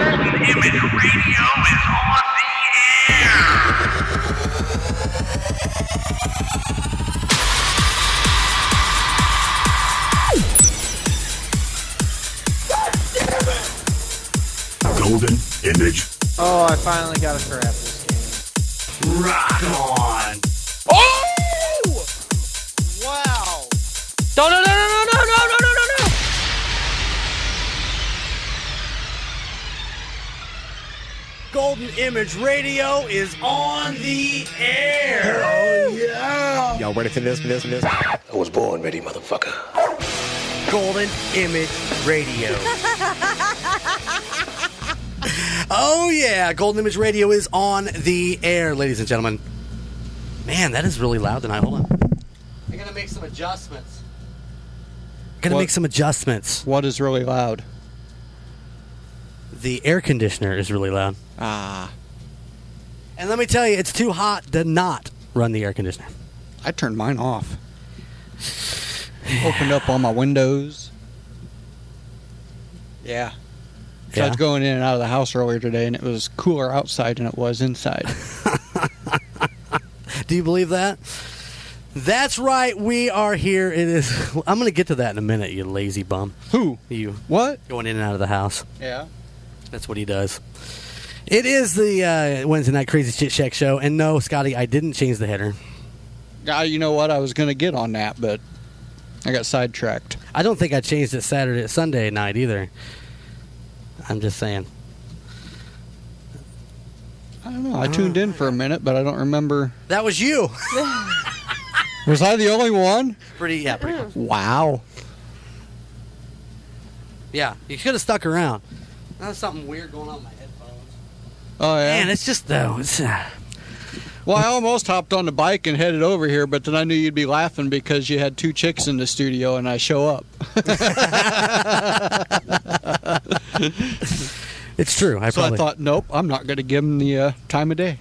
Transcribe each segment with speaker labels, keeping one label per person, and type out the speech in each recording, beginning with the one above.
Speaker 1: Human Radio is on the air.
Speaker 2: Golden Image
Speaker 3: Oh, I finally got a crap this
Speaker 2: Rock On.
Speaker 4: Oh!
Speaker 3: game. Wow.
Speaker 4: No, no, no, no, no, no, no, no, no, no, no!
Speaker 5: Golden Image Radio is on the air.
Speaker 6: Y'all ready for this? For this? For this?
Speaker 7: I was born ready, motherfucker.
Speaker 5: Golden Image Radio.
Speaker 6: Oh yeah, Golden Image Radio is on the air, ladies and gentlemen. Man, that is really loud tonight. Hold on,
Speaker 3: I gotta make some adjustments.
Speaker 6: gonna
Speaker 8: What?
Speaker 6: make some adjustments.
Speaker 8: What is really loud?
Speaker 6: The air conditioner is really loud,
Speaker 8: Ah,
Speaker 6: and let me tell you, it's too hot to not run the air conditioner.
Speaker 8: I turned mine off. Opened up all my windows. Yeah. So I
Speaker 6: Yeah.
Speaker 8: was going in and out of the house earlier today, and it was cooler outside than it was inside.
Speaker 6: Do you believe that? That's right. We are here. It is. I'm gonna get to that in a minute. You lazy bum.
Speaker 8: Who?
Speaker 6: You
Speaker 8: What?
Speaker 6: going in and out of the house.
Speaker 8: Yeah.
Speaker 6: That's what he does. It is the uh, Wednesday night crazy shit shack show, and no, Scotty, I didn't change the header.
Speaker 8: Ah, you know what? I was gonna get on that, but I got sidetracked.
Speaker 6: I don't think I changed it Saturday Sunday night either. I'm just saying.
Speaker 8: I don't know. I tuned in for a minute, but I don't remember.
Speaker 6: That was you.
Speaker 8: Was I the only one?
Speaker 6: pretty yeah, pretty close.
Speaker 8: Wow.
Speaker 6: Yeah. You should have stuck around. There's something weird going on with my headphones.
Speaker 8: Oh yeah.
Speaker 6: Man, it's just though it's uh,
Speaker 8: Well, I almost hopped on the bike and headed over here, but then I knew you'd be laughing because you had two chicks in the studio and I show up.
Speaker 6: it's true. I
Speaker 8: So
Speaker 6: probably
Speaker 8: I thought, nope, I'm not going to give them the uh, time of day.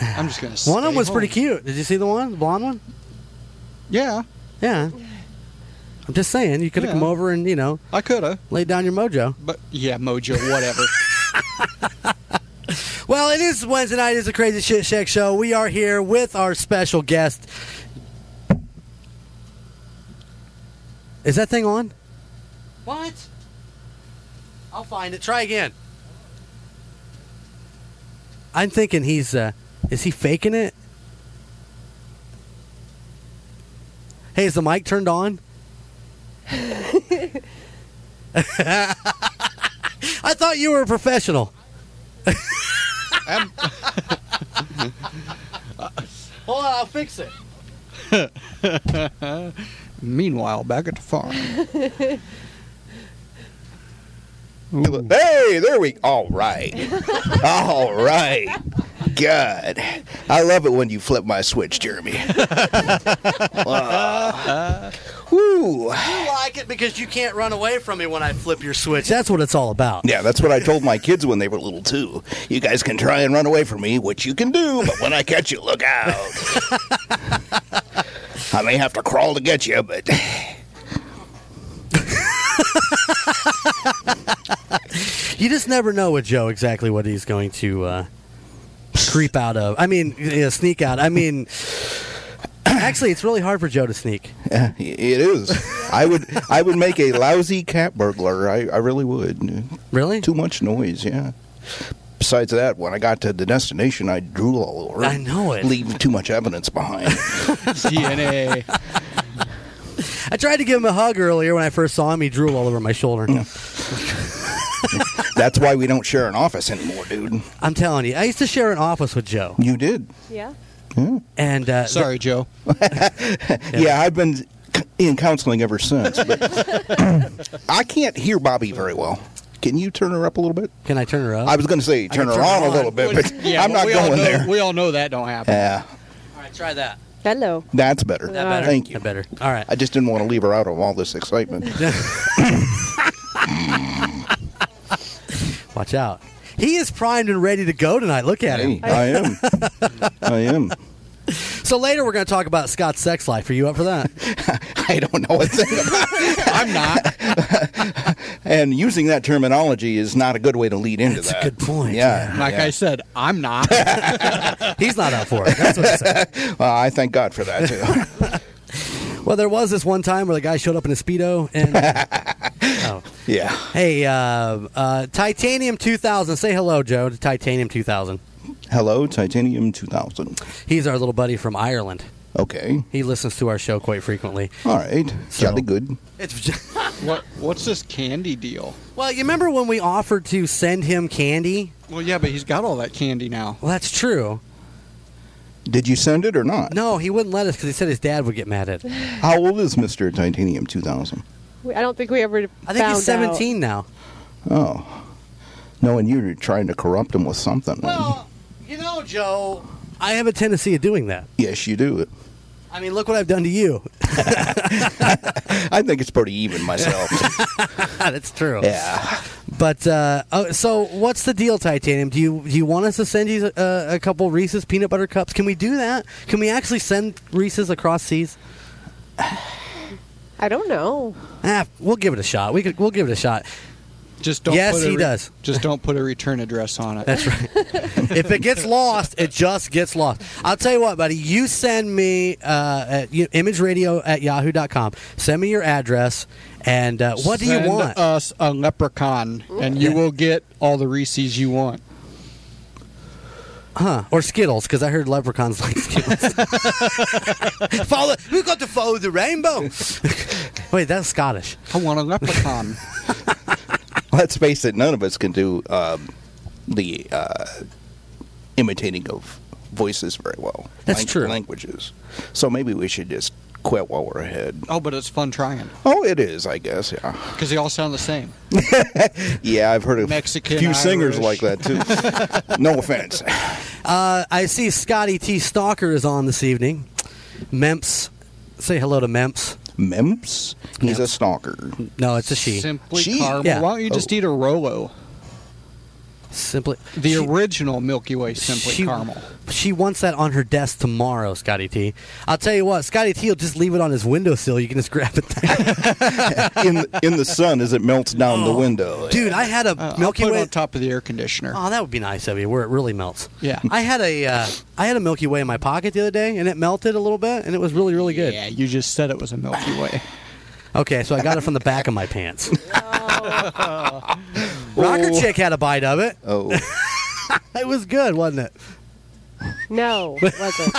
Speaker 8: I'm just going to
Speaker 6: one of them was pretty cute. Did you see the one, the blonde one?
Speaker 8: Yeah,
Speaker 6: Yeah. I'm just saying, you could have
Speaker 8: Yeah.
Speaker 6: come over and you know
Speaker 8: I could have,
Speaker 6: laid down your mojo.
Speaker 8: but yeah, Mojo, whatever.
Speaker 6: Well, it is Wednesday night. It's a crazy shit shack show. We are here with our special guest. Is that thing on? What? I'll find it. Try again. I'm thinking he's. Uh, is he faking it? Hey, is the mic turned on? I thought you were a professional.
Speaker 8: I'm-
Speaker 6: Hold on, I'll fix it.
Speaker 8: meanwhile, back at the farm.
Speaker 9: Hey, there we all right. all right. God. I love it when you flip my switch, Jeremy. Wow. Woo.
Speaker 6: You like it because you can't run away from me when I flip your switch. That's what it's all about.
Speaker 9: Yeah, that's what I told my kids when they were little too. You guys can try and run away from me, which you can do, but when I catch you, look out. I may have to crawl to get you, but
Speaker 6: You just never know with Joe exactly what he's going to uh, creep out of. I mean, yeah, sneak out. I mean, actually, it's really hard for Joe to sneak.
Speaker 9: it is. I would I would make a lousy cat burglar. I, I really would.
Speaker 6: Really?
Speaker 9: Too much noise, yeah. Besides that, when I got to the destination, I drool all over.
Speaker 6: I know it.
Speaker 9: Leaving too much evidence behind.
Speaker 8: DNA.
Speaker 6: I tried to give him a hug earlier when I first saw him. He drooled all over my shoulder.
Speaker 9: That's why we don't share an office anymore, dude.
Speaker 6: I'm telling you, I used to share an office with Joe,
Speaker 9: You did.
Speaker 10: Yeah.
Speaker 6: and uh,
Speaker 8: Sorry, Joe.
Speaker 9: Yeah, I've been c- in counseling ever since. But I can't hear Bobby very well. Can you turn her up a little bit?
Speaker 6: can I turn her up?
Speaker 9: I was going to say turn her
Speaker 6: turn
Speaker 9: on
Speaker 6: her
Speaker 9: a little
Speaker 6: on.
Speaker 9: bit, but
Speaker 8: Yeah,
Speaker 9: I'm
Speaker 8: but
Speaker 9: not
Speaker 8: we all
Speaker 9: going
Speaker 8: know-
Speaker 9: there.
Speaker 8: We all know that don't happen.
Speaker 9: Yeah,
Speaker 6: all right, try that.
Speaker 10: Hello.
Speaker 9: that's better.
Speaker 10: That better?
Speaker 9: Thank you.
Speaker 6: That better. All right.
Speaker 9: I just didn't want to leave her out of all this excitement.
Speaker 6: Watch out. He is primed and ready to go tonight. Look at
Speaker 9: Hey,
Speaker 6: him.
Speaker 9: I am. I am.
Speaker 6: So later we're going to talk about Scott's sex life. Are you up for that?
Speaker 9: I don't know a thing about
Speaker 8: I'm not.
Speaker 9: And using that terminology is not a good way to lead into
Speaker 6: That's a
Speaker 9: that.
Speaker 6: good point,
Speaker 9: Yeah.
Speaker 8: Like
Speaker 9: yeah.
Speaker 8: I said, I'm not.
Speaker 6: He's not up for it. That's what he said.
Speaker 9: Well, I thank God for that too.
Speaker 6: Well, there was this one time where the guy showed up in a speedo and. Oh.
Speaker 9: yeah.
Speaker 6: Hey, uh, uh, Titanium 2000. Say hello, Joe, to Titanium 2000.
Speaker 9: Hello, Titanium 2000.
Speaker 6: He's our little buddy from Ireland.
Speaker 9: Okay.
Speaker 6: He listens to our show quite frequently.
Speaker 9: All right.
Speaker 6: So-
Speaker 9: Jolly good.
Speaker 6: It's just,
Speaker 8: what What's this candy deal?
Speaker 6: well, you remember when we offered to send him candy?
Speaker 8: Well, yeah, but he's got all that candy now.
Speaker 6: Well, that's true.
Speaker 9: Did you send it or not?
Speaker 6: No, he wouldn't let us because he said his dad would get mad at. It.
Speaker 9: How old is Mr. Titanium 2000?
Speaker 10: We- I don't think we ever.
Speaker 6: I think
Speaker 10: found
Speaker 6: he's 17 now.
Speaker 9: Oh. Knowing you were trying to corrupt him with something.
Speaker 3: Well, you know, Joe.
Speaker 6: I have a tendency of doing that.
Speaker 9: yes, you do.
Speaker 6: I mean, look what I've done to you.
Speaker 9: I think it's pretty even myself.
Speaker 6: that's true.
Speaker 9: yeah.
Speaker 6: But uh, oh, so, what's the deal, Titanium? Do you do you want us to send you uh, a couple Reese's peanut butter cups? Can we do that? Can we actually send Reese's across seas?
Speaker 10: I don't know.
Speaker 6: Ah, we'll give it a shot. We could, we'll give it a shot.
Speaker 8: Just don't.
Speaker 6: Yes,
Speaker 8: put a
Speaker 6: he does.
Speaker 8: Just don't put a return address on it.
Speaker 6: That's right. if it gets lost, it just gets lost. I'll tell you what, buddy. You send me uh, at, you, imageradio at yahoo.com. Send me your address. And uh, what do
Speaker 8: Send
Speaker 6: you want?
Speaker 8: Us a leprechaun, and you will get all the Reese's you want.
Speaker 6: huh? Or Skittles, because I heard leprechauns like Skittles. follow, we got to follow the rainbow. Wait, that's Scottish.
Speaker 8: I want a leprechaun.
Speaker 9: Let's face it, none of us can do um, the uh, imitating of voices very well.
Speaker 6: That's true.
Speaker 9: Languages. So maybe we should just quit while we're ahead.
Speaker 8: oh, but it's fun trying
Speaker 9: Oh, it is, I guess. Yeah.
Speaker 8: because they all sound the same.
Speaker 9: Yeah, I've heard of
Speaker 8: Mexican,
Speaker 9: few singers like
Speaker 8: Irish.
Speaker 9: that too. no offense.
Speaker 6: Uh, I see Scotty T. Stalker is on this evening. Memps, say hello to Memps.
Speaker 9: Memps? He's a
Speaker 6: Memps.
Speaker 9: stalker.
Speaker 6: No, it's a she.
Speaker 8: Simply
Speaker 9: She-
Speaker 8: caramel.
Speaker 6: Yeah.
Speaker 8: Why don't you just eat a Rolo?
Speaker 6: Simply
Speaker 8: The
Speaker 6: she-
Speaker 8: original Milky Way Simply Caramel.
Speaker 6: She wants that on her desk tomorrow, Scotty T. I'll tell you what, Scotty T will just leave it on his windowsill. You can just grab it.
Speaker 9: In in the sun as it melts down the window.
Speaker 6: Oh. Dude, I had a
Speaker 8: Uh,
Speaker 6: Milky
Speaker 8: I'll put it
Speaker 6: Way.
Speaker 8: on top of the air conditioner.
Speaker 6: Oh, that would be nice of you. Where it really melts.
Speaker 8: Yeah.
Speaker 6: I had a uh, I had a Milky Way in my pocket the other day, and it melted a little bit, and it was really really good.
Speaker 8: Yeah, you just said it was a Milky Way.
Speaker 6: Okay, so I got it from the back of my pants.
Speaker 3: Oh.
Speaker 6: Rocker
Speaker 8: Oh.
Speaker 6: chick had a bite of it.
Speaker 9: Oh.
Speaker 6: It was good, wasn't it?
Speaker 10: No, it wasn't.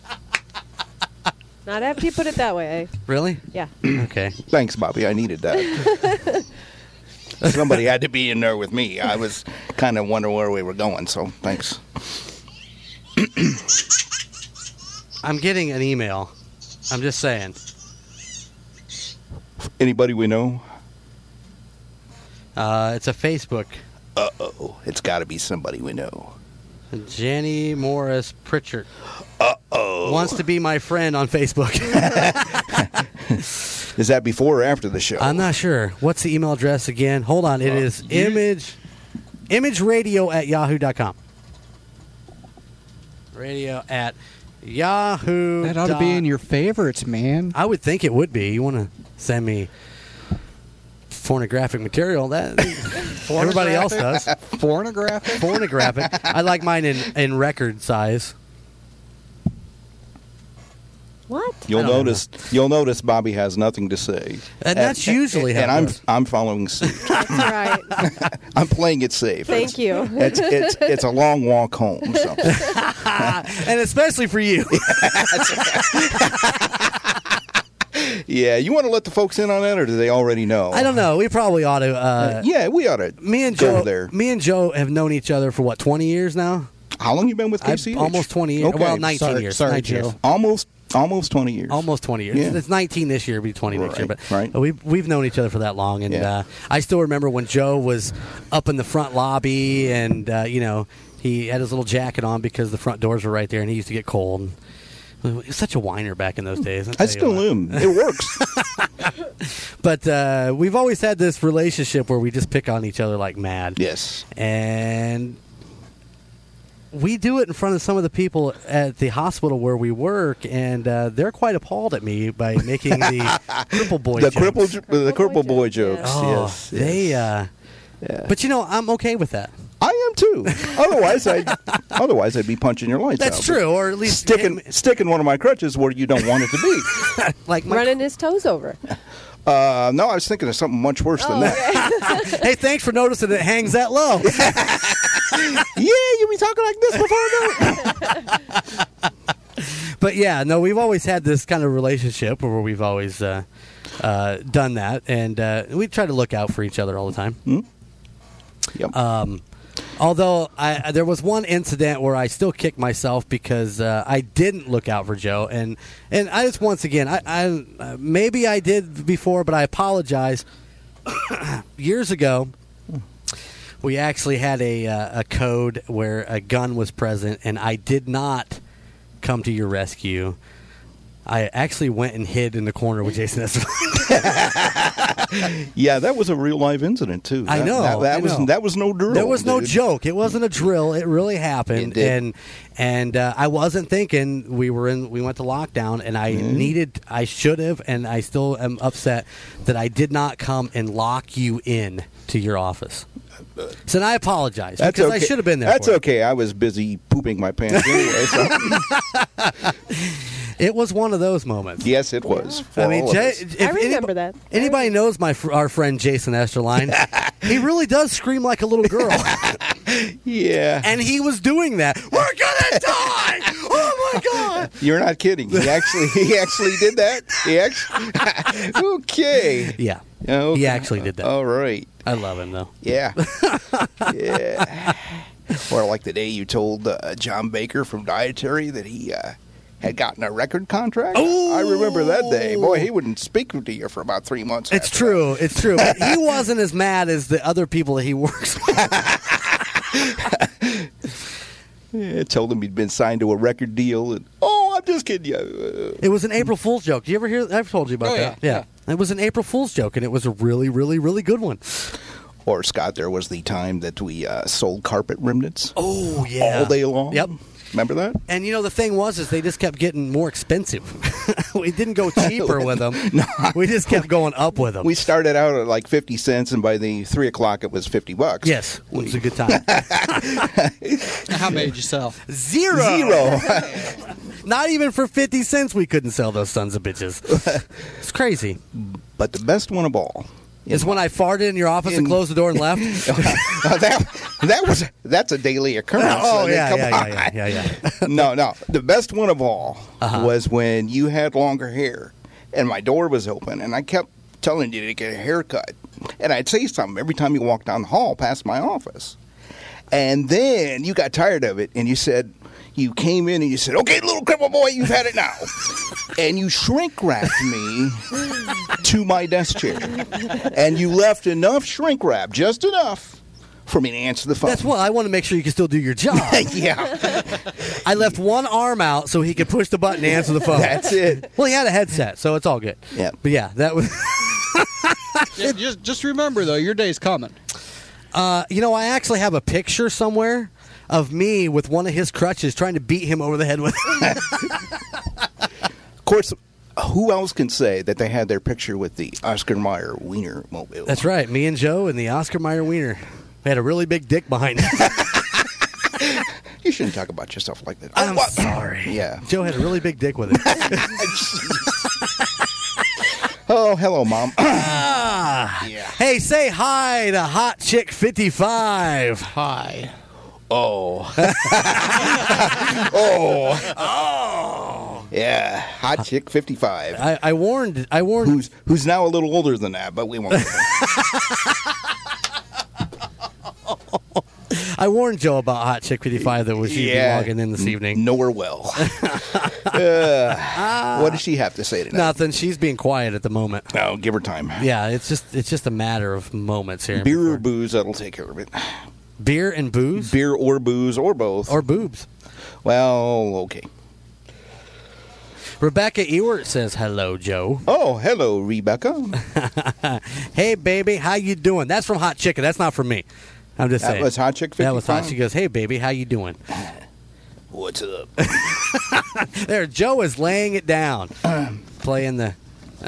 Speaker 10: Not after you put it that way. eh?
Speaker 6: Really?
Speaker 10: Yeah.
Speaker 6: Okay.
Speaker 9: Thanks, Bobby. I needed that. Somebody had to be in there with me. I was kind of wondering where we were going, so thanks.
Speaker 6: I'm getting an email. I'm just saying.
Speaker 9: Anybody we know?
Speaker 6: Uh, it's a Facebook
Speaker 9: Oh, it's got to be somebody we know.
Speaker 6: Jenny Morris Pritchard. Uh-oh. Wants to be my friend on Facebook.
Speaker 9: Is that before or after the show?
Speaker 6: I'm not sure. What's the email address again? Hold on.
Speaker 8: Uh,
Speaker 6: It is image image radio at yahoo.com. Radio at yahoo.
Speaker 8: That ought to be in your favorites, man.
Speaker 6: I would think it would be. You want to send me pornographic material? That everybody else does.
Speaker 8: Pornographic?
Speaker 6: Pornographic. I like mine in, in record size.
Speaker 10: What?
Speaker 9: You'll
Speaker 6: I don't
Speaker 9: notice. You'll notice Bobby has nothing to say,
Speaker 6: And that's usually how
Speaker 9: and
Speaker 6: it
Speaker 9: I'm
Speaker 6: goes.
Speaker 9: I'm following suit.
Speaker 10: That's right.
Speaker 9: I'm playing it safe.
Speaker 10: Thank you.
Speaker 9: It's it's it's a long walk home. So.
Speaker 6: and especially for you.
Speaker 9: Yeah, you want to let the folks in on that, or do they already know?
Speaker 6: I don't know. We probably ought to. Uh,
Speaker 9: Yeah, we ought to.
Speaker 6: me and
Speaker 9: go
Speaker 6: Joe,
Speaker 9: there.
Speaker 6: me and Joe have known each other for what twenty years now.
Speaker 9: How long you been with
Speaker 6: I-
Speaker 9: KCH?
Speaker 6: almost twenty years.
Speaker 9: Okay.
Speaker 6: Well, nineteen
Speaker 8: Sorry-
Speaker 6: years.
Speaker 8: sorry,
Speaker 6: 19 years.
Speaker 8: Joe.
Speaker 9: Almost almost twenty years.
Speaker 6: Almost twenty years.
Speaker 9: Yeah.
Speaker 6: It's nineteen this year. It'll be twenty next year.
Speaker 9: Right,
Speaker 6: But
Speaker 9: right.
Speaker 6: we've we've known each other for that long, and
Speaker 9: Yeah.
Speaker 6: uh, I still remember when Joe was up in the front lobby, and uh, you know he had his little jacket on because the front doors were right there, and he used to get cold. He was such a whiner back in those days. I'll
Speaker 9: I
Speaker 6: tell you
Speaker 9: still
Speaker 6: what.
Speaker 9: am. It works.
Speaker 6: But uh, we've always had this relationship where we just pick on each other like mad.
Speaker 9: yes.
Speaker 6: and we do it in front of some of the people at the hospital where we work, and uh, they're quite appalled at me by making the cripple boy.
Speaker 9: the
Speaker 6: jokes.
Speaker 9: cripple, jo- the cripple boy jokes.
Speaker 6: Oh,
Speaker 9: yes, yes.
Speaker 6: they. Uh,
Speaker 9: Yeah.
Speaker 6: But you know, I'm okay with that.
Speaker 9: I am too. Otherwise, I otherwise I'd be punching your lights out.
Speaker 6: That's true, or at least
Speaker 9: Sticking
Speaker 6: him-
Speaker 9: sticking one of my crutches where you don't want it to be.
Speaker 6: like my,
Speaker 10: Running his toes over.
Speaker 9: Uh, no, I was thinking of something much worse than
Speaker 10: Oh,
Speaker 9: that.
Speaker 10: okay.
Speaker 6: hey, thanks for noticing it hangs that low.
Speaker 9: Yeah, you be talking like this before I know it.
Speaker 6: but yeah, no, we've always had this kind of relationship where we've always uh, uh, done that, and uh, we try to look out for each other all the time.
Speaker 9: Yep.
Speaker 6: Um, although I, there was one incident where I still kicked myself because uh, I didn't look out for Joe, and and I just once again, I, I uh, maybe I did before, but I apologize. Years ago, we actually had a uh, a code where a gun was present, and I did not come to your rescue. I actually went and hid in the corner with Jason Esposito.
Speaker 9: yeah, that was a real life incident too.
Speaker 6: I
Speaker 9: That-
Speaker 6: know,
Speaker 9: That, that
Speaker 6: I
Speaker 9: was
Speaker 6: know.
Speaker 9: that was no drill.
Speaker 6: There was no
Speaker 9: dude.
Speaker 6: joke. It wasn't a drill. It really happened.
Speaker 9: It did.
Speaker 6: And and uh, I wasn't thinking we were in. We went to lockdown, and I
Speaker 9: Mm-hmm.
Speaker 6: needed. I should have, and I still am upset that I did not come and lock you in to your office. So and I apologize
Speaker 9: That's
Speaker 6: because
Speaker 9: okay.
Speaker 6: I should have been there.
Speaker 9: That's
Speaker 6: for it.
Speaker 9: okay. I was busy pooping my pants anyway. so-
Speaker 6: It was one of those moments.
Speaker 9: yes, it was. for
Speaker 6: I mean,
Speaker 9: all of
Speaker 6: Ja-
Speaker 9: us.
Speaker 6: if
Speaker 10: I
Speaker 6: any-
Speaker 10: remember that. I
Speaker 6: Anybody
Speaker 10: remember-
Speaker 6: knows my fr- our friend Jason Esterline. he really does scream like a little girl,
Speaker 9: yeah,
Speaker 6: and he was doing that. We're gonna die! Oh my god!
Speaker 9: you're not kidding. He actually he actually did that. He actually okay.
Speaker 6: Yeah,
Speaker 9: okay.
Speaker 6: he actually did that.
Speaker 9: All right.
Speaker 6: I love him though.
Speaker 9: Yeah. yeah. Or like the day you told uh, John Baker from Dietary that he uh, had gotten a record contract. I remember that day. Boy, he wouldn't speak to you for about three months.
Speaker 6: Oh. It's
Speaker 9: after
Speaker 6: true. It's true. But he wasn't as mad as the other people that he works with.
Speaker 9: that. Yeah, told him he'd been signed to a record deal. And, oh, I'm just kidding uh, you.
Speaker 6: It was an April Fool's joke. Do you ever hear? I've told you about
Speaker 8: Oh,
Speaker 6: that.
Speaker 8: yeah,
Speaker 6: It was an April Fool's joke, and it was a really, really, really good one.
Speaker 9: Or Scott, there was the time that we uh, sold carpet remnants
Speaker 6: Oh yeah,
Speaker 9: all day long.
Speaker 6: Yep.
Speaker 9: Remember that?
Speaker 6: And you know the thing was is they just kept getting more expensive. we didn't go cheaper with them. We just kept going up with them.
Speaker 9: We started out at like fifty cents, and by the three o'clock, it was fifty bucks.
Speaker 6: yes, it was a good time.
Speaker 8: How made yourself?
Speaker 6: Zero.
Speaker 9: Zero.
Speaker 6: Not even for fifty cents we couldn't sell those sons of bitches. it's crazy.
Speaker 9: but the best one of all.
Speaker 6: Is when I farted in your office and
Speaker 9: In-
Speaker 6: closed the door and left.
Speaker 9: Uh, that that was that's a daily occurrence. I
Speaker 6: oh
Speaker 9: mean,
Speaker 6: yeah,
Speaker 9: come
Speaker 6: yeah,
Speaker 9: on.
Speaker 6: yeah, yeah, yeah, yeah.
Speaker 9: No, no. The best one of all
Speaker 6: Uh-huh.
Speaker 9: was when you had longer hair, and my door was open, and I kept telling you to get a haircut, and I'd say something every time you walked down the hall past my office, and then you got tired of it, and you said. You came in and you said, "Okay, little cripple boy, you've had it now," and you shrink wrapped me to my desk chair, and you left enough shrink wrap, just enough, for me to answer the phone.
Speaker 6: That's what I want to make sure you can still do your job.
Speaker 9: yeah,
Speaker 6: I left one arm out so he could push the button to answer the phone.
Speaker 9: that's it.
Speaker 6: well, he had a headset, so it's all good.
Speaker 9: Yeah.
Speaker 6: But yeah, that was.
Speaker 8: Yeah, just, just remember though, your day's coming.
Speaker 6: Uh, you know, I actually have a picture somewhere of me with one of his crutches trying to beat him over the head with.
Speaker 9: Of course, who else can say that they had their picture with the Oscar Mayer Wiener Mobile?
Speaker 6: That's right. Me and Joe and the Oscar Mayer Wiener. We had a really big dick behind us.
Speaker 9: You shouldn't talk about yourself like that.
Speaker 6: I'm
Speaker 9: Oh, what?
Speaker 6: sorry.
Speaker 9: Yeah.
Speaker 6: Joe had a really big dick with it.
Speaker 9: Oh, hello, mom.
Speaker 6: Ah. hey, say hi to Hot Chick 55.
Speaker 8: Hi.
Speaker 9: oh.
Speaker 6: Oh.
Speaker 9: Yeah, hot chick, fifty-five.
Speaker 6: I, I warned. I warned.
Speaker 9: Who's who's now a little older than that, but we won't.
Speaker 6: I warned Joe about Hot Chick 55 that was you
Speaker 9: Yeah.
Speaker 6: logging in this evening.
Speaker 9: know her well. Uh, what does she have to say tonight?
Speaker 6: Nothing. She's being quiet at the moment.
Speaker 9: No, give her time.
Speaker 6: Yeah, it's just it's just a matter of moments here.
Speaker 9: Beer or booze, that'll take care of it.
Speaker 6: beer and booze
Speaker 9: Beer or booze or both.
Speaker 6: or boobs.
Speaker 9: well, okay.
Speaker 6: Rebecca Ewart says hello, Joe.
Speaker 9: Oh, hello, Rebecca.
Speaker 6: Hey, baby, how you doing? That's from Hot Chicken. That's not from me. I'm just
Speaker 9: That
Speaker 6: saying.
Speaker 9: was Hot Chick
Speaker 6: That was hot.
Speaker 9: 55?
Speaker 6: She goes, hey, baby, how you doing?
Speaker 9: What's up?
Speaker 6: There, Joe is laying it down, playing the.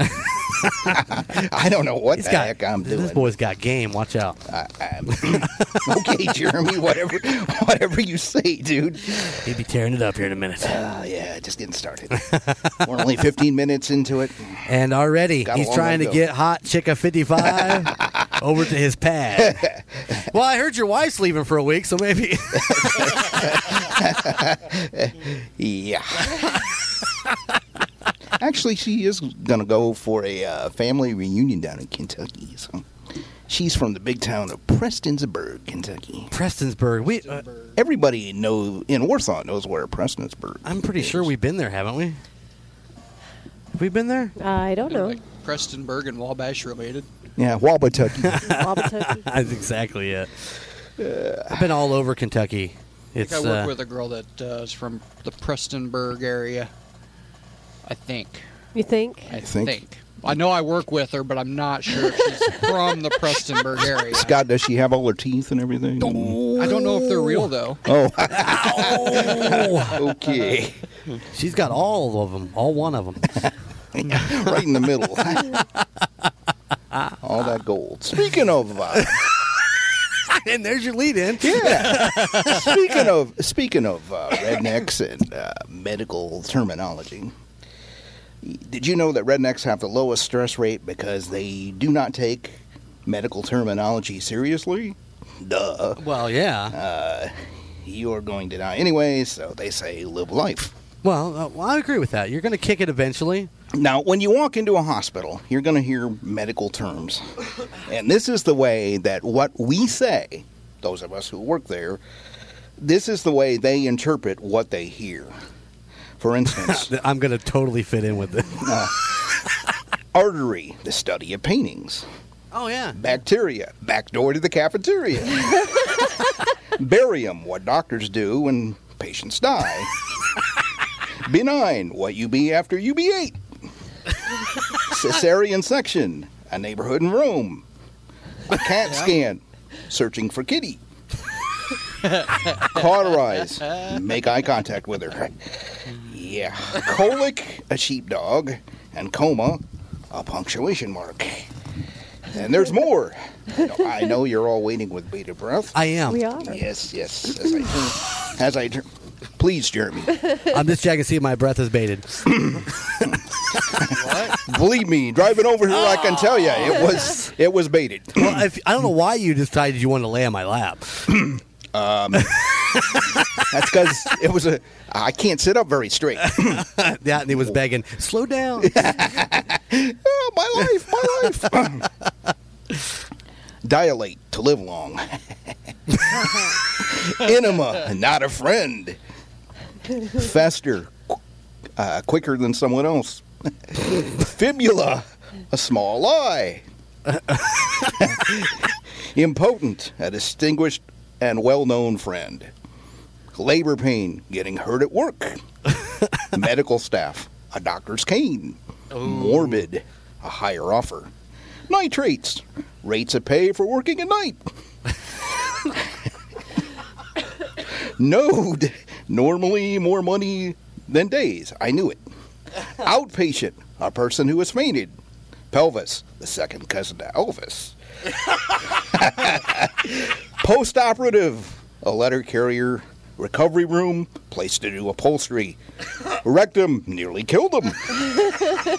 Speaker 9: I don't know what
Speaker 6: He's
Speaker 9: the
Speaker 6: got.
Speaker 9: heck I'm doing.
Speaker 6: This boy's got game. Watch out.
Speaker 9: I, I'm- okay, Jeremy, whatever, whatever you say, dude.
Speaker 6: He'd be tearing it up here in a minute.
Speaker 9: Uh, yeah, just getting started. We're only 15 minutes into it.
Speaker 6: And already
Speaker 9: Got a
Speaker 6: he's
Speaker 9: long
Speaker 6: trying
Speaker 9: way
Speaker 6: to
Speaker 9: to go.
Speaker 6: get hot chicka 55 over to his pad. Well, I heard your wife's leaving for a week, so maybe
Speaker 9: Yeah. Actually, she is gonna go for a uh, family reunion down in Kentucky. So. She's from the big town of Prestonsburg, Kentucky.
Speaker 6: Prestonsburg. We, uh,
Speaker 9: Everybody know in Warsaw knows where Prestonsburg.
Speaker 6: I'm pretty
Speaker 9: is.
Speaker 6: sure we've been there, haven't we? Have we been there?
Speaker 10: I don't know.
Speaker 8: Like Prestonburg and Wabash related.
Speaker 9: Yeah, Wabatucky.
Speaker 10: Wabatucky.
Speaker 6: That's exactly it. I've been all over Kentucky. It's
Speaker 8: I work
Speaker 6: uh,
Speaker 8: with a girl that uh, is from the Prestonburg area. I think.
Speaker 10: You think?
Speaker 8: I
Speaker 9: think?
Speaker 8: think. I know I work with her, but I'm not sure if she's from the Prestonburg area.
Speaker 9: God, does she have all her teeth and everything?
Speaker 8: I don't know if they're real though.
Speaker 9: Oh.
Speaker 8: Oh.
Speaker 9: okay.
Speaker 6: Oh. she's got all of them, all one of them.
Speaker 9: right in the middle. All that gold. Speaking of, uh,
Speaker 6: and there's your lead in.
Speaker 9: yeah. Speaking of, speaking of uh, rednecks and uh, medical terminology, did you know that rednecks have the lowest stress rate because they do not take medical terminology seriously? Duh. Uh,
Speaker 6: Well, yeah.
Speaker 9: You're going to die anyway, so they say live life.
Speaker 6: Well, uh, well, I agree with that. You're going to kick it eventually.
Speaker 9: Now, when you walk into a hospital, you're going to hear medical terms. And this is the way that what we say, those of us who work there, this is the way they interpret what they hear. For instance,
Speaker 6: Th- I'm going to totally fit in with it.
Speaker 9: artery, the study of paintings.
Speaker 6: oh yeah.
Speaker 9: Bacteria, back door to the cafeteria. Barium, what doctors do when patients die. Benign, what you be after you be eight. Cesarean section, a neighborhood in Rome. A cat scan, searching for kitty. Cauterize, make eye contact with her. Yeah. Colic, a sheepdog. And coma, a punctuation mark. And there's more. No, I know you're all waiting with bated breath.
Speaker 6: I am.
Speaker 10: We are.
Speaker 9: Yes, yes. As I turn, as I turn, please, Jeremy.
Speaker 6: I'm just checking to see if my breath is baited.
Speaker 9: Believe me, driving over here, I can tell you, it was it was baited.
Speaker 6: Oh. Well, if, I don't know why you decided you wanted to lay on my lap.
Speaker 9: Um. That's because it was a. I can't sit up very straight.
Speaker 6: Yeah, and he was begging, slow down.
Speaker 9: Oh, my life, my life. Dilate to live long. Enema, not a friend. Faster, qu- uh, quicker than someone else. Fibula, a small lie. Impotent, a distinguished and well known friend. Labor pain, getting hurt at work. Medical staff, a doctor's cane. Morbid, a higher offer. Nitrates, rates of pay for working at night. Node, normally more money than days. I knew it. Outpatient, a person who has fainted. Pelvis, the second cousin to Elvis. Post operative, a letter carrier. Recovery room, place to do upholstery. Rectum, nearly killed him.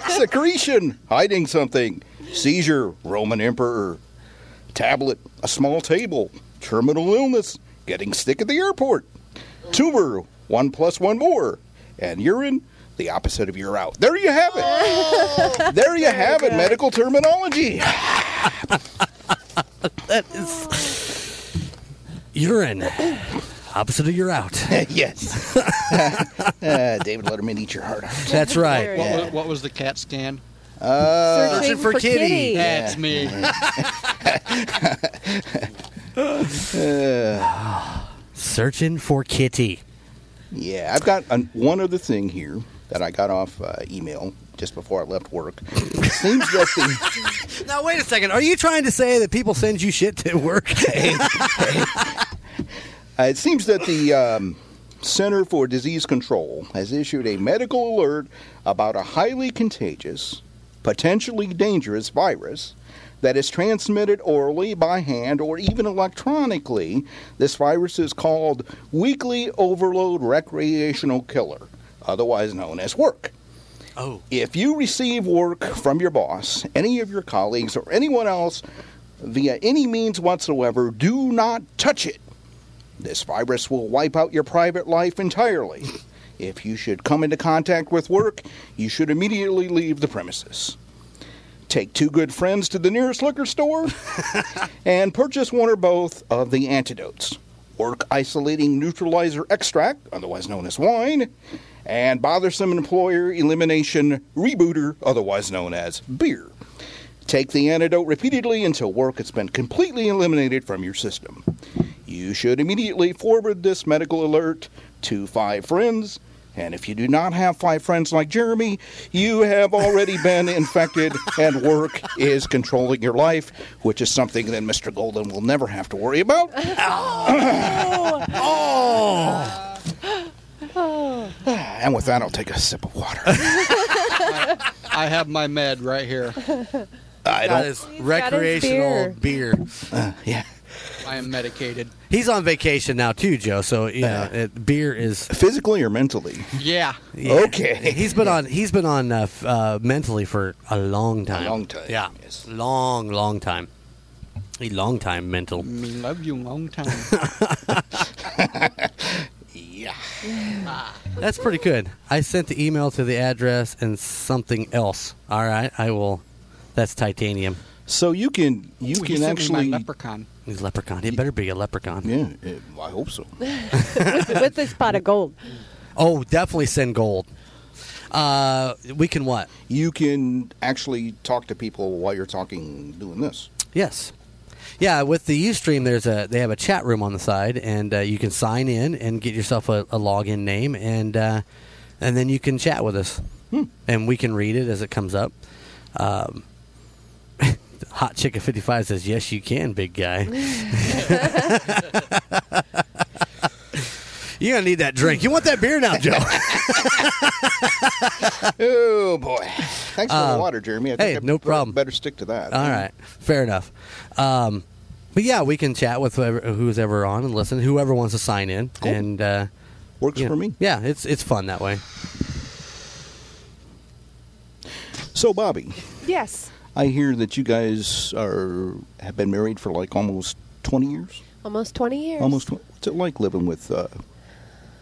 Speaker 9: Secretion, hiding something. Seizure, Roman emperor. Tablet, a small table. Terminal illness, getting sick at the airport. Tumor, one plus one more. And urine, the opposite of you're out. There you have it. There you have it, medical terminology.
Speaker 6: You're in. Opposite of you're out.
Speaker 9: yes. uh, David Letterman, eat your heart out.
Speaker 6: That's right.
Speaker 10: Very
Speaker 8: What,
Speaker 10: good.
Speaker 8: was, what was the cat scan?
Speaker 9: Uh,
Speaker 6: Searching for Kitty.
Speaker 8: That's me.
Speaker 9: uh.
Speaker 6: Searching for Kitty.
Speaker 9: Yeah, I've got an, one other thing here that I got off uh, email just before I left work. It seems that the.
Speaker 6: Now, wait a second. Are you trying to say that people send you shit to work?
Speaker 9: Uh, it seems that the um, Center for Disease Control has issued a medical alert about a highly contagious, potentially dangerous virus that is transmitted orally by hand or even electronically. This virus is called weekly overload recreational killer, otherwise known as work.
Speaker 6: Oh.
Speaker 9: If you receive work from your boss, any of your colleagues, or anyone else via any means whatsoever, do not touch it. This virus will wipe out your private life entirely. If you should come into contact with work, you should immediately leave the premises. Take two good friends to the nearest liquor store and purchase one or both of the antidotes work isolating neutralizer extract, otherwise known as wine, and bothersome employer elimination rebooter, otherwise known as beer. Take the antidote repeatedly until work has been completely eliminated from your system. You should immediately forward this medical alert to five friends. And if you do not have five friends like Jeremy, you have already been infected, and work is controlling your life, which is something that Mr. Golden will never have to worry about. Oh! And with that, I'll take a sip of water.
Speaker 8: I have my med right here.
Speaker 6: That
Speaker 9: I don't. Uh,
Speaker 6: is
Speaker 10: his
Speaker 6: recreational beer.
Speaker 9: yeah.
Speaker 8: I am medicated.
Speaker 6: He's on vacation now too, Joe. So yeah, it, beer is.
Speaker 9: Physically or mentally?
Speaker 8: Yeah.
Speaker 6: yeah.
Speaker 9: Okay.
Speaker 6: He's been on. He's been on uh, f- uh, mentally for a long time.
Speaker 9: long time,
Speaker 6: Yeah.
Speaker 9: yes.
Speaker 6: Long, long time. A long time mental.
Speaker 8: Me love you long time.
Speaker 9: Yeah.
Speaker 6: That's pretty good. I sent the email to the address and something else. All right, I will. That's titanium.
Speaker 9: So you can you
Speaker 8: He
Speaker 9: can
Speaker 8: sent me my
Speaker 9: actually.
Speaker 8: leprechaun.
Speaker 6: He's leprechaun. It better be a leprechaun.
Speaker 9: Yeah, eh, I hope so.
Speaker 10: with this pot of gold.
Speaker 6: Oh, definitely send gold. Uh, we can what?
Speaker 9: You can actually talk to people while you're talking, doing this.
Speaker 6: Yes. Yeah, with the Ustream, there's a they have a chat room on the side, and uh, you can sign in and get yourself a, a login name, and uh, and then you can chat with us, and we can read it as it comes up. Um, Hot Chicken Fifty Five says, "Yes, you can, big guy." You're gonna need that drink. You want that beer now, Joe?
Speaker 9: Oh boy! Thanks for the water, Jeremy. I think
Speaker 6: Um, hey,
Speaker 9: I
Speaker 6: no
Speaker 9: better-
Speaker 6: problem. Uh,
Speaker 9: Better stick to that.
Speaker 6: All right, fair enough. Um, but yeah, we can chat with whoever, who's ever on and listen. Whoever wants to sign in and uh,
Speaker 9: Works
Speaker 6: you know,
Speaker 9: for me.
Speaker 6: Yeah, it's it's fun that way.
Speaker 9: So, Bobby,
Speaker 10: Yes,
Speaker 9: I hear that you guys are have been married for like almost twenty years.
Speaker 10: almost twenty years.
Speaker 9: Almost. tw- What's it like living with uh,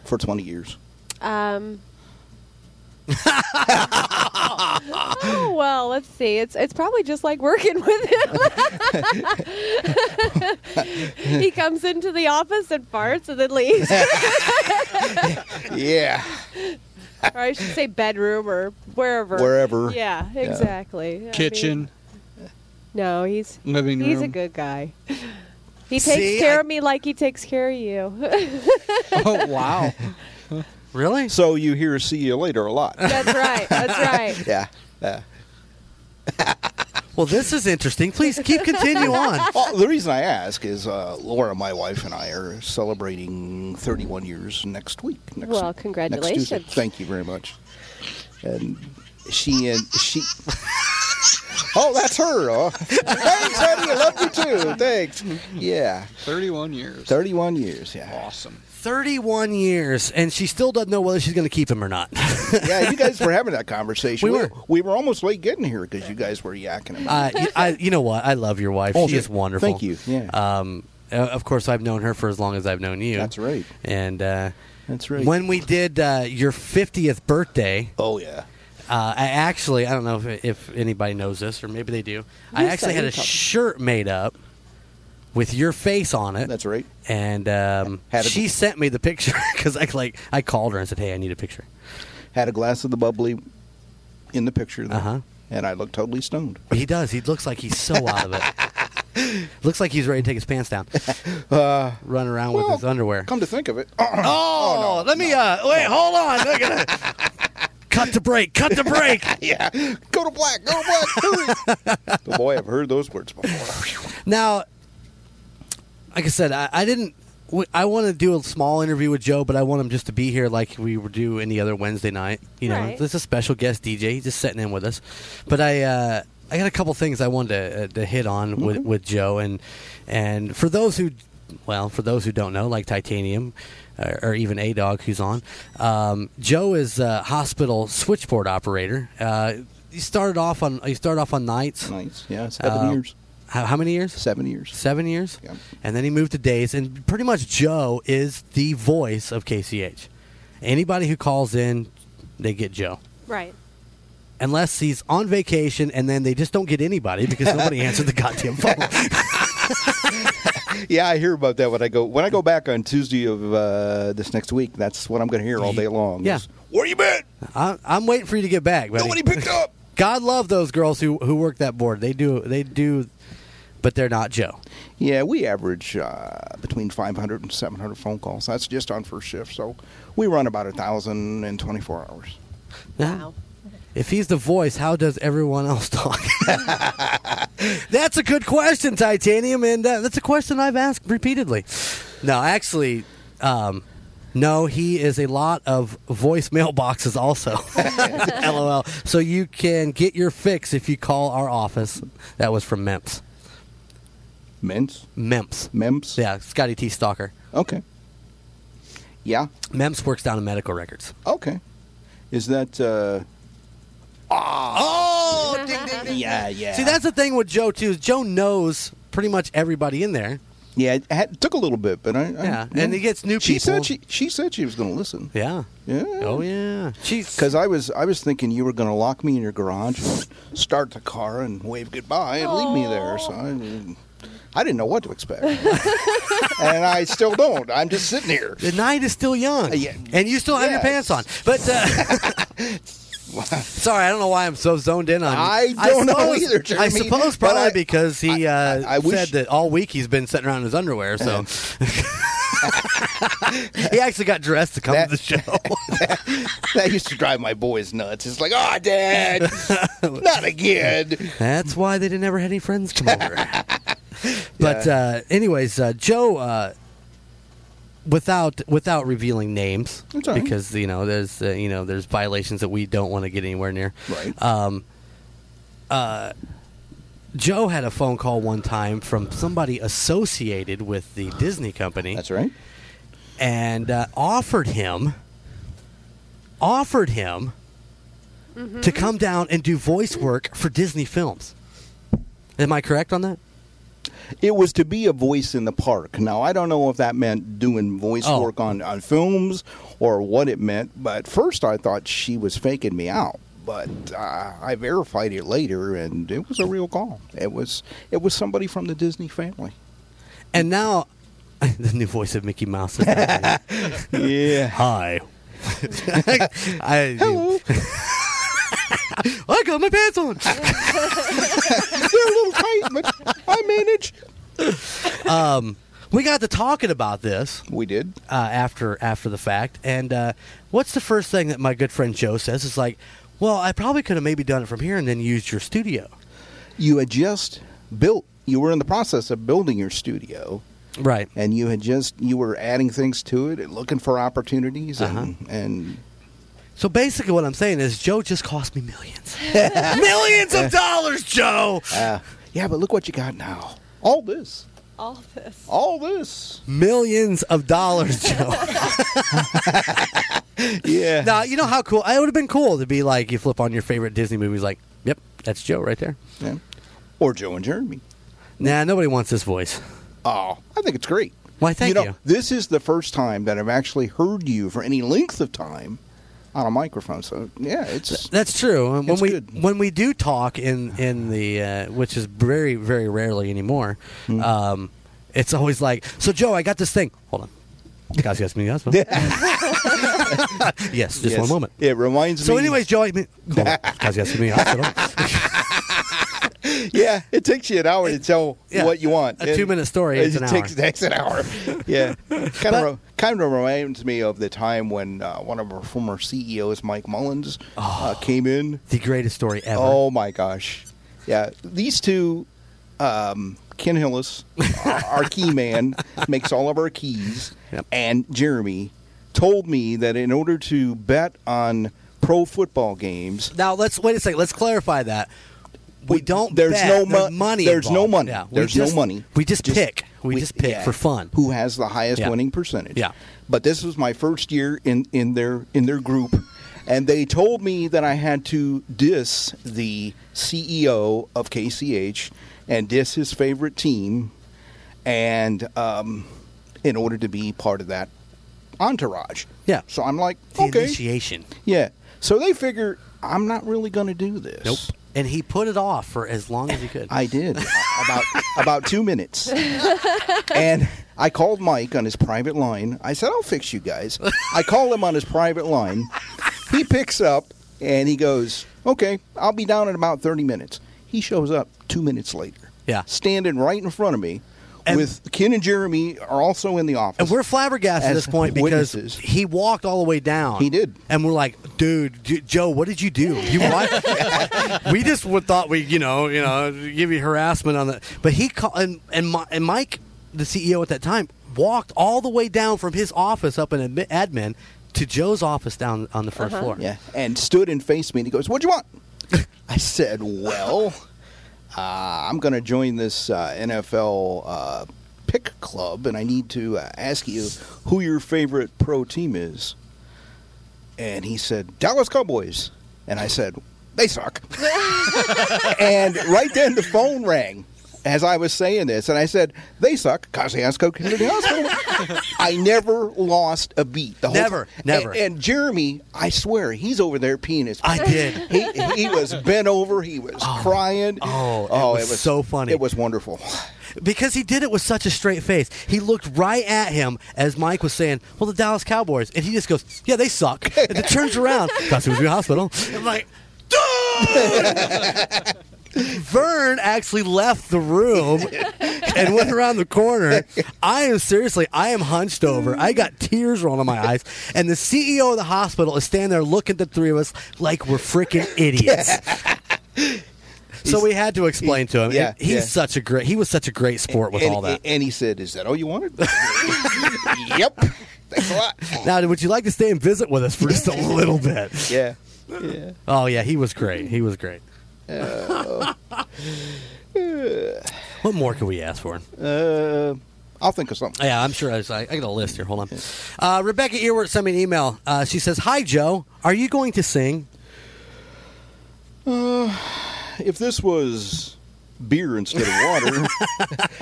Speaker 9: for twenty years?
Speaker 10: Um. oh well, let's see. It's it's probably just like working with him. he comes into the office and farts and then leaves.
Speaker 9: Yeah.
Speaker 10: or I should say bedroom or wherever.
Speaker 9: Wherever.
Speaker 10: Yeah, exactly. I mean-
Speaker 8: Kitchen,
Speaker 10: no, he's
Speaker 8: living room.
Speaker 10: he's a good guy. He takes
Speaker 6: See,
Speaker 10: care
Speaker 6: I-
Speaker 10: of me like he takes care of you.
Speaker 8: Oh wow.
Speaker 6: Really?
Speaker 9: So you hear "see you later" a lot.
Speaker 10: that's right. That's right.
Speaker 9: yeah. Yeah.
Speaker 6: Well, this is interesting. Please keep continue on.
Speaker 9: Well, the reason I ask is uh, Laura, my wife, and I are celebrating 31 years next week. Next,
Speaker 10: Well,
Speaker 9: next
Speaker 10: congratulations.
Speaker 9: Tuesday. Thank you very much. And she and she. Oh, that's her. Oh. Thanks, honey. I love you too. Thanks. Yeah,
Speaker 8: 31 years.
Speaker 9: 31 years. Yeah.
Speaker 8: Awesome.
Speaker 6: Thirty-one years, and she still doesn't know whether she's going to keep him or not.
Speaker 9: Yeah, you guys were having that conversation.
Speaker 6: We were.
Speaker 9: We were almost late getting here because you guys were yakking about.
Speaker 6: uh, y- I, you know what? I love your wife.
Speaker 9: Oh,
Speaker 6: she
Speaker 9: yeah.
Speaker 6: is wonderful.
Speaker 9: Thank you. Yeah.
Speaker 6: Um, uh, of course, I've known her for as long as I've known you.
Speaker 9: That's right.
Speaker 6: And uh,
Speaker 9: That's right.
Speaker 6: When we did uh, your fiftieth birthday,
Speaker 9: oh yeah.
Speaker 6: Uh, I actually, I don't know if, if anybody knows this, or maybe they do. I
Speaker 10: You
Speaker 6: actually
Speaker 10: said
Speaker 6: had
Speaker 10: you
Speaker 6: a
Speaker 10: told me.
Speaker 6: shirt made up with your face on it.
Speaker 9: That's right.
Speaker 6: And um,
Speaker 9: Had a-
Speaker 6: she sent me the picture because I like I called her and said, "Hey, I need a picture."
Speaker 9: Had a glass of the bubbly in the picture. there,
Speaker 6: Uh-huh.
Speaker 9: And I looked totally stoned.
Speaker 6: He does. He looks like he's so out of it. looks like he's ready to take his pants down, run around with
Speaker 9: Uh, well,
Speaker 6: his underwear.
Speaker 9: Come to think of it,
Speaker 6: oh, let me uh, wait. Hold on. I gotta- cut to break. Cut to break.
Speaker 9: yeah, go to black, go to black. Hurry. the boy, I've heard those words before.
Speaker 6: Now, like I said, I, I didn't. we- I want to do a small interview with Joe, but I want him just to be here like we would do any other Wednesday night. You know,
Speaker 10: Right.
Speaker 6: this is a special guest DJ. He's just sitting in with us. But I, uh, I got a couple things I wanted to, uh, to hit on with,
Speaker 9: Mm-hmm.
Speaker 6: with Joe, and and for those who, well, for those who don't know, like Titanium. Or or even A Dog, who's on. Um, Joe is a hospital switchboard operator. Uh, he started off on he started off on nights.
Speaker 9: Nice. Yeah, seven
Speaker 6: Uh,
Speaker 9: years.
Speaker 6: How, how many years?
Speaker 9: Seven years.
Speaker 6: seven years,
Speaker 9: Yeah.
Speaker 6: and then he moved to days. And pretty much, Joe is the voice of KCH. Anybody who calls in, they get Joe,
Speaker 10: Right.
Speaker 6: unless he's on vacation, and then they just don't get anybody because nobody answered the goddamn phone.
Speaker 9: Yeah, I hear about that when I go when I go back on Tuesday of uh, this next week. That's what I'm going to hear all day long.
Speaker 6: Yeah.
Speaker 9: is, Where you been?
Speaker 6: I, I'm waiting for you to get back, buddy.
Speaker 9: Nobody picked up.
Speaker 6: God love those girls who who work that board. They do, they do, but they're not Joe.
Speaker 9: Yeah, we average uh, between 500 and 700 phone calls. That's just on first shift. So we run about a thousand in 24 hours.
Speaker 10: Wow.
Speaker 6: If he's the voice, how does everyone else talk? that's a good question, Titanium, and uh, that's a question I've asked repeatedly. No, actually, um, no, he is a lot of voicemail boxes also. LOL. So you can get your fix if you call our office. That was from Memps.
Speaker 9: Mens?
Speaker 6: Memps.
Speaker 9: Mems?
Speaker 6: Yeah, Scotty T. Stalker.
Speaker 9: Okay. Yeah.
Speaker 6: Memps works down in medical records.
Speaker 9: Okay. Is that? Uh,
Speaker 6: Oh, ding, ding, ding.
Speaker 9: yeah, yeah.
Speaker 6: See, that's the thing with Joe too. Is Joe knows pretty much everybody in there.
Speaker 9: Yeah, it had, took a little bit, but I, I
Speaker 6: Yeah, and he gets new
Speaker 9: she
Speaker 6: people.
Speaker 9: Said she, she said she was going to listen.
Speaker 6: Yeah.
Speaker 9: Yeah.
Speaker 6: Oh yeah. She's
Speaker 9: Because I was, I was thinking you were going to lock me in your garage, and start the car, and wave goodbye and leave me there. So I, didn't- I didn't know what to expect, and I still don't. I'm just sitting here.
Speaker 6: the night is still young,
Speaker 9: Uh, yeah.
Speaker 6: and you still have your
Speaker 9: Yeah,
Speaker 6: pants on. But uh, sorry, I don't know why I'm so zoned in on. you.
Speaker 9: I don't know
Speaker 6: suppose-
Speaker 9: either,
Speaker 6: I
Speaker 9: Jeremy,
Speaker 6: suppose
Speaker 9: but
Speaker 6: probably
Speaker 9: I-
Speaker 6: because he
Speaker 9: I-
Speaker 6: uh,
Speaker 9: I- I wish-
Speaker 6: said that all week he's been sitting around in his underwear. So he actually got dressed to come
Speaker 9: That-
Speaker 6: to the show.
Speaker 9: That used to drive my boys nuts. It's like, oh, Dad, not again.
Speaker 6: That's why they didn't ever had any friends come over. but uh, anyways, uh, Joe, uh, without without revealing names,
Speaker 9: That's all right.
Speaker 6: because you know there's uh, you know there's violations that we don't want to get anywhere near.
Speaker 9: Right.
Speaker 6: Um, uh, Joe had a phone call one time from somebody associated with the Disney company,
Speaker 9: That's right.
Speaker 6: and uh, offered him offered him
Speaker 9: Mm-hmm.
Speaker 6: to come down and do voice work for Disney films. Am I correct on that?
Speaker 9: It was to be a voice in the park. Now I don't know if that meant doing voice
Speaker 6: Oh.
Speaker 9: work on, on films or what it meant, but first I thought she was faking me out. But uh, I verified it later, and it was a real call. It was it was somebody from the Disney family.
Speaker 6: And now the new voice of Mickey Mouse. Is back.
Speaker 9: Yeah,
Speaker 6: Hi. I, Hello. I got my pants on.
Speaker 9: they're a little tight, but I manage.
Speaker 6: Um, We got to talking about this
Speaker 9: We did.
Speaker 6: uh, after after the fact, and uh, what's the first thing that my good friend Joe says? Is like, well, I probably could have maybe done it from here and then used your studio.
Speaker 9: You had just built. You were in the process of building your studio,
Speaker 6: Right.
Speaker 9: and you had just you were adding things to it and looking for opportunities, and
Speaker 6: Uh-huh.
Speaker 9: and
Speaker 6: So basically, what I'm saying is, Joe just cost me millions, millions of dollars, Joe.
Speaker 9: Uh, yeah, but look what you got now. All this.
Speaker 10: All this.
Speaker 9: All this.
Speaker 6: Millions of dollars, Joe.
Speaker 9: Yeah.
Speaker 6: now you know how cool. It would have been cool to be like, you flip on your favorite Disney movies, like, yep, that's Joe right there.
Speaker 9: Yeah. Or Joe and Jeremy.
Speaker 6: Nah, nobody wants this voice.
Speaker 9: Oh, I think it's great.
Speaker 6: Why, thank
Speaker 9: know,
Speaker 6: you.
Speaker 9: This is the first time that I've actually heard you for any length of time on a microphone. So, yeah, it's.
Speaker 6: That's true. And When
Speaker 9: It's
Speaker 6: we
Speaker 9: good.
Speaker 6: when we do talk in in the uh, which is very very rarely anymore,
Speaker 9: Mm-hmm.
Speaker 6: um, it's always like, so Joe, I got this thing. Hold on. Guys, guys, me, guys. yes, just
Speaker 9: yes.
Speaker 6: one moment.
Speaker 9: It reminds
Speaker 6: So,
Speaker 9: me.
Speaker 6: anyways, Joe, I mean, hold on. guys, guys, me, hospital.
Speaker 9: yeah, it takes you an hour to tell
Speaker 6: Yeah.
Speaker 9: what you want.
Speaker 6: A two-minute story
Speaker 9: It
Speaker 6: is an
Speaker 9: just takes,
Speaker 6: hour.
Speaker 9: takes an hour. Yeah, kind of kind of reminds me of the time when uh, one of our former CEOs, Mike Mullins,
Speaker 6: Oh,
Speaker 9: uh, came in
Speaker 6: the greatest story ever.
Speaker 9: Oh my gosh. Yeah, these two um, Ken Hillis, our- our key man, makes all of our keys,
Speaker 6: Yep.
Speaker 9: and Jeremy told me that in order to bet on pro football games,
Speaker 6: Now let's wait a second. Let's clarify that. We don't.
Speaker 9: there's
Speaker 6: bet.
Speaker 9: no
Speaker 6: there's
Speaker 9: mon-
Speaker 6: money.
Speaker 9: there's no
Speaker 6: involved.
Speaker 9: money.
Speaker 6: Yeah, we
Speaker 9: There's no
Speaker 6: just-
Speaker 9: money.
Speaker 6: We just,
Speaker 9: Just-
Speaker 6: pick. We, just pick
Speaker 9: yeah,
Speaker 6: for fun.
Speaker 9: Who has the highest
Speaker 6: Yeah.
Speaker 9: winning percentage?
Speaker 6: Yeah.
Speaker 9: But this was my first year in, in their in their group, and they told me that I had to diss the CEO of KCH and diss his favorite team, and um, in order to be part of that entourage.
Speaker 6: Yeah.
Speaker 9: So I'm like,
Speaker 6: The
Speaker 9: okay,
Speaker 6: initiation.
Speaker 9: yeah. So they figure I'm not really going to do this.
Speaker 6: Nope. And he put it off for as long as he could.
Speaker 9: I did about about two minutes, and I called Mike on his private line. I said, "I'll fix you guys." I called him on his private line. He picks up and he goes, "Okay, I'll be down in about thirty minutes." He shows up two minutes later.
Speaker 6: Yeah.
Speaker 9: standing right in front of me.
Speaker 6: And-
Speaker 9: with Ken and Jeremy are also in the office.
Speaker 6: and we're flabbergasted at
Speaker 9: As
Speaker 6: this point because
Speaker 9: witnesses.
Speaker 6: he walked all the way down.
Speaker 9: He did.
Speaker 6: and we're like, "Dude, J- Joe, what did you do? You what?" we just would thought we, you know, you know, give you harassment on that. But he called, and and, Mi- and Mike, the CEO at that time, walked all the way down from his office up in admi- admin to Joe's office down on the 1st floor.
Speaker 9: Yeah, and stood and faced me, and he goes, "What do you want?" I said, "Well, uh, I'm going to join this uh, NFL uh, pick club, and I need to uh, ask you who your favorite pro team is." And he said, "Dallas Cowboys," and I said, "They suck." and right then, the phone rang. As I was saying this, and I said, "They suck." Kosciuszko Community Hospital. I never lost a beat. The whole
Speaker 6: Never,
Speaker 9: time.
Speaker 6: never.
Speaker 9: And, and Jeremy, I swear, he's over there peeing his.
Speaker 6: I did.
Speaker 9: He, he was bent over. He was crying.
Speaker 6: oh, it was so funny.
Speaker 9: It was wonderful.
Speaker 6: because he did it with such a straight face. He looked right at him as Mike was saying, "Well, the Dallas Cowboys," and he just goes, "Yeah, they suck." and then turns around, that's who's your hospital. I'm like, dude. Vern actually left the room and went around the corner. I am seriously, I am hunched over. I got tears rolling in my eyes. And the CEO of the hospital is standing there looking at the three of us like we're freaking idiots. So we had to explain to him.
Speaker 9: yeah,
Speaker 6: And he's
Speaker 9: yeah.
Speaker 6: such a great. He was such a great sport with
Speaker 9: and,
Speaker 6: all that.
Speaker 9: and he said, "Is that all you wanted?" yep. Thanks a lot.
Speaker 6: now, would you like to stay and visit with us for just a little bit?
Speaker 9: Yeah. Yeah.
Speaker 6: Oh yeah, he was great. He was great.
Speaker 9: Uh.
Speaker 6: what more could we ask for?
Speaker 9: Uh, I'll think of something.
Speaker 6: Yeah, I'm sure. I, was, I, I got a list here. Hold on. Uh, Rebecca Earwart sent me an email. Uh, she says, "Hi Joe, are you going to sing?"
Speaker 9: Uh, If this was beer instead of water,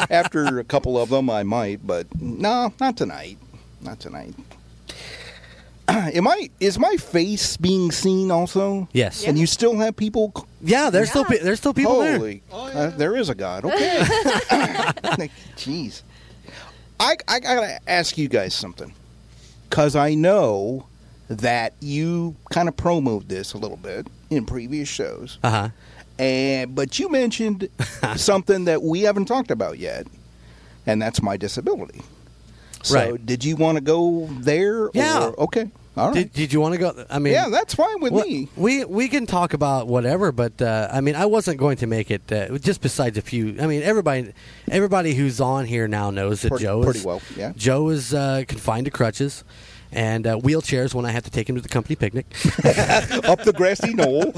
Speaker 9: after a couple of them, I might. But no, not tonight. Not tonight. Am I? Is my face being seen also?
Speaker 6: Yes.
Speaker 9: And you still have people c-
Speaker 6: Yeah, there's still
Speaker 10: Yeah.
Speaker 6: pe- there's still people there.
Speaker 9: Holy, uh, there is a God. Okay. Like, Jeez. I, I got to ask you guys something. Because I know that you kind of promoted this a little bit in previous shows.
Speaker 6: Uh huh.
Speaker 9: And But you mentioned something that we haven't talked about yet, and that's my disability. So
Speaker 6: Right.
Speaker 9: did you want to go there?
Speaker 6: Yeah.
Speaker 9: Or, okay. All right.
Speaker 6: Did, did you want to go? I mean,
Speaker 9: yeah, that's fine with
Speaker 6: Well,
Speaker 9: me.
Speaker 6: We we can talk about whatever, but uh, I mean, I wasn't going to make it. Uh, just besides a few, I mean, everybody everybody who's on here now knows that
Speaker 9: Pretty-
Speaker 6: Joe
Speaker 9: pretty
Speaker 6: is
Speaker 9: well, yeah.
Speaker 6: Joe is uh, confined to crutches and uh, wheelchairs when I have to take him to the company picnic.
Speaker 9: Up the grassy knoll.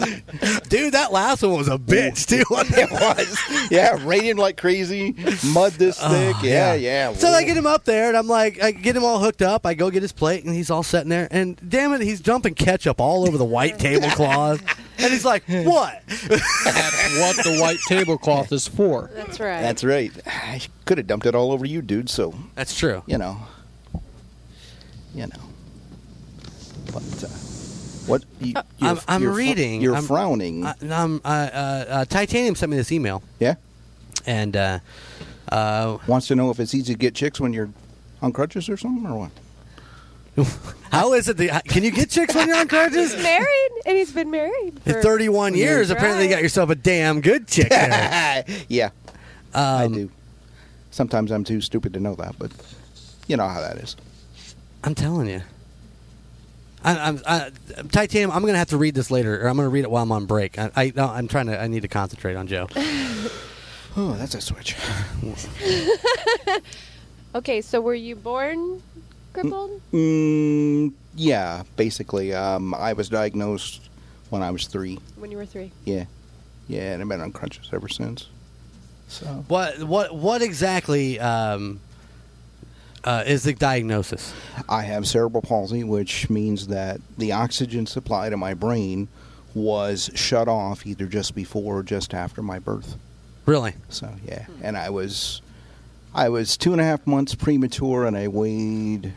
Speaker 6: Dude, that last one was a bitch too.
Speaker 9: it was. Yeah, raining like crazy, mud this thick. Yeah, yeah.
Speaker 6: So I
Speaker 9: Whoa.
Speaker 6: get him up there, and I'm like, I get him all hooked up. I go get his plate, and he's all sitting there. And damn it, he's dumping ketchup all over the white tablecloth. and he's like, "What?"
Speaker 8: That's what the white tablecloth is for.
Speaker 10: That's right.
Speaker 9: That's right. I could have dumped it all over you, dude. So
Speaker 6: That's true.
Speaker 9: you know, you know. But uh, what? You, you're,
Speaker 6: Uh, I'm- I'm
Speaker 9: you're fr-
Speaker 6: reading.
Speaker 9: you're
Speaker 6: I'm-
Speaker 9: frowning.
Speaker 6: Uh, no, I'm- uh, uh, uh, Titanium sent me this email,
Speaker 9: yeah.
Speaker 6: and uh, uh,
Speaker 9: Wants to know if it's easy to get chicks when you're on crutches or something, or what?
Speaker 6: how is it? That, can you get chicks when you're on crutches?
Speaker 10: He's married, and he's been married
Speaker 6: In
Speaker 10: for
Speaker 6: 31 years,
Speaker 10: Right.
Speaker 6: apparently you got yourself a damn good chick. There.
Speaker 9: yeah,
Speaker 6: Um,
Speaker 9: I do. Sometimes I'm too stupid to know that, but you know how that is.
Speaker 6: I'm telling you. I, I'm, I, Titanium. I'm gonna have to read this later, or I'm gonna read it while I'm on break. I, I, no, I'm trying to. I need to concentrate on Joe.
Speaker 9: Oh, that's a switch.
Speaker 10: Okay, so were you born crippled?
Speaker 9: Mm, yeah, basically, um, I was diagnosed when I was three.
Speaker 10: When you were three.
Speaker 9: Yeah, yeah, and I've been unconscious ever since. So
Speaker 6: What what what exactly um, uh, is the diagnosis?
Speaker 9: I have cerebral palsy, which means that the oxygen supply to my brain was shut off either just before or just after my birth.
Speaker 6: Really?
Speaker 9: So yeah, and I was, I was two and a half months premature, and I weighed.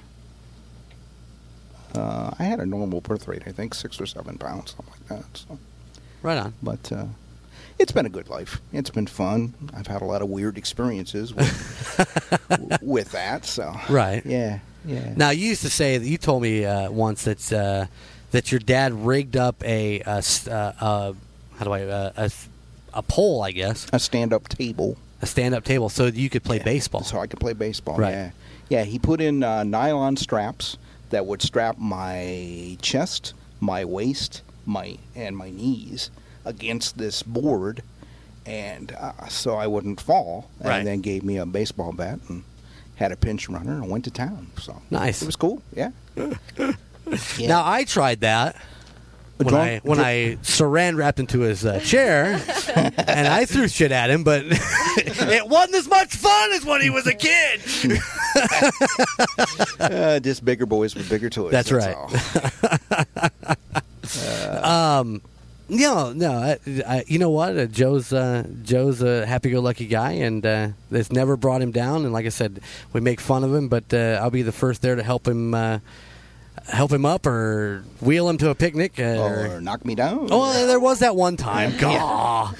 Speaker 9: Uh, I had a normal birth rate, I think six or seven pounds, something like that. So,
Speaker 6: Right on.
Speaker 9: but uh, it's been a good life. It's been fun. I've had a lot of weird experiences with, with that. So
Speaker 6: Right.
Speaker 9: yeah, yeah.
Speaker 6: Now you used to say that you told me uh, once that uh, that your dad rigged up a, uh s- uh, uh, how do I uh, a, s- a pole, I guess,
Speaker 9: a stand-up table.
Speaker 6: a stand up table, so that you could play baseball.
Speaker 9: so I could play baseball.
Speaker 6: Right.
Speaker 9: Oh, Yeah, yeah. He put in uh, nylon straps that would strap my chest, my waist, my and my knees against this board, and uh, so I wouldn't fall. And
Speaker 6: Right.
Speaker 9: then gave me a baseball bat and had a pinch runner and went to town. So
Speaker 6: Nice.
Speaker 9: It was cool. Yeah. Yeah.
Speaker 6: Now I tried that when
Speaker 9: Drunk-
Speaker 6: I when
Speaker 9: dr-
Speaker 6: I saran wrapped into his uh, chair, and I threw shit at him, but it wasn't as much fun as when he was a kid.
Speaker 9: uh, just bigger boys with bigger toys.
Speaker 6: That's right.
Speaker 9: all.
Speaker 6: Um, No, no. I, I, you know what? Uh, Joe's uh, Joe's a happy-go-lucky guy, and uh, it's never brought him down. And like I said, we make fun of him, but uh, I'll be the first there to help him, uh, help him up, or wheel him to a picnic. Uh,
Speaker 9: or
Speaker 6: or,
Speaker 9: knock me down.
Speaker 6: oh, well, there was that one time. Gah.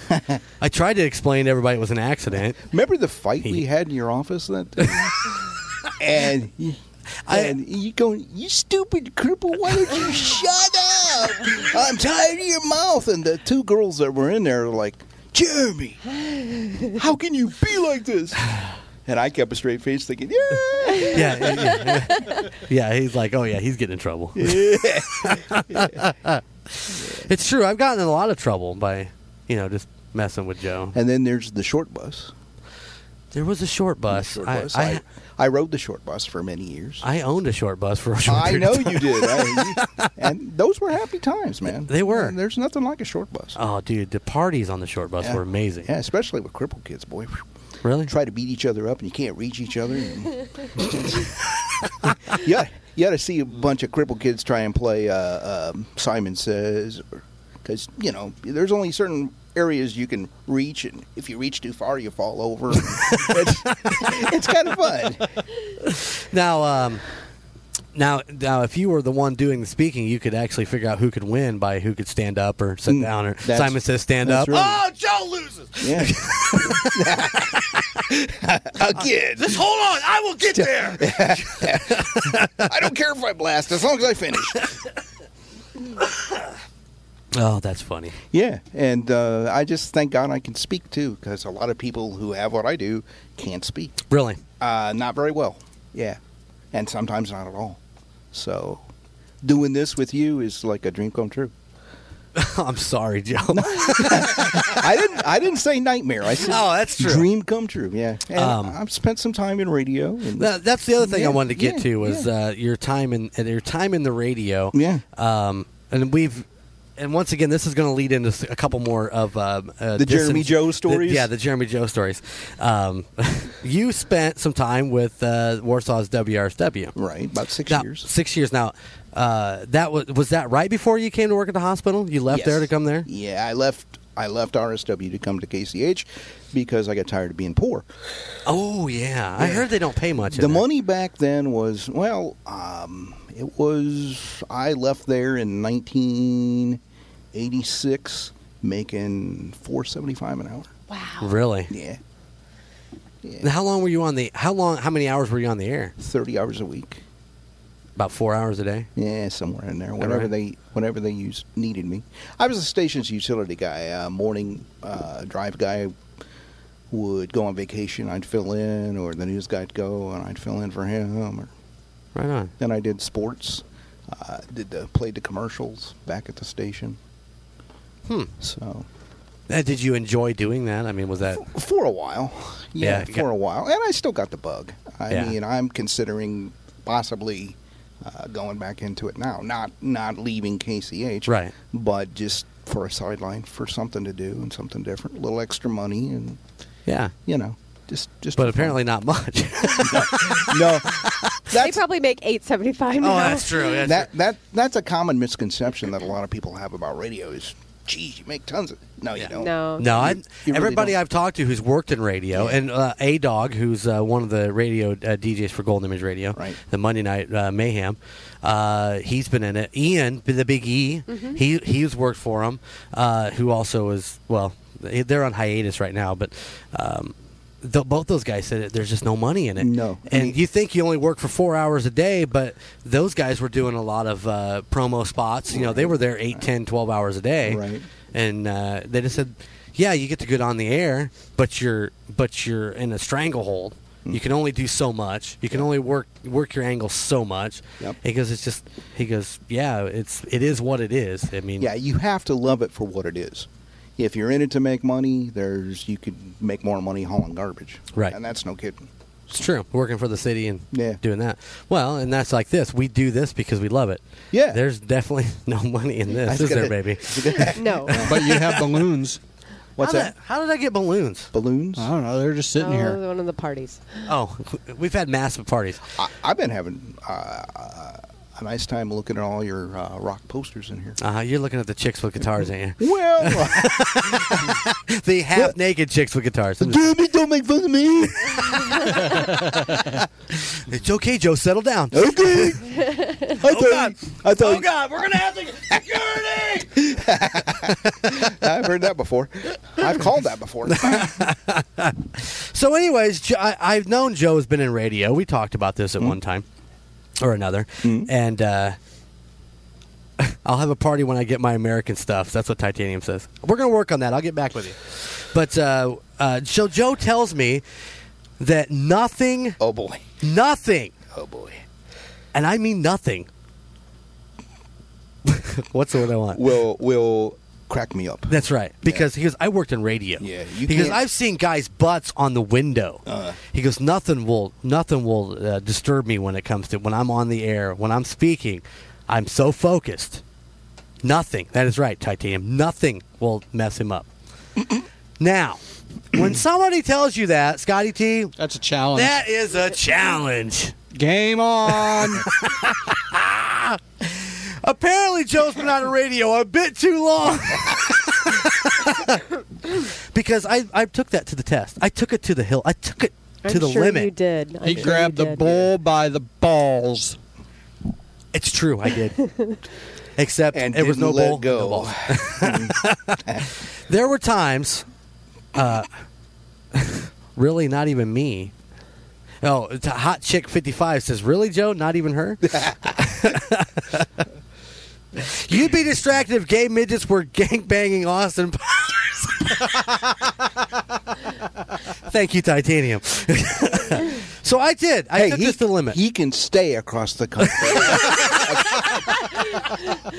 Speaker 6: I tried to explain to everybody it was an accident.
Speaker 9: Remember the fight we had in your office that day? and you-
Speaker 6: I-
Speaker 9: and you going, you stupid cripple! Why don't you shut up? I'm tired of your mouth. And the two girls that were in there were like, Jeremy, how can you be like this? And I kept a straight face, thinking, yeah.
Speaker 6: Yeah, yeah, yeah. Yeah, he's like, oh yeah, he's getting in trouble. it's true. I've gotten in a lot of trouble by, you know, just messing with Joe.
Speaker 9: And then there's the short bus.
Speaker 6: There was a short bus.
Speaker 9: Short
Speaker 6: I,
Speaker 9: bus.
Speaker 6: I,
Speaker 9: I, I rode the short bus for many years.
Speaker 6: I owned a short bus for a short
Speaker 9: I
Speaker 6: period
Speaker 9: know
Speaker 6: of time.
Speaker 9: you did. I- you- and those were happy times, man.
Speaker 6: They were.
Speaker 9: There's nothing like a short bus.
Speaker 6: Oh, dude, the parties on the short bus
Speaker 9: Yeah.
Speaker 6: were amazing.
Speaker 9: Yeah, especially with crippled kids, boy.
Speaker 6: Really?
Speaker 9: Try to beat each other up, and you can't reach each other. And... yeah, you got to see a bunch of crippled kids try and play uh, um, Simon Says, because you know there's only certain areas you can reach, and if you reach too far, you fall over. it's, it's kind of fun.
Speaker 6: Now, um, now, now, if you were the one doing the speaking, you could actually figure out who could win by who could stand up or sit
Speaker 9: Mm,
Speaker 6: down. Or
Speaker 9: that's-
Speaker 6: Simon says stand
Speaker 9: that's
Speaker 6: up. Ah!
Speaker 9: right.
Speaker 3: Oh, Joe loses.
Speaker 9: Yeah. Again,
Speaker 3: Just hold on. I will get there.
Speaker 9: I don't care if I blast as long as I finish.
Speaker 6: Oh, that's funny.
Speaker 9: Yeah, and uh, I just thank God I can speak too, because a lot of people who have what I do can't speak,
Speaker 6: Really?
Speaker 9: uh, not very well. Yeah, and sometimes not at all. So, doing this with you is like a dream come true.
Speaker 6: I'm sorry, Joe.
Speaker 9: I didn't. I didn't say nightmare. I said
Speaker 6: Oh, that's true.
Speaker 9: Dream come true. Yeah, and
Speaker 6: Um,
Speaker 9: I've spent some time in radio. And,
Speaker 6: Now, that's the other thing I
Speaker 9: Yeah,
Speaker 6: wanted to get
Speaker 9: yeah,
Speaker 6: to was
Speaker 9: yeah.
Speaker 6: uh, your time in and your time in the radio.
Speaker 9: yeah,
Speaker 6: Um, and we've and once again, this is going to lead into s- a couple more of um, uh,
Speaker 9: The Jeremy
Speaker 6: disin-
Speaker 9: Joe
Speaker 6: the-
Speaker 9: stories?
Speaker 6: yeah, the Jeremy Joe stories. Um, you spent some time with uh, Warsaw's WRSW.
Speaker 9: right. About six
Speaker 6: Now,
Speaker 9: years.
Speaker 6: Six years now. Uh, that was was that right before you came to work at the hospital? You left
Speaker 9: Yes.
Speaker 6: there to come there.
Speaker 9: Yeah, I left. I left RSW to come to KCH because I got tired of being poor.
Speaker 6: Oh yeah, I heard they don't pay much. in
Speaker 9: The
Speaker 6: there.
Speaker 9: money back then was well, um, it was I left there in 1986 making 475 an hour.
Speaker 10: Wow.
Speaker 6: really.
Speaker 9: Yeah,
Speaker 6: And How long were you on the? How long? How many hours were you on the air?
Speaker 9: 30 hours a week.
Speaker 6: About four hours a day.
Speaker 9: Yeah, somewhere in there. Whenever
Speaker 6: right?
Speaker 9: they whenever they used needed me, I was a station's utility guy, uh, morning uh, drive guy. Would go on vacation, I'd fill in, or the news guy'd go and I'd fill in for him, or
Speaker 6: Right on.
Speaker 9: Then I did sports. Uh, did the, played the commercials back at the station.
Speaker 6: Hmm.
Speaker 9: So
Speaker 6: Uh, Did you enjoy doing that? I mean, was that
Speaker 9: for a while. Yeah,
Speaker 6: Yeah, you
Speaker 9: for
Speaker 6: got-
Speaker 9: a while, and I still got the bug. I
Speaker 6: Yeah.
Speaker 9: mean, I'm considering possibly uh, going back into it now. Not not leaving KCH,
Speaker 6: Right.
Speaker 9: But just for a sideline, for something to do and something different, a little extra money, and
Speaker 6: yeah?
Speaker 9: you know, just just.
Speaker 6: But
Speaker 9: for fun.
Speaker 6: apparently not much.
Speaker 9: no.
Speaker 10: They
Speaker 9: That's Oh,
Speaker 10: probably make eight seventy five now.
Speaker 6: true. Oh, That's
Speaker 9: that that that's a common misconception that a lot of people have about radio is, geez, you make tons of. No, you
Speaker 6: Yeah.
Speaker 9: don't.
Speaker 10: No.
Speaker 6: No, I,
Speaker 9: You- you really
Speaker 6: everybody
Speaker 9: don't.
Speaker 6: I've talked to who's worked in radio,
Speaker 9: Yeah.
Speaker 6: and uh, A Dog, who's uh, one of the radio uh, DJs for Golden Image Radio,
Speaker 9: Right.
Speaker 6: the Monday Night uh, Mayhem, uh, he's been in it. Ian, the Big E,
Speaker 9: Mm-hmm.
Speaker 6: he he's worked for him, uh, who also is well, they're on hiatus right now, but. Um, th both those guys said it, there's just no money in it.
Speaker 9: No.
Speaker 6: and
Speaker 9: I mean-
Speaker 6: you think you only work for four hours a day, but those guys were doing a lot of uh, promo spots. You know, they were there eight, ten, twelve hours a day
Speaker 9: Right.
Speaker 6: and uh, they just said, "Yeah, you get to get on the air, but you're but you're in a stranglehold. You can only do so much. You can only work work your angle so much."
Speaker 9: Yep.
Speaker 6: He goes, "It's just." He goes, "Yeah, it's it is what it is. I mean,
Speaker 9: Yeah, you have to love it for what it is. If you're in it to make money, there's you could make more money hauling garbage.
Speaker 6: Right.
Speaker 9: And that's no kidding.
Speaker 6: it's true. Working for the city and
Speaker 9: Yeah.
Speaker 6: doing that. Well, and that's like this. We do this because we love it.
Speaker 9: Yeah.
Speaker 6: There's definitely no money in
Speaker 9: I
Speaker 6: this,
Speaker 9: was
Speaker 6: is there,
Speaker 9: gonna-
Speaker 6: baby?
Speaker 10: No.
Speaker 8: But you have balloons.
Speaker 9: What's
Speaker 6: how
Speaker 9: that?
Speaker 6: the- how did I get balloons?
Speaker 9: Balloons?
Speaker 8: I don't know. They're just sitting
Speaker 10: Oh,
Speaker 8: here.
Speaker 10: one of the parties.
Speaker 6: Oh, we've had massive parties.
Speaker 9: I, I've been having uh, a nice time looking at all your uh, rock posters in here.
Speaker 6: Uh, you're looking at the chicks with guitars, ain't
Speaker 9: Well,
Speaker 6: you? The half naked chicks with guitars. I'm just-
Speaker 9: Jimmy, don't make fun of me.
Speaker 6: It's okay, Joe. Settle down.
Speaker 9: Okay.
Speaker 6: Oh,
Speaker 9: I thought, I thought
Speaker 3: Oh God, we're gonna have to security.
Speaker 9: I've heard that before. I've called that before.
Speaker 6: So, anyways, Jo- I, I've known Joe has been in radio. We talked about this at
Speaker 9: Mm.
Speaker 6: one time or another, and uh, I'll have a party when I get my American stuff. That's what Titanium says. We're gonna work on that. I'll get back with you. But uh, uh, so Joe tells me that nothing,
Speaker 9: oh boy.
Speaker 6: nothing,
Speaker 9: Oh boy.
Speaker 6: and I mean nothing. What's the word I want?
Speaker 9: Will will crack me up.
Speaker 6: That's right. Because he goes, I worked in radio.
Speaker 9: Yeah, you
Speaker 6: He goes,
Speaker 9: can't- Uh.
Speaker 6: I've seen guys' butts on the window. he goes, nothing will nothing will uh, disturb me when it comes to when I'm on the air, when I'm speaking. I'm so focused. Nothing. That is right, Titanium. Nothing will mess him up. now, when somebody tells you that, Scotty T,
Speaker 8: That's a challenge.
Speaker 6: that is a challenge.
Speaker 8: Game on.
Speaker 6: Apparently, Joe's been on the radio a bit too long. because I, I took that to the test. I took it to the hill. I took it to
Speaker 10: I'm
Speaker 6: the
Speaker 10: sure
Speaker 6: limit.
Speaker 10: You did. I'm
Speaker 8: he
Speaker 10: sure you
Speaker 8: grabbed the
Speaker 10: did.
Speaker 8: bull by the balls.
Speaker 6: It's true, I did. Except
Speaker 9: And
Speaker 6: it was no
Speaker 9: didn't let
Speaker 6: bull.
Speaker 9: go.
Speaker 6: no ball. There were times, uh, really, not even me. Oh, it's a hot chick fifty five says, "Really, Joe? Not even her." You'd be distracted if gay midgets were gangbanging Austin Powers. Thank you, Titanium. so I did. I took this to the limit.
Speaker 9: He can stay across the country.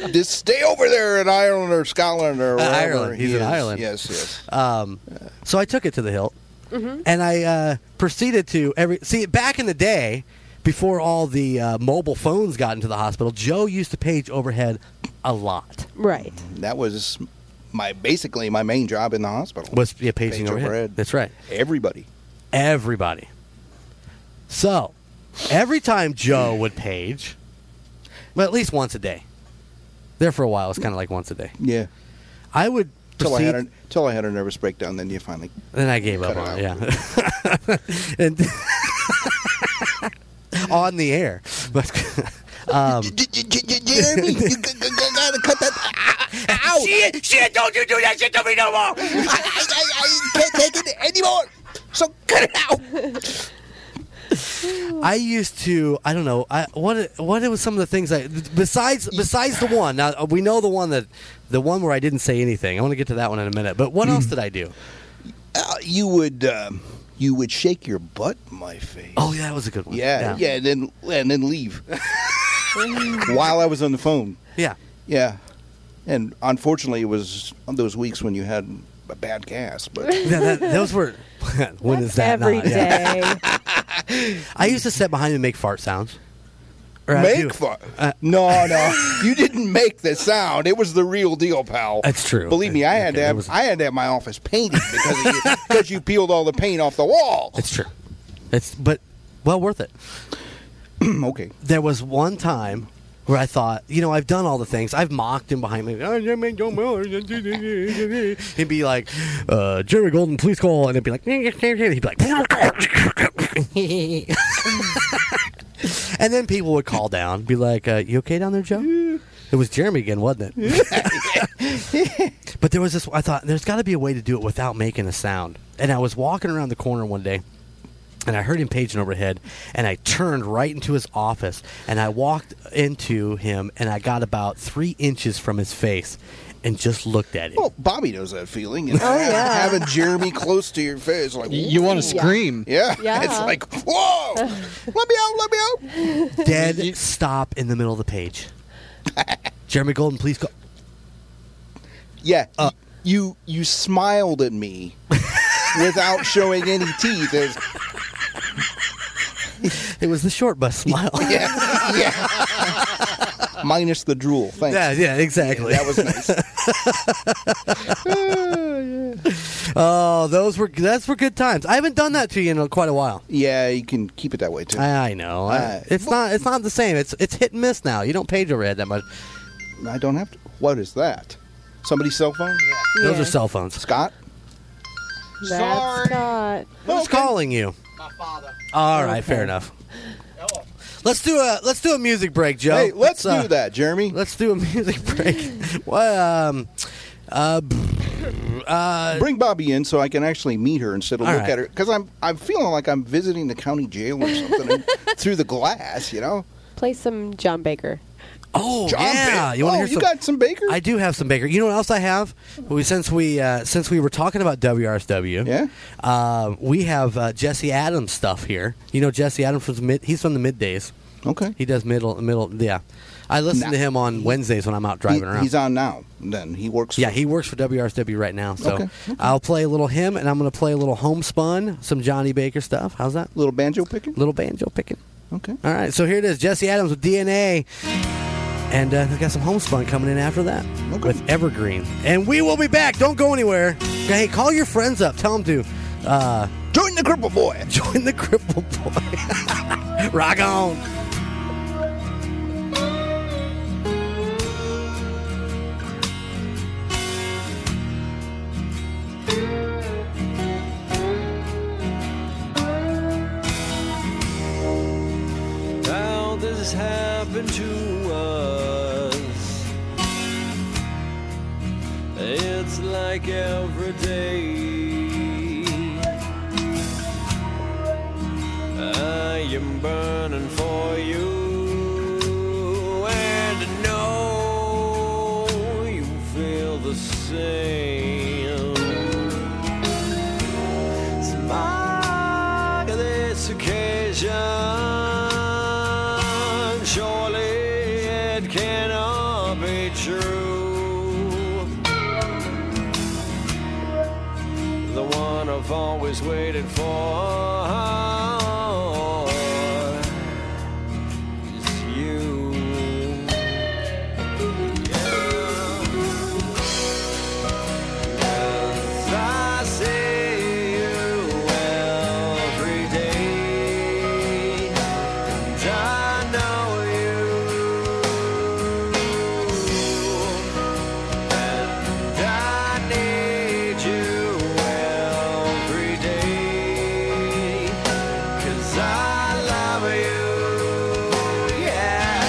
Speaker 9: Just stay over there in Ireland or Scotland or wherever
Speaker 6: Uh, Ireland. He's
Speaker 9: he
Speaker 6: in
Speaker 9: is.
Speaker 6: Ireland.
Speaker 9: Yes, yes.
Speaker 6: Um, So I took it to the hilt, and I uh, proceeded to every. See, back in the day, before all the uh, mobile phones got into the hospital, Joe used to page overhead a lot.
Speaker 10: Right.
Speaker 9: that was my basically my main job in the hospital.
Speaker 6: Was yeah, paging
Speaker 9: Page
Speaker 6: overhead.
Speaker 9: overhead.
Speaker 6: That's right.
Speaker 9: everybody?
Speaker 6: Everybody. So, every time Joe would page, well, at least once a day. There for a while, it's kind of like once a day.
Speaker 9: Yeah.
Speaker 6: I would.
Speaker 9: Till I
Speaker 6: proceed-
Speaker 9: had a, till I had a nervous breakdown, then you finally.
Speaker 6: Then I gave up
Speaker 9: Cut it
Speaker 6: on it.
Speaker 9: out.
Speaker 6: Yeah. and on the air, but um,
Speaker 9: Jeremy, you g- g- g- gotta cut that out.
Speaker 3: Shit, shit! Don't you do that shit to me no more.
Speaker 9: I, I, I can't take it anymore. So cut it out.
Speaker 6: I used to. I don't know. I what it- what it was some of the things I besides besides the one. Now uh, we know the one that the one where I didn't say anything. I want to get to that one in a minute. But what else did I do?
Speaker 9: Mm. Uh, you would um, you would shake your butt in my face.
Speaker 6: Oh yeah, that was a good one.
Speaker 9: yeah, yeah,
Speaker 6: yeah,
Speaker 9: and then and then leave while I was on the phone.
Speaker 6: yeah.
Speaker 9: Yeah, and unfortunately, it was on those weeks when you had a bad gas, but
Speaker 6: Yeah, that, those were. when is that
Speaker 10: Every
Speaker 6: not? Yeah.
Speaker 10: day.
Speaker 6: I used to sit behind and make fart sounds. Or I do. Uh,
Speaker 9: make fun. no, no, you didn't make the sound. It was the real deal, pal.
Speaker 6: That's true.
Speaker 9: Believe me, I had
Speaker 6: Okay,
Speaker 9: to
Speaker 6: it
Speaker 9: have
Speaker 6: was-
Speaker 9: I had to have my office painted because of you, because you peeled all the paint off the wall.
Speaker 6: It's true. It's but well worth it.
Speaker 9: okay,
Speaker 6: There was one time where I thought, you know, I've done all the things. I've mocked him behind me, and be like, uh, Jerry Golden, please call, and it'd be like, he'd be like, and then people would call down, be like, uh, "You okay down there, Joe?" It was Jeremy again, wasn't it? but there was this. I thought there's got to be a way to do it without making a sound. And I was walking around the corner one day, and I heard him paging overhead, and I turned right into his office, and I walked into him, and I got about three inches from his face, and just looked at him.
Speaker 9: well, Bobby knows that feeling. And oh yeah, having Jeremy close to your face, like
Speaker 8: You want to scream.
Speaker 9: yeah,
Speaker 10: Yeah.
Speaker 9: it's like whoa, let me out, let me out.
Speaker 6: Dead stop in the middle of the page. Jeremy Golden, please go.
Speaker 9: Yeah,
Speaker 6: Uh.
Speaker 9: you you smiled at me without showing any teeth. It's-
Speaker 6: It was the short bus smile.
Speaker 9: yeah, yeah. Minus the drool. Thanks.
Speaker 6: yeah, yeah, exactly.
Speaker 9: That was nice.
Speaker 6: Oh, those were that's were good times. I haven't done that to you in quite a while.
Speaker 9: Yeah, you can keep it that way too.
Speaker 6: I, I know. I-
Speaker 9: Uh,
Speaker 6: it's not it's not the same. It's it's hit and miss now. You don't page overhead that much.
Speaker 9: I don't have to. What is that? Somebody's cell phone? Yeah.
Speaker 6: Those
Speaker 10: Yeah.
Speaker 6: are cell phones.
Speaker 9: Scott?
Speaker 10: That's not.
Speaker 6: Who's calling you? My father. All right, fair enough. Let's do a let's do a music break, Joe.
Speaker 9: hey, let's do
Speaker 6: uh,
Speaker 9: that, Jeremy.
Speaker 6: Let's do a music break. well, um, uh,
Speaker 9: Bring Bobby in so I can actually meet her instead of
Speaker 6: All
Speaker 9: look
Speaker 6: right.
Speaker 9: at her because I'm I'm feeling like I'm visiting the county jail or something and through the glass, you know.
Speaker 10: Play some John Baker.
Speaker 6: oh
Speaker 9: John
Speaker 6: yeah,
Speaker 9: Baker.
Speaker 6: you want
Speaker 9: oh,
Speaker 6: to hear some?
Speaker 9: you got some Baker?
Speaker 6: I do have some Baker. You know what else I have? We, since we uh, since we were talking about WRSW,
Speaker 9: Yeah.
Speaker 6: uh, we have uh, Jesse Adams stuff here. You know Jesse Adams from mid. He's from the middays.
Speaker 9: okay.
Speaker 6: He does middle middle. Yeah, I listen
Speaker 9: Nah.
Speaker 6: to him on Wednesdays when I'm out driving
Speaker 9: He-
Speaker 6: around.
Speaker 9: He's on now. Then he works.
Speaker 6: yeah,
Speaker 9: for-
Speaker 6: he works for WRSW right now, so
Speaker 9: Okay, okay.
Speaker 6: I'll play a little him, and I'm going to play a little homespun, some Johnny Baker stuff. How's that?
Speaker 9: little banjo picking.
Speaker 6: Little banjo picking.
Speaker 9: Okay.
Speaker 6: All right, so here it is, Jesse Adams with DNA, and uh, we got some homespun coming in after that
Speaker 9: Okay.
Speaker 6: with Evergreen, and we will be back. Don't go anywhere. Hey, call your friends up, tell them to uh,
Speaker 9: Join the cripple boy.
Speaker 6: join the Cripple Boy. Rock on.
Speaker 5: How this happened to us. It's like every day. I am burning for you, and I know you feel the same. Mark this occasion. Surely it cannot be true. The one I've always waited for is you. I see you every day, and I know you, and I need you every day, 'cause I love you, yeah.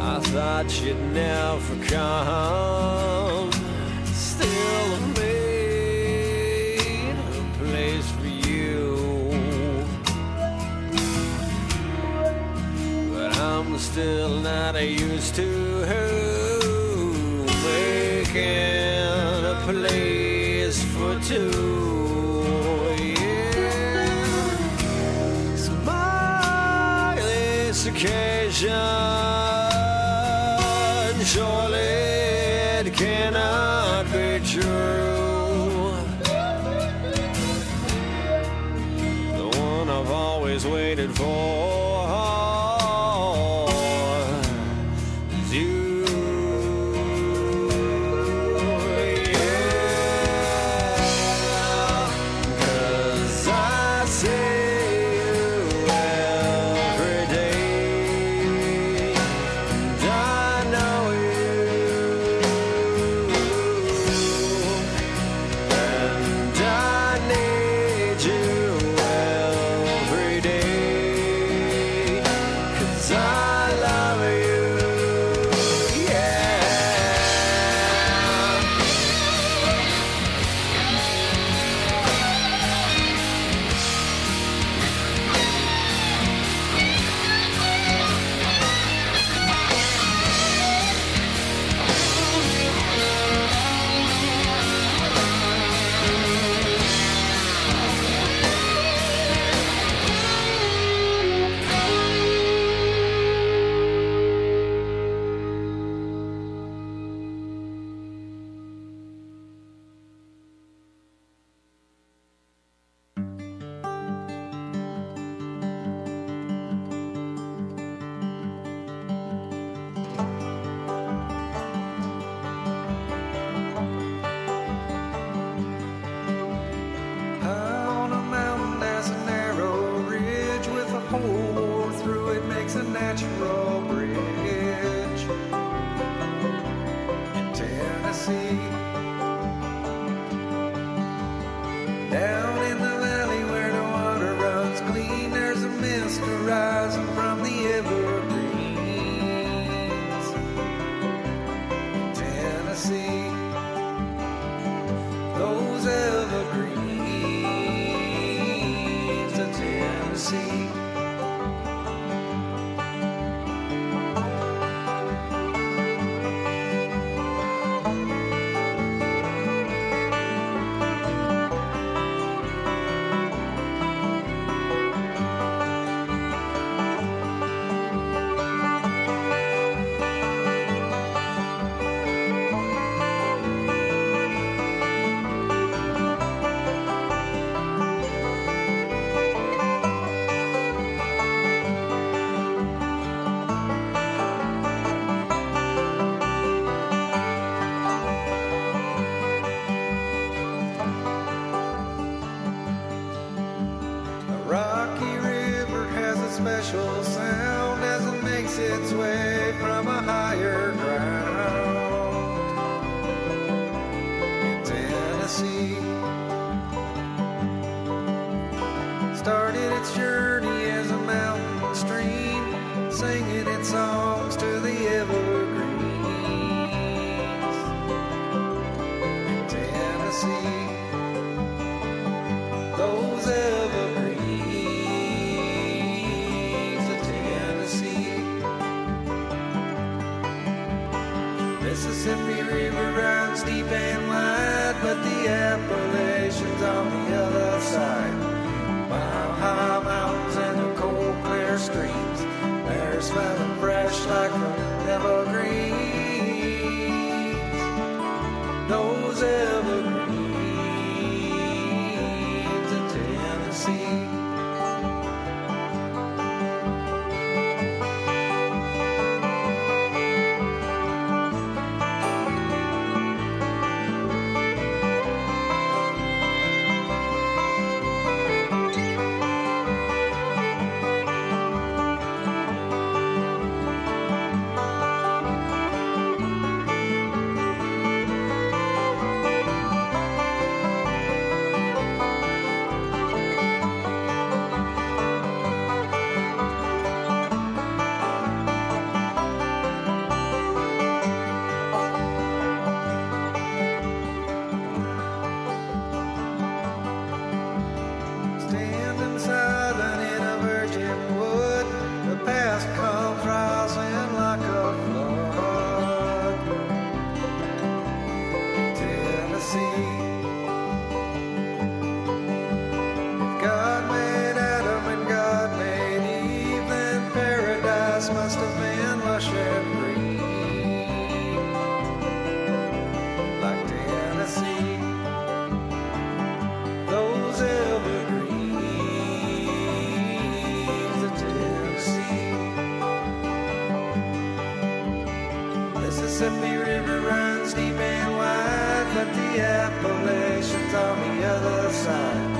Speaker 5: I thought you'd never come. Still amazed. they used to have making a place for two. Yeah. Smile this occasion, surely it cannot be true. the one I've always waited for. is you. Yeah. 'Cause I see you every day, and I know you. And I need you every day. 'Cause I love you. Yeah.
Speaker 2: High on a mountain, there's a narrow ridge with a hole through it makes a natural bridge. In Tennessee, down in the valley where the water runs clean, there's a mist arising from the evergreens. In Tennessee those evergreens of Tennessee. The Rocky River has a special sound as it makes its way from a higher ground. In Tennessee, started its journey as a mountain stream, singing its songs to the evergreens. In Tennessee those evergreens of Tennessee. Mississippi River runs deep and wide, but the Appalachians on the other side. Mile high mountains and the cold clear streams, they're smelling fresh like the evergreens those evergreens in Tennessee.
Speaker 11: Mississippi River runs deep and wide, but the Appalachians on the other side.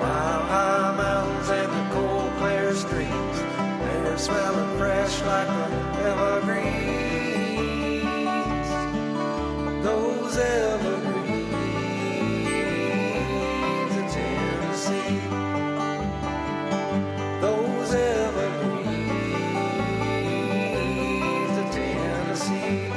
Speaker 11: Mile high mountains and the cold clear streams, they're smelling fresh like the evergreens. Those evergreens in Tennessee. Those evergreens in Tennessee.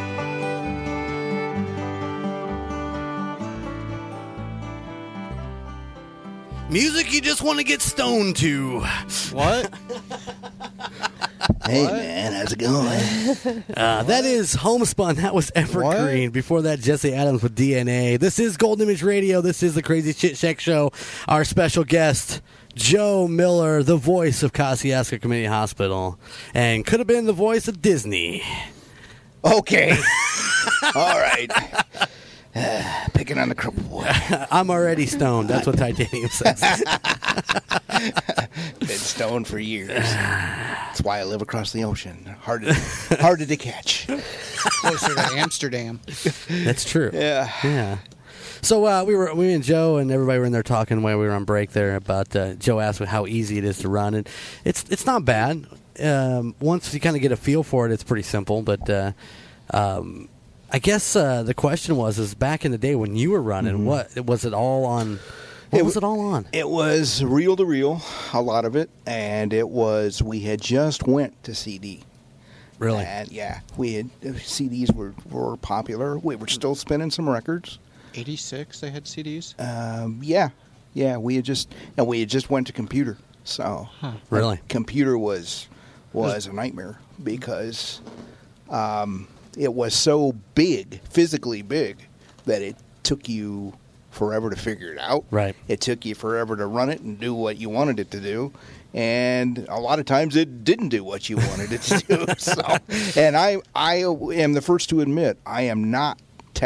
Speaker 6: Music you just want to get stoned to.
Speaker 8: What?
Speaker 9: Hey man, how's it going?
Speaker 6: Uh, that is Homespun. That was Evergreen. Before that, Jesse Adams with DNA. This is Golden Image Radio. This is the Crazy Chit Shack Show. Our special guest, Joe Miller, the voice of Kosciuszko Community Hospital, and could have been the voice of Disney.
Speaker 9: Okay. All right. Picking on the cripple boy.
Speaker 6: I'm already stoned. That's what titanium says.
Speaker 9: Been stoned for years. That's why I live across the ocean. Hard to, harder to catch.
Speaker 8: Closer to Amsterdam.
Speaker 6: That's true.
Speaker 9: Yeah.
Speaker 6: Yeah. So uh, we were we and Joe and everybody were in there talking while we were on break there about uh, Joe asked how easy it is to run and it's it's not bad. Um, once you kind of get a feel for it, it's pretty simple. But uh, um, I guess uh, the question was is back in the day when you were running,
Speaker 9: Mm-hmm.
Speaker 6: what was it all on? What
Speaker 9: It
Speaker 6: was it
Speaker 9: w-
Speaker 6: all on?
Speaker 9: It was reel to reel, a lot of it, and it was we had just went to CD.
Speaker 6: Really?
Speaker 9: And yeah, we had CDs were were popular. We were still spinning some records.
Speaker 8: 86, they had CDs?
Speaker 9: Um, yeah, yeah, we had just and we had just went to computer. So
Speaker 6: Really?
Speaker 9: computer was was a nightmare because um, it was so big, physically big, that it took you forever to figure it out.
Speaker 6: Right.
Speaker 9: It took you forever to run it and do what you wanted it to do. And a lot of times it didn't do what you wanted it to do. So, and I, I am the first to admit I am not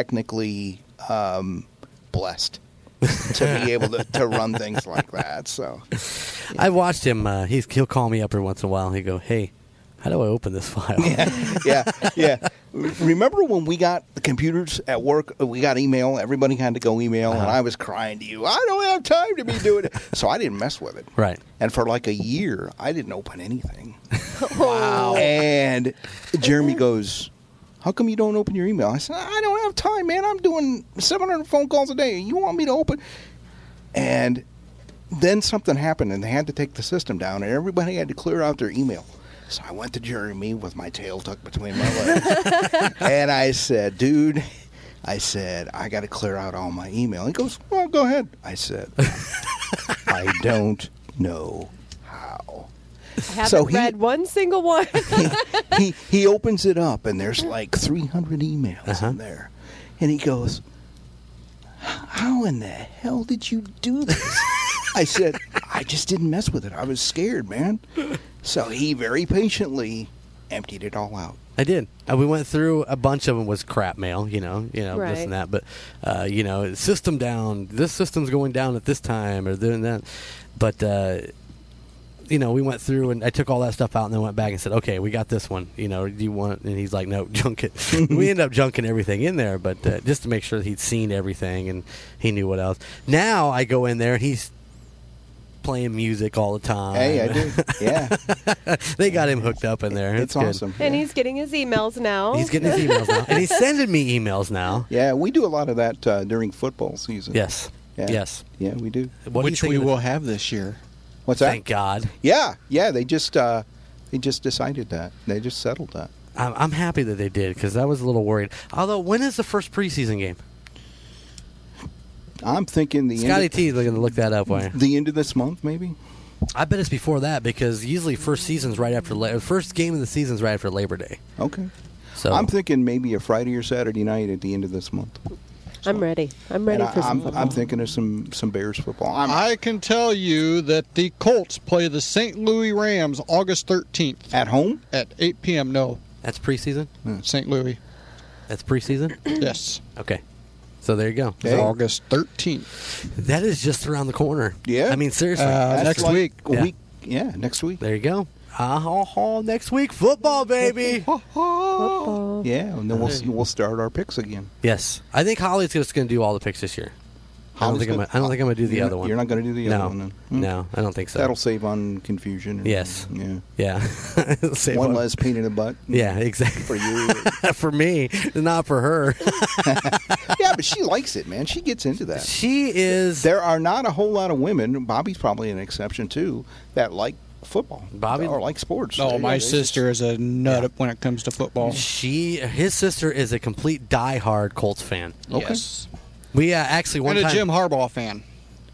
Speaker 9: technically um, blessed to be able to, to run things like that. So,
Speaker 6: I watched him. Uh, he's, he'll call me up every once in a while. He go, "Hey, how do I open this file?"
Speaker 9: yeah, yeah. Remember when we got the computers at work? We got email. Everybody had to go email, and I was crying to you. I don't have time to be doing it. So I didn't mess with it.
Speaker 6: Right.
Speaker 9: And for like a year, I didn't open anything. wow. And Jeremy goes, "How come you don't open your email?" I said, "I don't have time, man. I'm doing 700 phone calls a day. You want me to open?" And then something happened and they had to take the system down and everybody had to clear out their email. So I went to Jeremy with my tail tucked between my legs. and I said, dude, I said, I got to clear out all my email. He goes, well, go ahead. I said, I don't know how.
Speaker 10: I haven't
Speaker 9: So he-
Speaker 10: read one single one.
Speaker 9: he, he opens it up and there's like 300 emails in there. And he goes, How in the hell did you do this? I said, I just didn't mess with it. I was scared, man. So he very patiently emptied it all out.
Speaker 6: I did. Uh, we went through a bunch of them was crap mail, you know, you know this
Speaker 10: Right.
Speaker 6: and that. But uh, you know, system down. This system's going down at this time or doing that. But uh, you know, we went through and I took all that stuff out and then went back and said, okay, we got this one. You know, do you want? And he's like, no, junk it. we ended up junking everything in there, but uh, just to make sure that he'd seen everything and he knew what else. Now I go in there and he's playing music all the time.
Speaker 9: Hey, I do. Yeah.
Speaker 6: they got him hooked up in there.
Speaker 9: It's
Speaker 6: good.
Speaker 9: awesome.
Speaker 10: and he's getting his emails now.
Speaker 6: He's getting his emails now, and he's sending me emails now.
Speaker 9: Yeah, we do a lot of that uh, during football season.
Speaker 6: Yes,
Speaker 9: Yeah.
Speaker 6: yes.
Speaker 9: Yeah, we do.
Speaker 6: What do you
Speaker 8: which
Speaker 6: think
Speaker 8: we
Speaker 6: of the-
Speaker 8: will have this year.
Speaker 9: What's that?
Speaker 6: Thank God.
Speaker 9: Yeah, yeah, they just uh, they just decided that. They just settled that.
Speaker 6: I'm, I'm happy that they did because I was a little worried. Although, when is the first preseason game?
Speaker 9: I'm thinking the
Speaker 6: Scotty
Speaker 9: end
Speaker 6: T's going to look that up. Why?
Speaker 9: of, the end of this month maybe.
Speaker 6: I bet it's before that because usually first season's right after la- first game of the season's right after Labor Day.
Speaker 9: Okay.
Speaker 6: So
Speaker 9: I'm thinking maybe a Friday or Saturday night at the end of this month.
Speaker 10: I'm ready. I'm ready
Speaker 9: And I,
Speaker 10: for some
Speaker 9: am
Speaker 10: football.
Speaker 9: I'm thinking of some, some Bears football. I'm
Speaker 8: I can tell you that the Colts play the St. Louis Rams August 13th
Speaker 9: at home. Hmm.
Speaker 8: at 8 p.m. No,
Speaker 6: that's preseason.
Speaker 8: St. Louis.
Speaker 6: That's preseason.
Speaker 8: Yes.
Speaker 6: Okay. So there you go.
Speaker 9: Hey.
Speaker 8: August 13th.
Speaker 6: That is just around the corner.
Speaker 9: Yeah.
Speaker 6: I mean, seriously.
Speaker 8: Uh,
Speaker 9: That's
Speaker 8: next
Speaker 9: like
Speaker 8: week.
Speaker 9: A
Speaker 6: Yeah.
Speaker 9: week. Yeah, next week.
Speaker 6: there you go. Ah, ha, ha, next week, football, baby.
Speaker 9: Yeah, and then we'll we'll start our picks again.
Speaker 6: Yes, I think Holly's just going to do all the picks this year. I don't
Speaker 9: Holly's
Speaker 6: think I'm.
Speaker 9: gonna-
Speaker 6: Gonna, I don't think I'm going to do the
Speaker 9: You're-
Speaker 6: other one.
Speaker 9: you're not gonna do the
Speaker 6: no.
Speaker 9: other one, then. Hmm.
Speaker 6: No, I don't think so.
Speaker 9: That'll save on confusion. and-
Speaker 6: Yes.
Speaker 9: Yeah.
Speaker 6: Yeah. Save
Speaker 9: One
Speaker 6: up.
Speaker 9: less pain in the butt.
Speaker 6: Yeah, exactly.
Speaker 9: For you.
Speaker 6: for me, not for her.
Speaker 9: yeah, but she likes it, man. She gets into that.
Speaker 6: She is.
Speaker 9: There are not a whole lot of women. Bobby's probably an exception too that like football.
Speaker 6: Bobby-
Speaker 9: or like sports.
Speaker 8: Oh,
Speaker 9: They-
Speaker 8: my
Speaker 9: they-
Speaker 8: sister is a nut when it comes to football.
Speaker 6: She, his sister, is a complete diehard Colts fan.
Speaker 9: Okay.
Speaker 8: Yes.
Speaker 6: We uh, actually one
Speaker 8: and a
Speaker 6: time.
Speaker 8: Jim Harbaugh fan.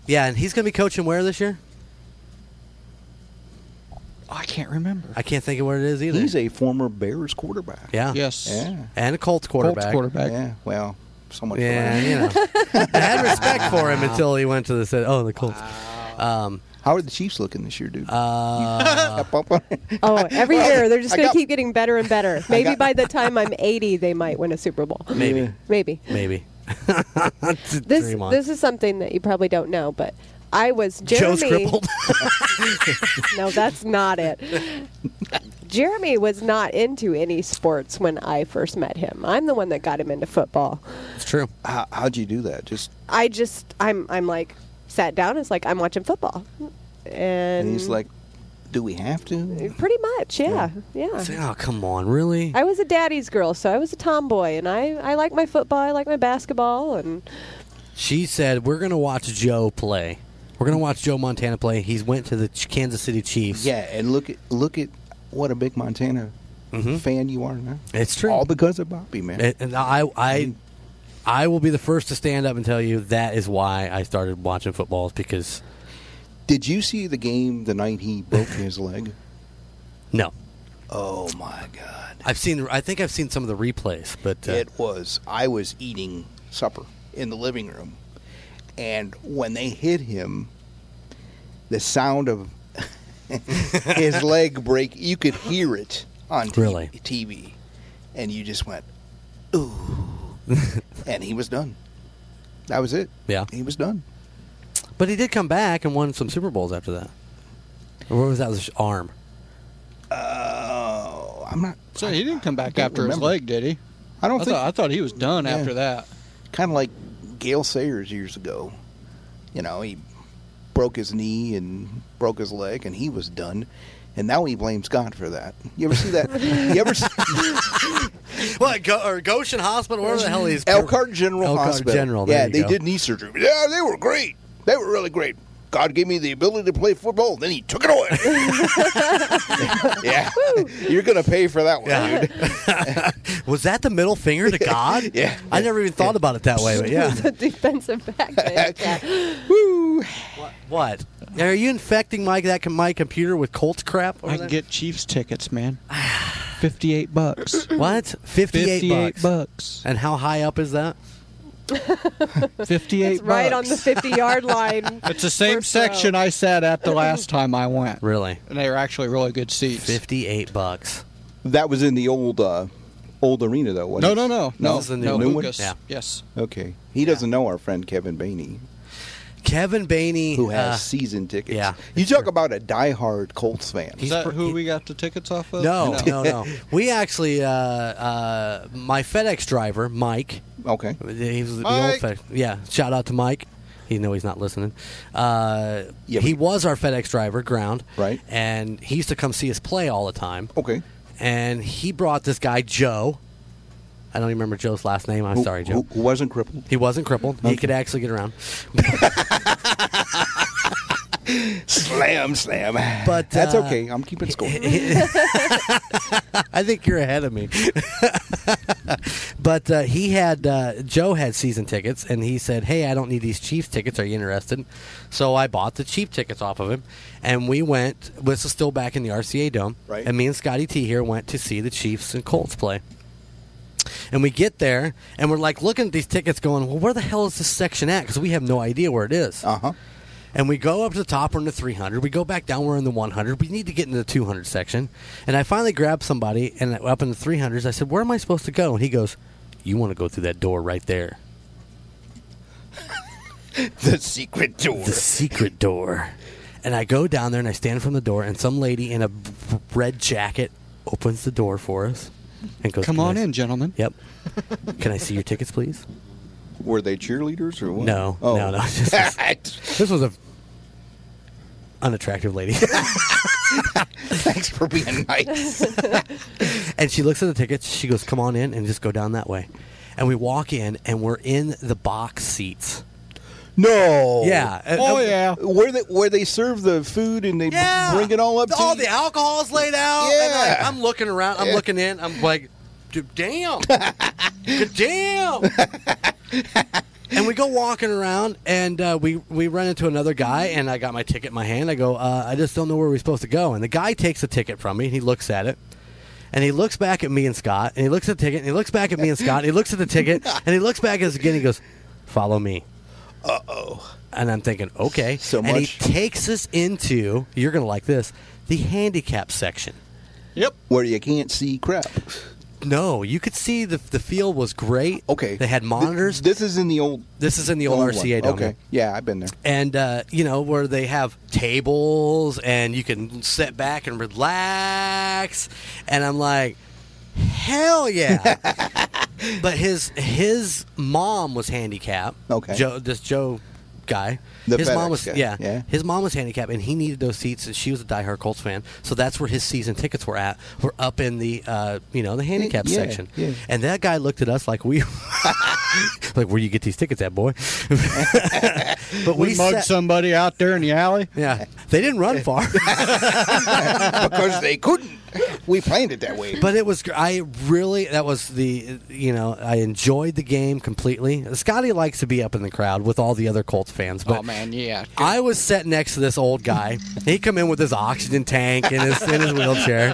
Speaker 6: Yeah, and he's going to be coaching where this year?
Speaker 8: Oh, I can't remember.
Speaker 6: I can't think of where it is either.
Speaker 9: He's a former Bears quarterback.
Speaker 6: yeah.
Speaker 8: Yes.
Speaker 9: Yeah.
Speaker 6: And a Colts quarterback.
Speaker 8: Colts quarterback.
Speaker 9: Yeah. Well, so much.
Speaker 6: Yeah,
Speaker 9: for that.
Speaker 6: you know. I had respect for him until he went to the city. Oh, the Colts. Um,
Speaker 9: How are the Chiefs looking this year, dude?
Speaker 6: uh,
Speaker 9: Up, up on-
Speaker 10: Oh, every year they're just
Speaker 9: I
Speaker 10: going
Speaker 9: got-
Speaker 10: to keep getting better and better. Maybe
Speaker 9: got-
Speaker 10: by the time I'm 80, they might win a Super Bowl.
Speaker 6: maybe,
Speaker 10: Maybe.
Speaker 6: maybe.
Speaker 10: This
Speaker 6: Three months.
Speaker 10: this is something that you probably don't know, but I was
Speaker 6: Joe's
Speaker 10: Jeremy.
Speaker 6: crippled.
Speaker 10: no, that's not it. Jeremy was not into any sports when I first met him. I'm the one that got him into football.
Speaker 6: it's true.
Speaker 9: How, how'd you do that? Just
Speaker 10: I just I'm I'm like sat down. It's like I'm watching football, and,
Speaker 9: and he's like, do we have to?
Speaker 10: pretty much, yeah, yeah.
Speaker 6: It's like, oh, come on, really?
Speaker 10: I was a daddy's girl, so I was a tomboy, and I I like my football, I like my basketball, and
Speaker 6: She said we're gonna watch Joe play. We're gonna watch Joe Montana play. He's went to the Ch- Kansas City Chiefs.
Speaker 9: Yeah, and look at look at what a big Montana
Speaker 8: Mm-hmm.
Speaker 9: fan you are now.
Speaker 6: it's true.
Speaker 9: All because of Bobby, man.
Speaker 8: Eh.
Speaker 6: It- and I, I, I will be the first to stand up and tell you that is why I started watching football is because
Speaker 9: Did you see the game the night he broke his leg?
Speaker 6: no,
Speaker 9: Oh my God!
Speaker 6: I've seen. I think I've seen some of the replays, but uh,
Speaker 9: It was. I was eating supper in the living room, and when they hit him, the sound of his leg break, you could hear it on t-
Speaker 6: Really?
Speaker 9: TV, and you just went, ooh, and he was done. That was it.
Speaker 6: Yeah.
Speaker 9: he was done.
Speaker 6: but he did come back and won some Super Bowls after that. Or what was that? It was his arm?
Speaker 9: Oh, I'm not.
Speaker 8: So he didn't come back
Speaker 9: I
Speaker 8: after his
Speaker 9: remember.
Speaker 8: leg, did he?
Speaker 9: I don't
Speaker 8: I
Speaker 9: think.
Speaker 8: thought, I thought he was done
Speaker 9: Yeah.
Speaker 8: after that.
Speaker 9: kind of like Gail Sayers years ago. You know, he broke his knee and broke his leg, and he was done. And now he blames God for that. You ever see that? you ever see
Speaker 6: What? Go, or Goshen Hospital? Where the hell he's
Speaker 9: Elkhart General
Speaker 6: Elkhart
Speaker 9: Hospital?
Speaker 6: General, there
Speaker 9: Yeah,
Speaker 6: you
Speaker 9: they
Speaker 6: go.
Speaker 9: did knee surgery. Yeah, they were great. They were really great. God gave me the ability to play football. Then he took it away. yeah, you're gonna pay for that one, dude.
Speaker 6: Was that the middle finger to God?
Speaker 9: Yeah.
Speaker 6: I never even thought about it that way. But yeah.
Speaker 10: it's a defensive back. there. Yeah.
Speaker 6: What? Are you infecting my that my computer with Colts crap? over
Speaker 8: I can
Speaker 6: there?
Speaker 8: get Chiefs tickets, man. Fifty-eight bucks.
Speaker 6: what? Fifty-eight,
Speaker 8: Fifty-eight
Speaker 6: bucks.
Speaker 8: bucks.
Speaker 6: And how high up is that?
Speaker 8: Fifty-eight
Speaker 10: It's right on
Speaker 8: bucks.
Speaker 10: the 50 yard line.
Speaker 8: It's the same
Speaker 10: First row.
Speaker 8: section I sat at the last time I went.
Speaker 6: Really?
Speaker 8: And they were actually really good seats.
Speaker 6: Fifty-eight bucks.
Speaker 9: That was in the old, uh, old arena, though. Wasn't
Speaker 8: No,
Speaker 9: it?
Speaker 8: no, no.
Speaker 9: No,
Speaker 8: No,
Speaker 9: this is the
Speaker 8: no,
Speaker 9: new one?
Speaker 8: Lucas.
Speaker 6: Yeah.
Speaker 8: Yes.
Speaker 9: Okay, he doesn't know our friend Kevin Bainey.
Speaker 6: Kevin Bainey.
Speaker 9: who has
Speaker 6: uh,
Speaker 9: season tickets.
Speaker 6: yeah,
Speaker 9: you talk about a diehard Colts fan.
Speaker 8: Is
Speaker 6: He's
Speaker 8: that
Speaker 6: pr-
Speaker 8: who
Speaker 6: he-
Speaker 8: we got the tickets off of?
Speaker 6: no, no, no. We actually, uh, uh, my FedEx driver, Mike.
Speaker 9: Okay,
Speaker 6: He was the
Speaker 8: Mike.
Speaker 6: old FedEx. Yeah, shout out to Mike. He know he's not listening. Uh,
Speaker 9: Yeah,
Speaker 6: he
Speaker 9: but-
Speaker 6: was our FedEx driver, ground.
Speaker 9: Right.
Speaker 6: And he used to come see us play all the time.
Speaker 9: okay.
Speaker 6: and he brought this guy Joe. I don't even remember Joe's last name. I'm
Speaker 9: Who-
Speaker 6: sorry,
Speaker 9: Who,
Speaker 6: Joe.
Speaker 9: who wasn't crippled?
Speaker 6: He wasn't crippled. He could actually get around.
Speaker 9: Slam, slam.
Speaker 6: But,
Speaker 9: that's
Speaker 6: uh,
Speaker 9: okay. I'm keeping score.
Speaker 6: I think you're ahead of me. but uh, he had uh, Joe had season tickets, and he said, "Hey, I don't need these Chiefs tickets. Are you interested?" So I bought the cheap tickets off of him, and we went. This is still back in the RCA Dome,
Speaker 9: Right.
Speaker 6: And me and Scotty T here went to see the Chiefs and Colts play. And we get there, and we're like looking at these tickets, going, "Well, where the hell is this section at?" Because we have no idea where it is.
Speaker 9: Uh huh.
Speaker 6: And we go up to the top, we're in the 300. We go back down, we're in the 100. We need to get into the 200 section. And I finally grabbed somebody, and up in the 300s, I said, Where am I supposed to go? And he goes, You want to go through that door right there.
Speaker 9: The secret door.
Speaker 6: The secret door. And I go down there and I stand from the door, and some lady in a red jacket opens the door for us and goes,
Speaker 8: Come
Speaker 6: "Can I
Speaker 8: on
Speaker 6: s-
Speaker 8: in, gentlemen.
Speaker 6: Yep. Can I see your tickets, please?
Speaker 9: Were they cheerleaders or what?
Speaker 6: No,
Speaker 9: Oh.
Speaker 6: no, no. This was, this was a unattractive lady,
Speaker 9: Thanks for being nice.
Speaker 6: and she looks at the tickets. She goes, "Come on in," and just go down that way. And we walk in, and we're in the box seats.
Speaker 9: No.
Speaker 6: Yeah. Uh,
Speaker 8: Oh, yeah.
Speaker 9: Uh, Where they where they serve the food and they
Speaker 6: Yeah.
Speaker 9: bring it all up.
Speaker 6: All
Speaker 9: to
Speaker 6: the
Speaker 9: you?
Speaker 6: alcohol's laid out. and,
Speaker 9: Yeah.
Speaker 6: like, I'm looking around. I'm
Speaker 9: Yeah.
Speaker 6: looking in. I'm like, "Dude, damn. Good damn. and we go walking around, and uh, we we run into another guy, and I got my ticket in my hand. I go, uh, I just don't know where we're supposed to go. And the guy takes the ticket from me, and he looks at it. And he looks back at me and Scott, and he looks at the ticket, and he looks back at me and Scott, and he looks at the ticket, and he looks back at us again. And he goes, "Follow me." And I'm thinking, okay.
Speaker 9: So
Speaker 6: And he
Speaker 9: much.
Speaker 6: takes us into, you're going to like this, the handicap section.
Speaker 8: Yep.
Speaker 9: where you can't see crap.
Speaker 6: No, you could see the the field was great.
Speaker 9: Okay.
Speaker 6: They had
Speaker 9: Th-
Speaker 6: monitors. This,
Speaker 9: This, is in the old
Speaker 6: is in the old
Speaker 9: old
Speaker 6: RCA
Speaker 9: one.
Speaker 6: dome.
Speaker 9: Okay. Yeah, I've been there.
Speaker 6: And, uh, you know, where they have tables and you can sit back and relax. And I'm like, hell yeah. but his his mom was handicapped.
Speaker 9: Okay.
Speaker 6: Joe, this Joe guy.
Speaker 9: The
Speaker 6: his
Speaker 9: FedEx
Speaker 6: mom was
Speaker 9: guy,
Speaker 6: yeah,
Speaker 9: yeah.
Speaker 6: His mom was handicapped, and he needed those seats, and she was a diehard Colts fan, so that's where his season tickets were at. Were up in the uh, you know the handicap
Speaker 9: Yeah,
Speaker 6: section,
Speaker 9: yeah.
Speaker 6: and that guy looked at us like we like where you get these tickets at, boy. but we,
Speaker 8: We, mugged
Speaker 6: sat-
Speaker 8: somebody out there in the alley.
Speaker 6: yeah, they didn't run far.
Speaker 9: because they couldn't. We planned it that way.
Speaker 6: But it was. gr- I really. That was the. You know, I enjoyed the game completely. Scotty likes to be up in the crowd with all the other Colts fans. But
Speaker 8: Oh, man, yeah.
Speaker 6: I was sitting next to this old guy. he come in with his oxygen tank and his in his wheelchair,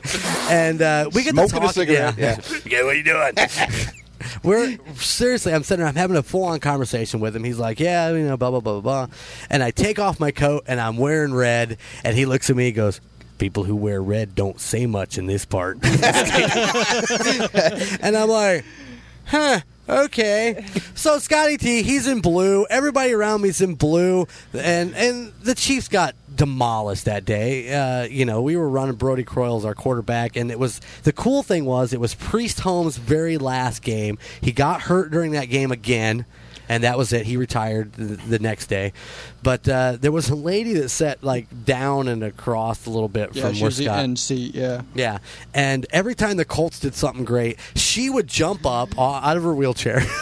Speaker 6: and uh, we get to
Speaker 9: Smoking a
Speaker 6: talking-
Speaker 9: cigarette.
Speaker 6: yeah.
Speaker 9: Yeah.
Speaker 3: Yeah, what are you doing?
Speaker 6: We're seriously, I'm sitting there, I'm having a full on conversation with him. He's like, Yeah, you know, blah, blah, blah, blah, blah. And I take off my coat and I'm wearing red. And he looks at me and goes, People who wear red don't say much in this part. and I'm like, Huh. Okay, so Scotty T, he's in blue. Everybody around me's in blue, and and the Chiefs got demolished that day. Uh, you know, we were running Brody Croyle as our quarterback, and it was the cool thing was it was Priest Holmes' very last game. He got hurt during that game again, and that was it. He retired the, the next day, but uh, there was a lady that sat like down and across a little bit
Speaker 8: Yeah,
Speaker 6: from
Speaker 8: she
Speaker 6: where
Speaker 8: was the
Speaker 6: Scott.
Speaker 8: end seat, yeah.
Speaker 6: Yeah, and every time the Colts did something great, she would jump up o- out of her wheelchair.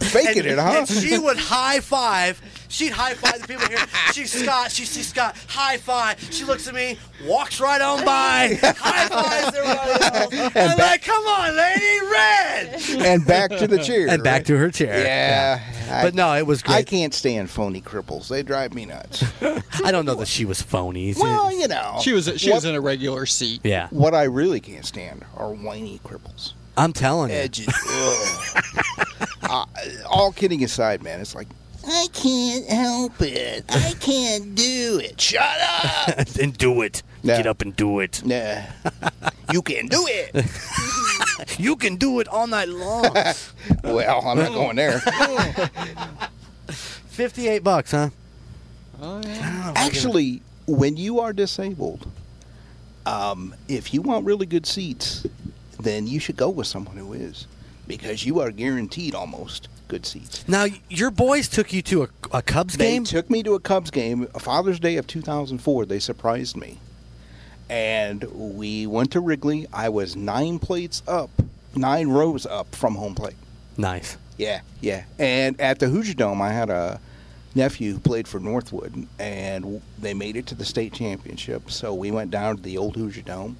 Speaker 9: Faking it, huh?
Speaker 6: And she would high five. She'd high five the people here. She's Scott. She sees Scott. High five. She looks at me, walks right on by, high fives everybody else. I'm like, come on, lady, red.
Speaker 9: and back to the chair.
Speaker 6: And back to her chair.
Speaker 9: right? Yeah. I-
Speaker 6: But no, it was
Speaker 9: I
Speaker 6: great.
Speaker 9: can't stand phony cripples. They drive me nuts.
Speaker 6: I, don't know that she was phony.
Speaker 9: well, you know.
Speaker 8: She was she
Speaker 9: what,
Speaker 8: was in a regular seat.
Speaker 6: yeah,
Speaker 9: What I really can't stand are whiny cripples.
Speaker 6: I'm telling you.
Speaker 9: Edgy. Ugh. uh, all kidding aside, man, it's like, I can't help it. I can't do it. Shut up.
Speaker 3: and do it.
Speaker 9: Yeah.
Speaker 3: Get up and do it.
Speaker 9: nah. You can do it.
Speaker 3: You can do it all night long.
Speaker 9: Well, I'm not going there.
Speaker 6: 58 bucks, huh?
Speaker 8: Oh, yeah.
Speaker 9: Actually, when you are disabled, um, if you want really good seats, then you should go with someone who is, because you are guaranteed almost good seats.
Speaker 6: Now your boys took you to a, a Cubs
Speaker 9: They
Speaker 6: game.
Speaker 9: took me to a Cubs game, uh, Father's Day of 2004. They surprised me, and we went to Wrigley. I was nine plates up, nine rows up from home plate.
Speaker 6: nice.
Speaker 9: Yeah, yeah. And at the Hoosier Dome, I had a nephew who played for Northwood, and they made it to the state championship. So we went down to the old Hoosier Dome,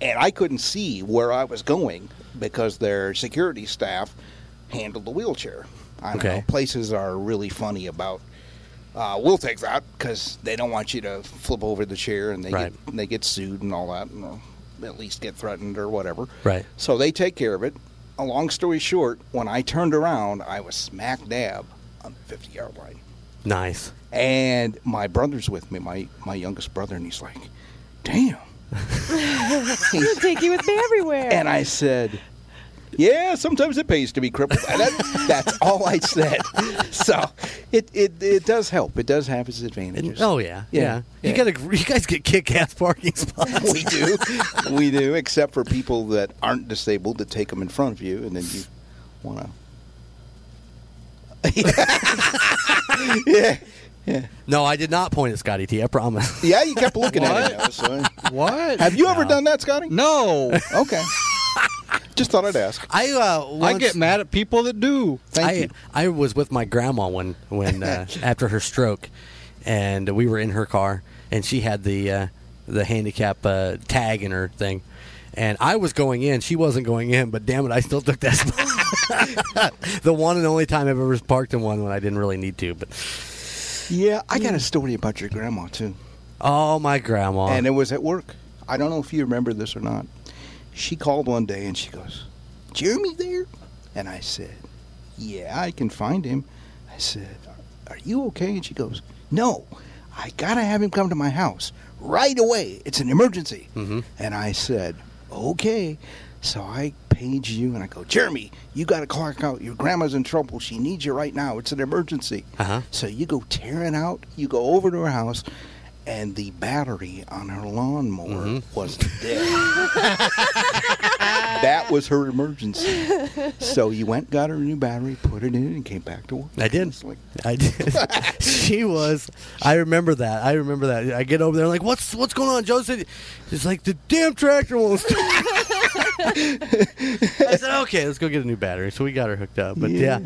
Speaker 9: and I couldn't see where I was going because their security staff handled the wheelchair. I don't
Speaker 6: Okay.
Speaker 9: know. Places are really funny about. Uh, we'll take that because they don't want you to flip over the chair and they
Speaker 6: Right.
Speaker 9: get, they get sued and all that, and uh, at least get threatened or whatever.
Speaker 6: Right.
Speaker 9: So they take care of it. A long story short, when I turned around, I was smack dab on the 50 yard line.
Speaker 6: Nice.
Speaker 9: And my brother's with me, my, my youngest brother, and he's like, damn.
Speaker 10: Take you with me everywhere.
Speaker 9: And I said, Yeah, sometimes it pays to be crippled. And that, that's all I said. So it, it it does help. It does have its advantages.
Speaker 6: Oh yeah, yeah. You got to. You guys get kick ass parking spots.
Speaker 9: we do, we do. Except for people that aren't disabled that take them in front of you, and then you want to. yeah, yeah,
Speaker 6: No, I did not point at Scotty T. I promise.
Speaker 9: yeah. You kept looking at it. though, so-
Speaker 8: What?
Speaker 9: Have you ever done that, Scotty?
Speaker 6: Oh,
Speaker 8: No.
Speaker 9: Okay. Just thought I'd ask.
Speaker 6: I uh,
Speaker 8: I
Speaker 6: once-
Speaker 8: get mad at people that do.
Speaker 9: Thank
Speaker 6: I,
Speaker 9: you.
Speaker 6: I was with my grandma when when uh, after her stroke, and we were in her car, and she had the uh, the handicap uh, tag in her thing, and I was going in. She wasn't going in, but damn it, I still took that spot. the one and only time I've ever parked in one when I didn't really need to. But
Speaker 9: Yeah, I got a story about your grandma too.
Speaker 6: oh my grandma!
Speaker 9: and it was at work. I don't know if you remember this or not. She called one day and she goes, Jeremy there? And I said, Yeah, I can find him. I said, Are you okay? And she goes, No, I gotta have him come to my house right away. It's an emergency. And I said, Okay. So I page you and I go, uh, Jeremy, you gotta clock out. Your grandma's in trouble. She needs you right now. It's an emergency.
Speaker 6: Uh-huh.
Speaker 9: So you go tearing out, you go over to her house, and the battery on her lawnmower
Speaker 6: Mm-hmm.
Speaker 9: was dead. that was her emergency. So you went, got her a new battery, put it in, and came back to work.
Speaker 6: I did.
Speaker 9: It's like,
Speaker 6: I did. she was. I remember that. I remember that. I get over there like, what's what's going on, Joe? Said, it's like the damn tractor won't start. I said, okay, let's go get a new battery. So we got her hooked up. But yeah,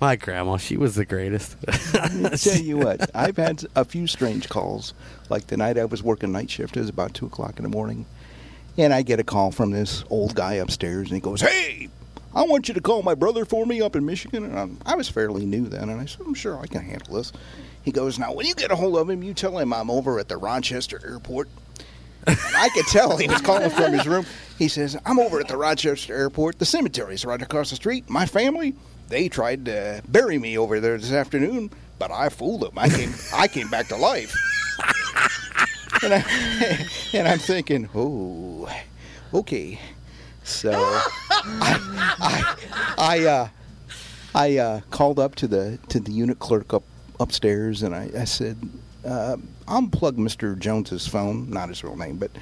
Speaker 6: my grandma, she was the greatest.
Speaker 9: I tell you what, I've had a few strange calls. Like the night I was working night shift, it was about two o'clock in the morning, and I get a call from this old guy upstairs, and he goes, "Hey." I want you to call my brother for me up in Michigan. And I'm, I was fairly new then, and I said, I'm sure I can handle this. He goes, Now, when you get a hold of him, you tell him I'm over at the Rochester airport. And I could tell he was calling from his room. He says, I'm over at the Rochester airport. The cemetery's right across the street. My family, they tried to bury me over there this afternoon, but I fooled them. I came, I came back to life. And, I, and I'm thinking, oh, okay. So I, I, I, uh, I uh, called up to the to the unit clerk up upstairs, and I, I said, uh, "Unplug Mr. Jones's phone, not his real name, but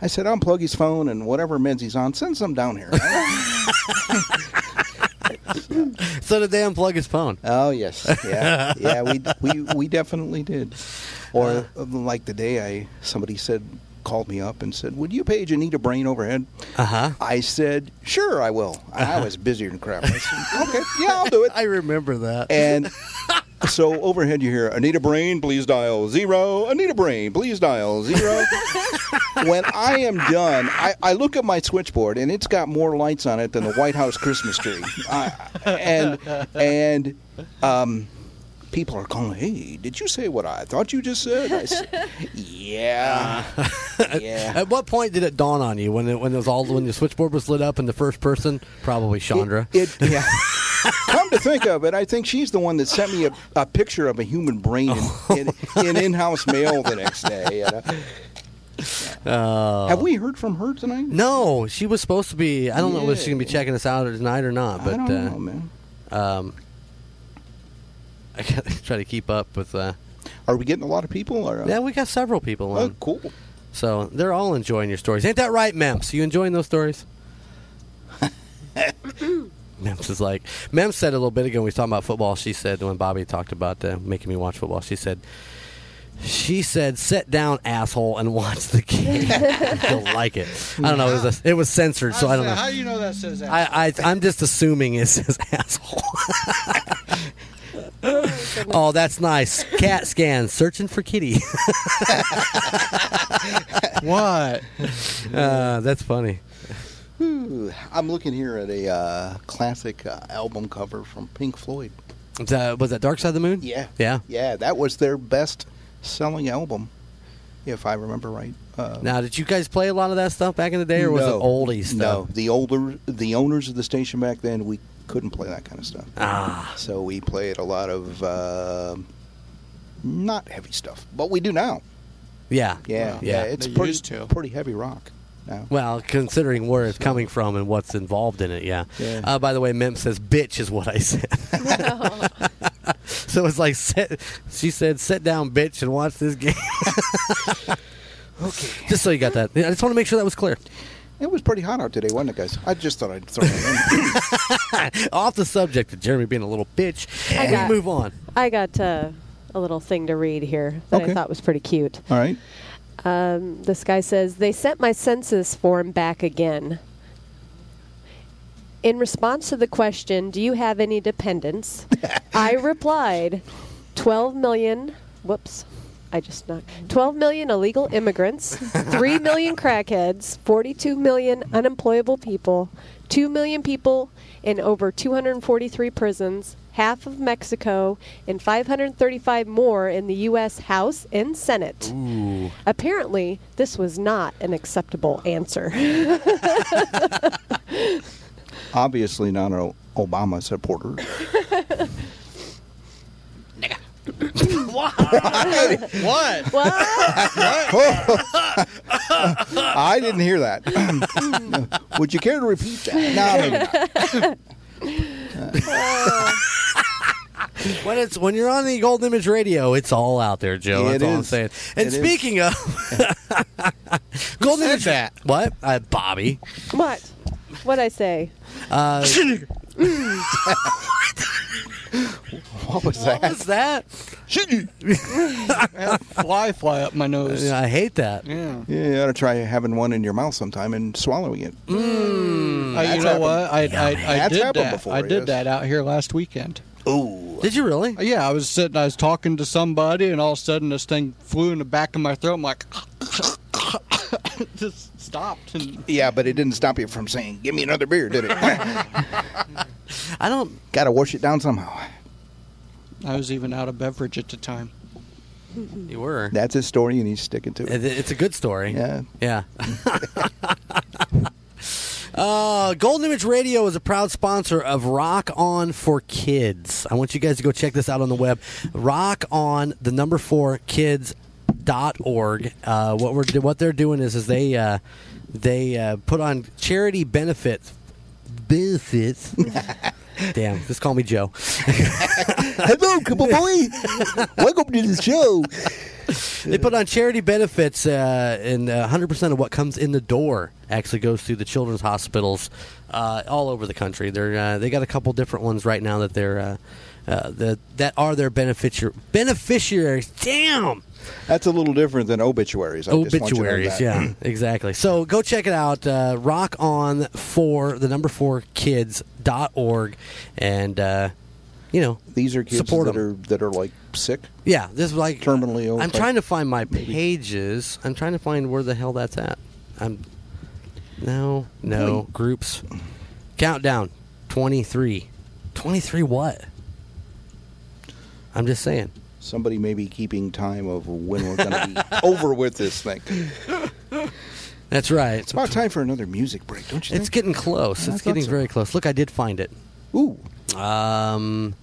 Speaker 9: I said unplug his phone and whatever meds he's on, send some down here."
Speaker 6: so did they unplug his phone?
Speaker 9: oh yes, yeah, yeah, we we we definitely did. Or uh, like the day I somebody said called me up and said, "Would you page Anita Brain overhead?"
Speaker 6: Uh huh.
Speaker 9: I said, "Sure, I will." And
Speaker 6: Uh-huh.
Speaker 9: I was busier than crap. I said, "Okay, yeah, I'll do it."
Speaker 6: I remember that.
Speaker 9: And so overhead you hear Anita Brain, please dial zero. Anita Brain, please dial zero. when I am done, I, I look at my switchboard and it's got more lights on it than the White House Christmas tree. I, and and um, people are calling. Hey, did you say what I thought you just said? I said, "Uh, yeah, yeah.
Speaker 6: At what point did it dawn on you when it, when it was all when the switchboard was lit up and the first person probably Chandra?
Speaker 9: It, it- yeah. Come to think of it, I think she's the one that sent me a, a picture of a human brain in, in, in in-house mail the next day. you know.
Speaker 6: Uh,
Speaker 9: Have we heard from her tonight?
Speaker 6: no, she was supposed to be. I don't know if she's gonna be
Speaker 9: Yeah.
Speaker 6: checking us out tonight or not. But
Speaker 9: I don't
Speaker 6: uh,
Speaker 9: know, man.
Speaker 6: Um, I gotta try to keep up with. Uh,
Speaker 9: Are we getting a lot of people? Or, uh?
Speaker 6: yeah, we got several people on,
Speaker 9: oh, cool.
Speaker 6: so they're all enjoying your stories. Ain't that right, Mems? You enjoying those stories? Mems is like Mems said a little bit ago. When we were talking about football. She said when Bobby talked about uh, making me watch football, she said. She said, "Sit down, asshole, and watch the game. You'll like it." I don't know. It was, a, it was censored, so I don't know.
Speaker 8: How do you know that says that?
Speaker 6: I, I I'm just assuming it says asshole. oh, that's nice. Cat scan, searching for kitty.
Speaker 8: what?
Speaker 6: uh, that's funny.
Speaker 9: Ooh, Hmm, I'm looking here at a uh, classic uh, album cover from Pink Floyd.
Speaker 6: Is that- was that Dark Side of the Moon?
Speaker 9: Yeah.
Speaker 6: Yeah.
Speaker 9: Yeah, that was their best-selling album, if I remember right. Uh,
Speaker 6: Now, did you guys play a lot of that stuff back in the day, or was
Speaker 9: No.
Speaker 6: it oldies stuff?
Speaker 9: No, the older the owners of the station back then, we couldn't play that kind of stuff.
Speaker 6: Ah.
Speaker 9: So we played a lot of uh, not heavy stuff, but we do now.
Speaker 6: Yeah.
Speaker 9: Yeah,
Speaker 6: Yeah.
Speaker 9: it's
Speaker 8: They
Speaker 9: pretty
Speaker 8: used to.
Speaker 9: pretty heavy rock.
Speaker 6: Well, considering where it's coming from and what's involved in it, yeah.
Speaker 12: Yeah.
Speaker 6: Uh, by the way, Mem says "bitch" is what I said. so it's like sit, she said, "Sit down, bitch, and watch this game." okay. Just so you got that. I just want to make sure that was clear.
Speaker 9: It was pretty hot out today, wasn't it, guys? I just thought I'd throw it in.
Speaker 6: Off the subject of Jeremy being a little bitch,
Speaker 10: I
Speaker 6: we
Speaker 10: got-
Speaker 6: move on.
Speaker 10: I got uh, a little thing to read here that I thought was pretty cute.
Speaker 9: All right.
Speaker 10: Um, this guy says, They sent my census form back again. In response to the question, Do you have any dependents? I replied, 12 million, whoops. I just knocked. 12 million illegal immigrants, 3 million crackheads, 42 million unemployable people, 2 million people in over 243 prisons, half of Mexico, and 535 more in the U.S. House and Senate.
Speaker 13: Ooh.
Speaker 10: Apparently, this was not an acceptable answer.
Speaker 9: Obviously, not an Obama supporter.
Speaker 8: what?
Speaker 9: I didn't hear that. Would you care to repeat that? No, maybe
Speaker 6: when it's when you're on the Golden Image Radio, it's all out there, Joe.
Speaker 12: Yeah,
Speaker 6: That's
Speaker 12: it
Speaker 6: all I'm
Speaker 12: is.
Speaker 6: saying. And
Speaker 12: It is.
Speaker 6: speaking of Golden Image, that? what? Uh, Bobby.
Speaker 10: what? What'd I say?
Speaker 6: Uh,
Speaker 10: Mm.
Speaker 9: what was
Speaker 6: that? What was that?
Speaker 8: fly, fly up my nose.
Speaker 6: I hate that.
Speaker 8: Yeah.
Speaker 9: Yeah, you ought to try having one in your mouth sometime and swallowing it.
Speaker 8: Mm. Uh, you
Speaker 9: That's
Speaker 8: know what? I,
Speaker 9: happened.
Speaker 8: I, I,
Speaker 9: That's
Speaker 8: did
Speaker 9: happened
Speaker 8: that.
Speaker 9: before,
Speaker 8: I did
Speaker 9: yes.
Speaker 8: that out here last weekend.
Speaker 6: Ooh. Did you really?
Speaker 8: Yeah, I was sitting, I was talking to somebody, and all of a sudden this thing flew in the back of my throat. I'm like, just stopped. And
Speaker 9: Yeah, but it didn't stop you from saying, "Give me another beer," did it?
Speaker 6: I don't.
Speaker 9: Got to wash it down somehow.
Speaker 8: I was even out of beverage at the time.
Speaker 6: You were.
Speaker 9: That's his story, and he's sticking to it.
Speaker 6: It's a good story.
Speaker 9: Yeah.
Speaker 6: Yeah. Uh, Golden Image Radio is a proud sponsor of Rock On for Kids. I want you guys to go check this out on the web. Rock On, the number four kids dot org. Uh, what we're do- what they're doing is is they uh, they uh, put on charity benefits benefits. Damn, just call me Joe.
Speaker 9: Hello, couple boy. Welcome to the show.
Speaker 6: They put on charity benefits, uh, and uh, 100% of what comes in the door actually goes through the children's hospitals uh, all over the country. They're uh, they got a couple different ones right now that they're uh, uh, that that are their beneficiary beneficiaries. Damn.
Speaker 9: That's a little different than obituaries. I just want you to know
Speaker 6: Obituaries,
Speaker 9: that.
Speaker 6: yeah, exactly. So go check it out. Uh, rock on for the number four kids.org and uh, you know
Speaker 9: These are kids
Speaker 6: support
Speaker 9: that
Speaker 6: 'em.
Speaker 9: are that are like sick.
Speaker 6: Yeah, this is like uh,
Speaker 9: terminally ill.
Speaker 6: I'm trying to find my pages. I'm trying to find where the hell that's at. I'm no, no groups. Countdown 23. 23 what? I'm just saying.
Speaker 9: Somebody may be keeping time of when we're going to be over with this thing.
Speaker 6: That's right.
Speaker 9: It's about time for another music break, don't you?
Speaker 6: It's
Speaker 9: think?
Speaker 6: getting close.
Speaker 9: I
Speaker 6: It's
Speaker 9: thought
Speaker 6: getting
Speaker 9: so.
Speaker 6: very close. Look, I did find it.
Speaker 9: Ooh.
Speaker 6: Um.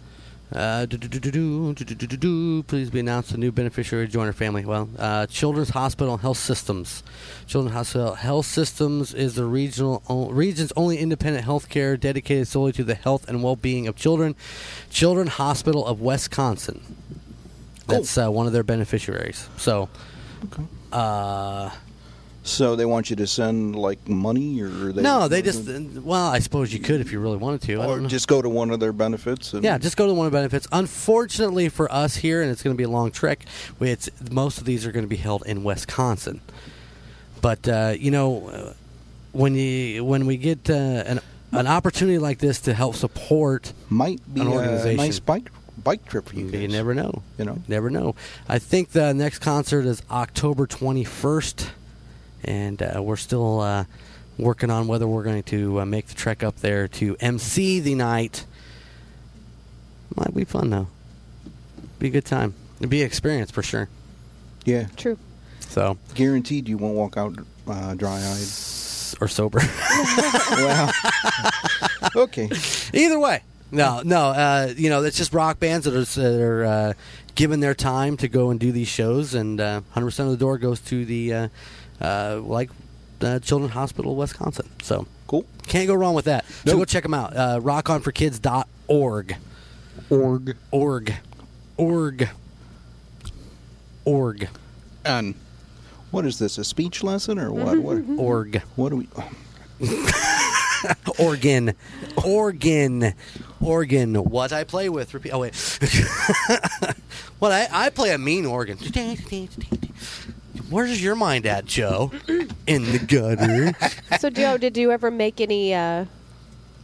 Speaker 6: Uh, do, do, do, do, do, do, do, do, do, do. Please be announced the new beneficiary to join our family. Well, uh, Children's Hospital Health Systems. Children's Hospital Health Systems is the regional o- region's only independent health care dedicated solely to the health and well-being of children. Children Hospital of Wisconsin.
Speaker 9: Oh.
Speaker 6: That's uh, one of their beneficiaries. So, uh,
Speaker 9: So they want you to send like money, or they
Speaker 6: no, they just uh, well, I suppose you could if you really wanted to. I don't
Speaker 9: or
Speaker 6: know.
Speaker 9: just go to one of their benefits. And
Speaker 6: Yeah, just go to the one of benefits. Unfortunately for us here, and it's going to be a long trek. It's most of these are going to be held in Wisconsin, but uh, you know, uh, when you when we get uh, an an opportunity like this to help support
Speaker 9: might be
Speaker 6: an
Speaker 9: a
Speaker 6: organization,
Speaker 9: nice bike bike trip for you.
Speaker 6: you never know.
Speaker 9: You know,
Speaker 6: never know. I think the next concert is October 21st, and uh, we're still uh, working on whether we're going to uh, make the trek up there to MC the night. Might be fun though. Be a good time. It'd be an experience for sure.
Speaker 9: Yeah.
Speaker 10: True.
Speaker 6: So
Speaker 9: guaranteed you won't walk out uh, dry-eyed
Speaker 6: or sober.
Speaker 9: wow. Okay.
Speaker 6: Either way. No, no. Uh, you know, it's just rock bands that are, that are uh, given their time to go and do these shows, and uh, 100% of the door goes to the, uh, uh, like uh, Children's Hospital of Wisconsin. So
Speaker 9: cool.
Speaker 6: Can't go wrong with that. So go check them out. Uh, rockonforkids.org.
Speaker 8: Org.
Speaker 6: Org. Org. Org.
Speaker 8: And
Speaker 9: what is this? A speech lesson or what? what
Speaker 8: Mm-hmm,
Speaker 6: Org.
Speaker 9: What do we?
Speaker 6: Organ. Organ. Organ. What I play with. Repeat. Oh, wait. what I, I play a mean organ. Where's your mind at, Joe? In the gutter.
Speaker 10: So, Joe, did you ever make any? Uh,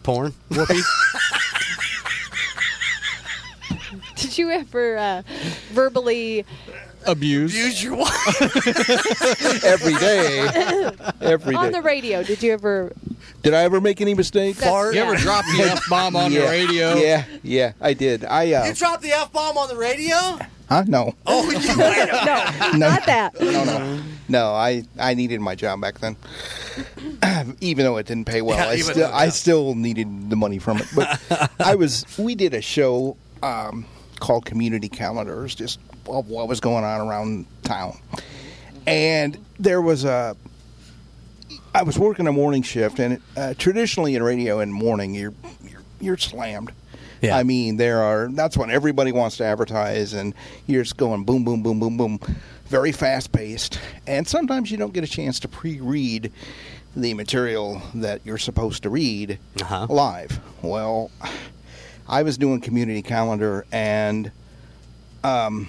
Speaker 6: Porn.
Speaker 8: Whoopi.
Speaker 10: did you ever uh, verbally?
Speaker 8: Abuse.
Speaker 3: Use your wife.
Speaker 9: Every day. Every
Speaker 10: on
Speaker 9: day.
Speaker 10: the radio, did you ever?
Speaker 9: Did I ever make any mistakes?
Speaker 10: That's-
Speaker 6: Fart.
Speaker 8: You ever
Speaker 10: Yeah.
Speaker 8: dropped the F bomb on
Speaker 9: yeah.
Speaker 8: the radio?
Speaker 9: Yeah, yeah, I did. I uh,
Speaker 6: You dropped the F bomb on the radio?
Speaker 9: huh? No,
Speaker 6: Oh, you
Speaker 10: No, not that.
Speaker 9: no, no, no. I I needed my job back then, even though it didn't pay well.
Speaker 6: Yeah,
Speaker 9: I
Speaker 6: even
Speaker 9: still
Speaker 6: though-
Speaker 9: I still needed the money from it. But I was. We did a show um, called Community Calendars, just of what was going on around town, and there was a I was working a morning shift, and uh, traditionally in radio in morning, you're you're, you're slammed.
Speaker 6: Yeah.
Speaker 9: I mean, there are that's when everybody wants to advertise, and you're just going boom, boom, boom, boom, boom, very fast paced, and sometimes you don't get a chance to pre-read the material that you're supposed to read
Speaker 6: Uh-huh.
Speaker 9: live. Well, I was doing community calendar, and um,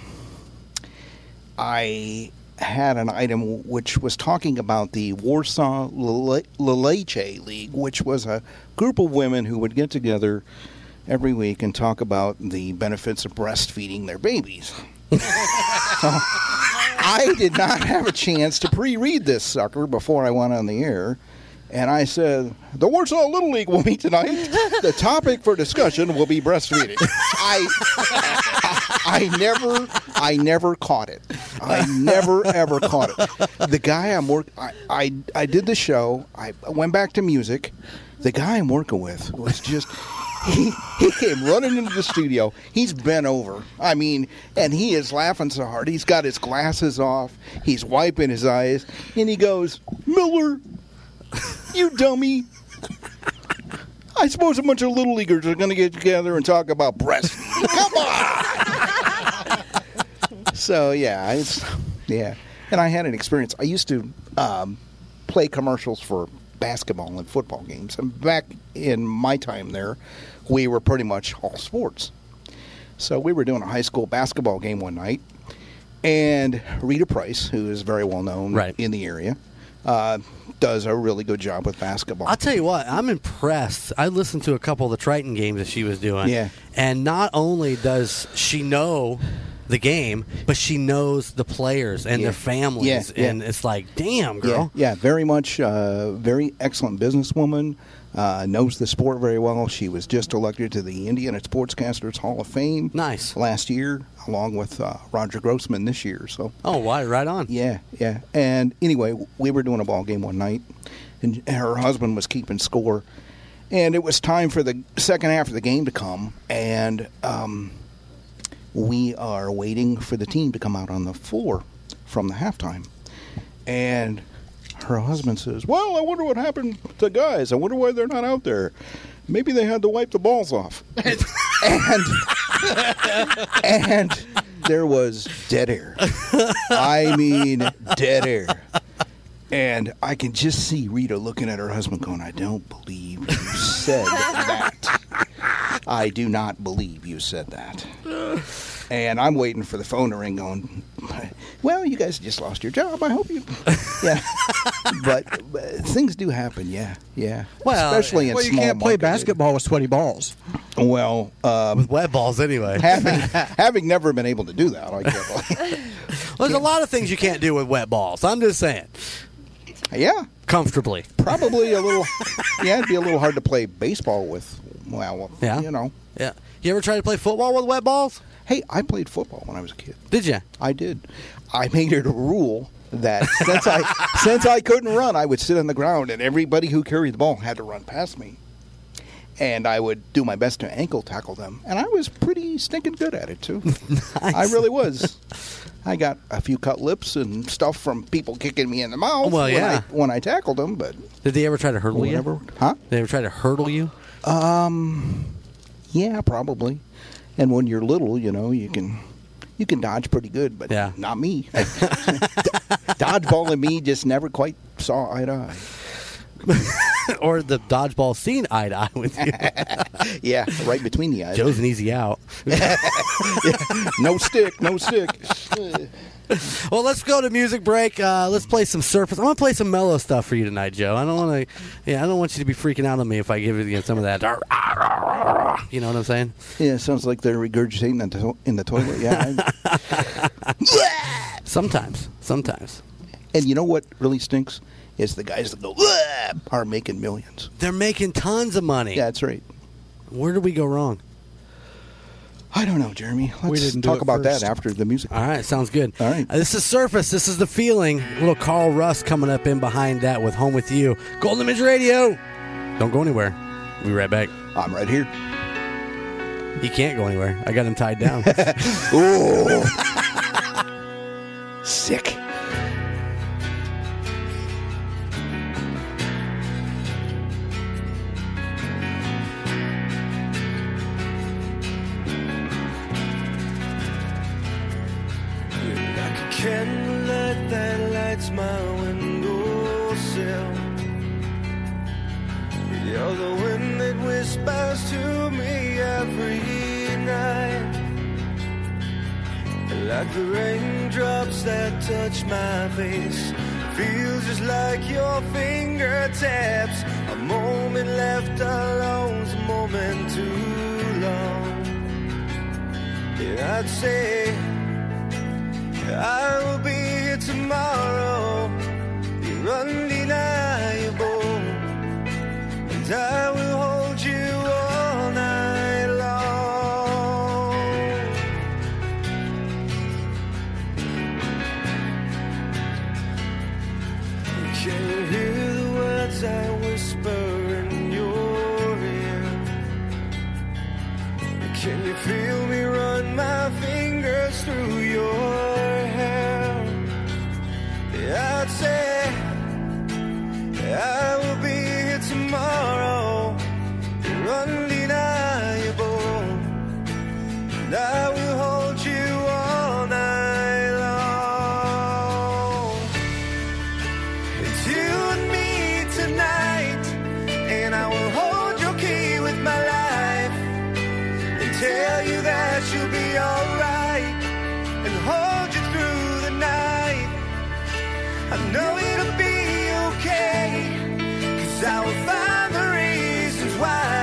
Speaker 9: I had an item which was talking about the Warsaw Lele- Leleche League, which was a group of women who would get together every week and talk about the benefits of breastfeeding their babies. So, I did not have a chance to pre-read this sucker before I went on the air. And I said, the Warsaw Little League will meet tonight. The topic for discussion will be breastfeeding. I I never, I never caught it. I never ever caught it. The guy I'm work, I, I, I did the show. I went back to music. The guy I'm working with was just. He, he came running into the studio. He's bent over. I mean, and he is laughing so hard. He's got his glasses off. He's wiping his eyes. And he goes, Miller, you dummy. I suppose a bunch of little leaguers are going to get together and talk about breast. Come on. so yeah, it's yeah, and I had an experience. I used to um, play commercials for basketball and football games, and back in my time there, we were pretty much all sports. So we were doing a high school basketball game one night, and Rita Price, who is very well known
Speaker 6: Right.
Speaker 9: in the area, uh, does a really good job with basketball.
Speaker 6: I'll tell you what, I'm impressed. I listened to a couple of the Triton games that she was doing.
Speaker 9: Yeah.
Speaker 6: And not only does she know the game, but she knows the players and
Speaker 9: Yeah.
Speaker 6: their families.
Speaker 9: Yeah, yeah.
Speaker 6: And it's like, damn,
Speaker 9: Yeah,
Speaker 6: girl.
Speaker 9: yeah, very much, uh, very excellent businesswoman. Uh, knows the sport very well. She was just elected to the Indiana Sportscasters Hall of Fame.
Speaker 6: Nice.
Speaker 9: Last year, along with uh, Roger Grossman this year. So,
Speaker 6: Oh, why? Right on.
Speaker 9: yeah, yeah. And anyway, we were doing a ball game one night, and her husband was keeping score. And it was time for the second half of the game to come, and um, we are waiting for the team to come out on the floor from the halftime. And her husband says, Well, I wonder what happened to guys. I wonder why they're not out there. Maybe they had to wipe the balls off. and and there was dead air. I mean, dead air. And I can just see Rita looking at her husband going, I don't believe you said that. I do not believe you said that. And I'm waiting for the phone to ring going, Well, you guys just lost your job. I hope you. Yeah. But, but things do happen. Yeah. Yeah.
Speaker 6: Well,
Speaker 9: Especially in
Speaker 8: Well, you
Speaker 9: small
Speaker 8: can't play
Speaker 9: markets.
Speaker 8: basketball with sweaty balls.
Speaker 9: Well, um,
Speaker 6: With wet balls, anyway.
Speaker 9: having having never been able to do that, I can't.
Speaker 6: There's a lot of things you can't do with wet balls. I'm just saying.
Speaker 9: yeah,
Speaker 6: Comfortably.
Speaker 9: probably a little. Yeah, it'd be a little hard to play baseball with. Well,
Speaker 6: Yeah.
Speaker 9: you know.
Speaker 6: Yeah. You ever try to play football with wet balls?
Speaker 9: Hey, I played football when I was a kid.
Speaker 6: Did you?
Speaker 9: I did. I made it a rule that since I since I couldn't run, I would sit on the ground, and everybody who carried the ball had to run past me. And I would do my best to ankle tackle them, and I was pretty stinking good at it too. I really was. I got a few cut lips and stuff from people kicking me in the mouth.
Speaker 6: Well,
Speaker 9: when
Speaker 6: yeah.
Speaker 9: I, when I tackled them, but
Speaker 6: Did they ever try to hurdle
Speaker 9: Whatever.
Speaker 6: you?
Speaker 9: Huh?
Speaker 6: They ever try to hurdle you?
Speaker 9: Um, yeah, probably. And when you're little, you know, you can you can dodge pretty good, but
Speaker 6: Yeah.
Speaker 9: not me. Dodgeball and me just never quite saw eye to eye.
Speaker 6: or the dodgeball scene eye to eye with you?
Speaker 9: Yeah, right between the eyes.
Speaker 6: Joe's an easy out.
Speaker 9: No stick, no stick.
Speaker 6: Well, let's go to music break. Uh, let's play some surface. I'm gonna play some mellow stuff for you tonight, Joe. I don't want to. Yeah, I don't want you to be freaking out on me if I give you some of that. You know what I'm saying?
Speaker 9: Yeah, it sounds like they're regurgitating in the, to- in the toilet. Yeah.
Speaker 6: Sometimes, sometimes
Speaker 9: and you know what really stinks is the guys that go "Wah!" are making millions.
Speaker 6: they're making tons of money.
Speaker 9: Yeah, that's right.
Speaker 6: Where did we go wrong?
Speaker 9: I don't know, Jeremy. Let's
Speaker 8: didn't do
Speaker 9: talk
Speaker 8: it
Speaker 9: about
Speaker 8: first.
Speaker 9: that after the music.
Speaker 6: All right, sounds good.
Speaker 9: All right.
Speaker 6: Uh, this is Surface. This is the feeling. Little Carl Russ coming up in behind that with Home with You. Golden Image Radio. Don't go anywhere. We'll be right back.
Speaker 9: I'm right here.
Speaker 6: He can't go anywhere. I got him tied down.
Speaker 9: Ooh. Sick.
Speaker 11: Like a candlelight that lights my windowsill. You're the wind that whispers to me every night. Like the raindrops that touch my face. Feels just like your fingertips. A moment left alone's a moment too long. Yeah, I'd say. I will be here tomorrow. You're undeniable. And I will hold you all night long. Can you hear the words I whisper in your ear? Can you feel me run my fingers through your hair? I'd say I will be here tomorrow. You're undeniable, and I will hold you all night long. It's you and me tonight, and I will hold your key with my life and tell you that you'll be alright and hold you through the night. I know it'll be okay, cause I will find the reasons why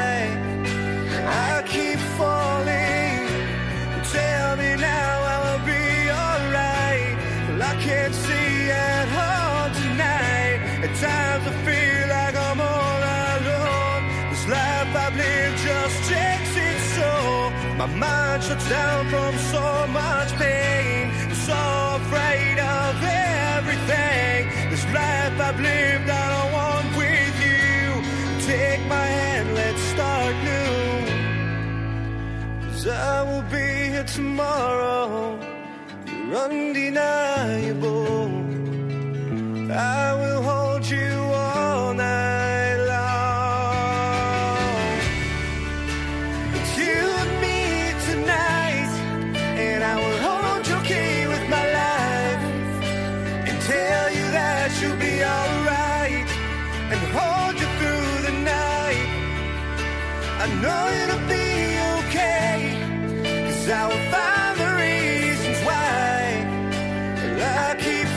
Speaker 11: I keep falling. Tell me now I will be alright. Well, I can't see at home tonight. At times I feel like I'm all alone. This life I've lived just takes its toll. My mind shuts down from so much pain. I'm so afraid of everything. This life I've lived, I don't want with you. Take my hand, let's start new. Cause I will be here tomorrow. You're undeniable. I will hold you all night long. It's you and me tonight, and I will hold your key with my life and tell you that you'll be alright and hold you through the night. I know it'll be okay, cause I will find the reasons why. Well, I keep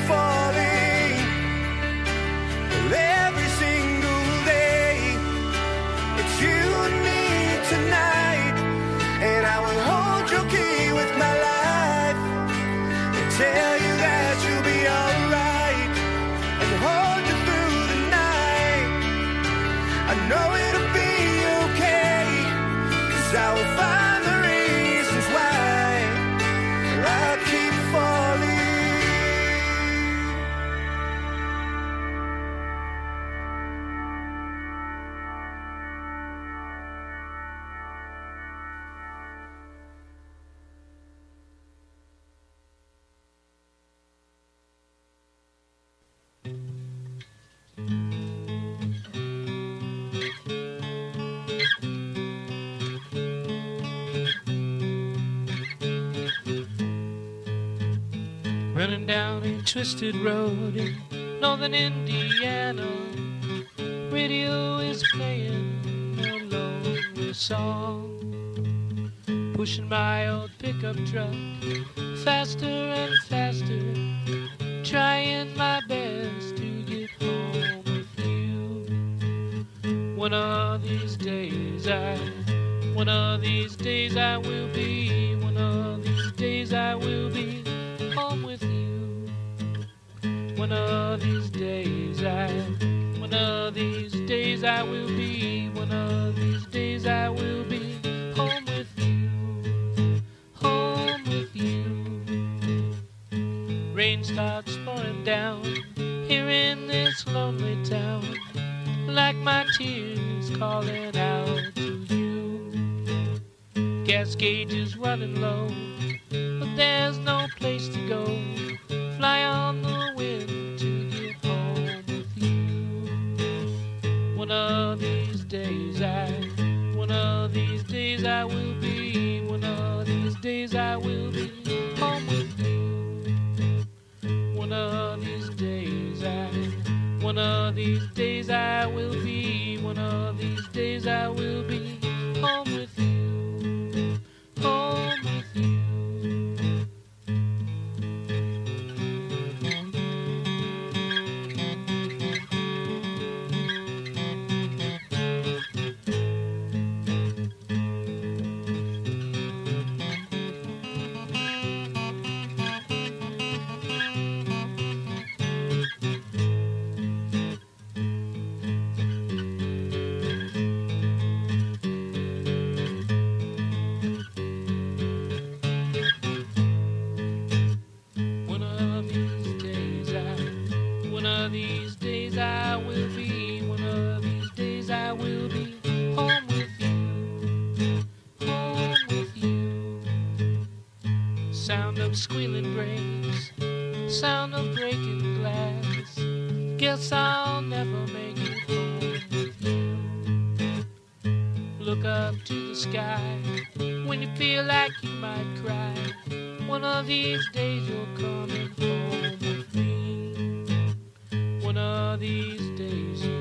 Speaker 12: running down a twisted road in northern Indiana. Radio is playing a lonely song. Pushing my old pickup truck faster and faster, trying my best to get home with you. One of these days I, one of these days I will be, one of these days I will be home with you. One of these days I, one of these days I will be, one of these days I will be home with you, home with you. Rain starts pouring down here in this lonely town, like my tears calling out to you. Gas gauge is running low, but there's no place to go. Fly on the wind to get home with you. One of these days I, one of these days I will be, one of these days I will be home with you. One of these days I, one of these days I will be, one of these days I will be home with you, home with you. One of these days I, one of these days I will be, one of these days I will be home with you, home with you. Sound of squealing brakes, sound of breaking glass. Guess I'll never make it home with you. Look up to the sky when you feel like you might cry. One of these days you're coming home with me. One of these days, you-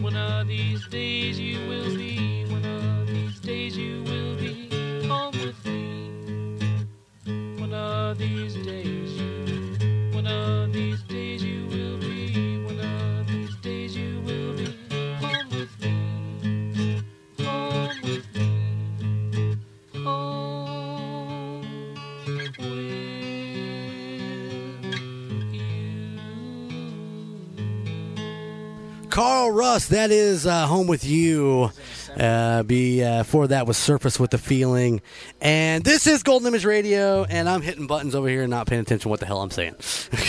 Speaker 12: one of these days you will be. One of these days you will be home with me. One of these days, you- one of these days you will be. One of these days you will be home with me. Home with me. Home.
Speaker 6: Carl Russ, that is uh, Home with You. Uh, before that was Surface with the Feeling. And this is Golden Image Radio, and I'm hitting buttons over here and not paying attention what the hell I'm saying.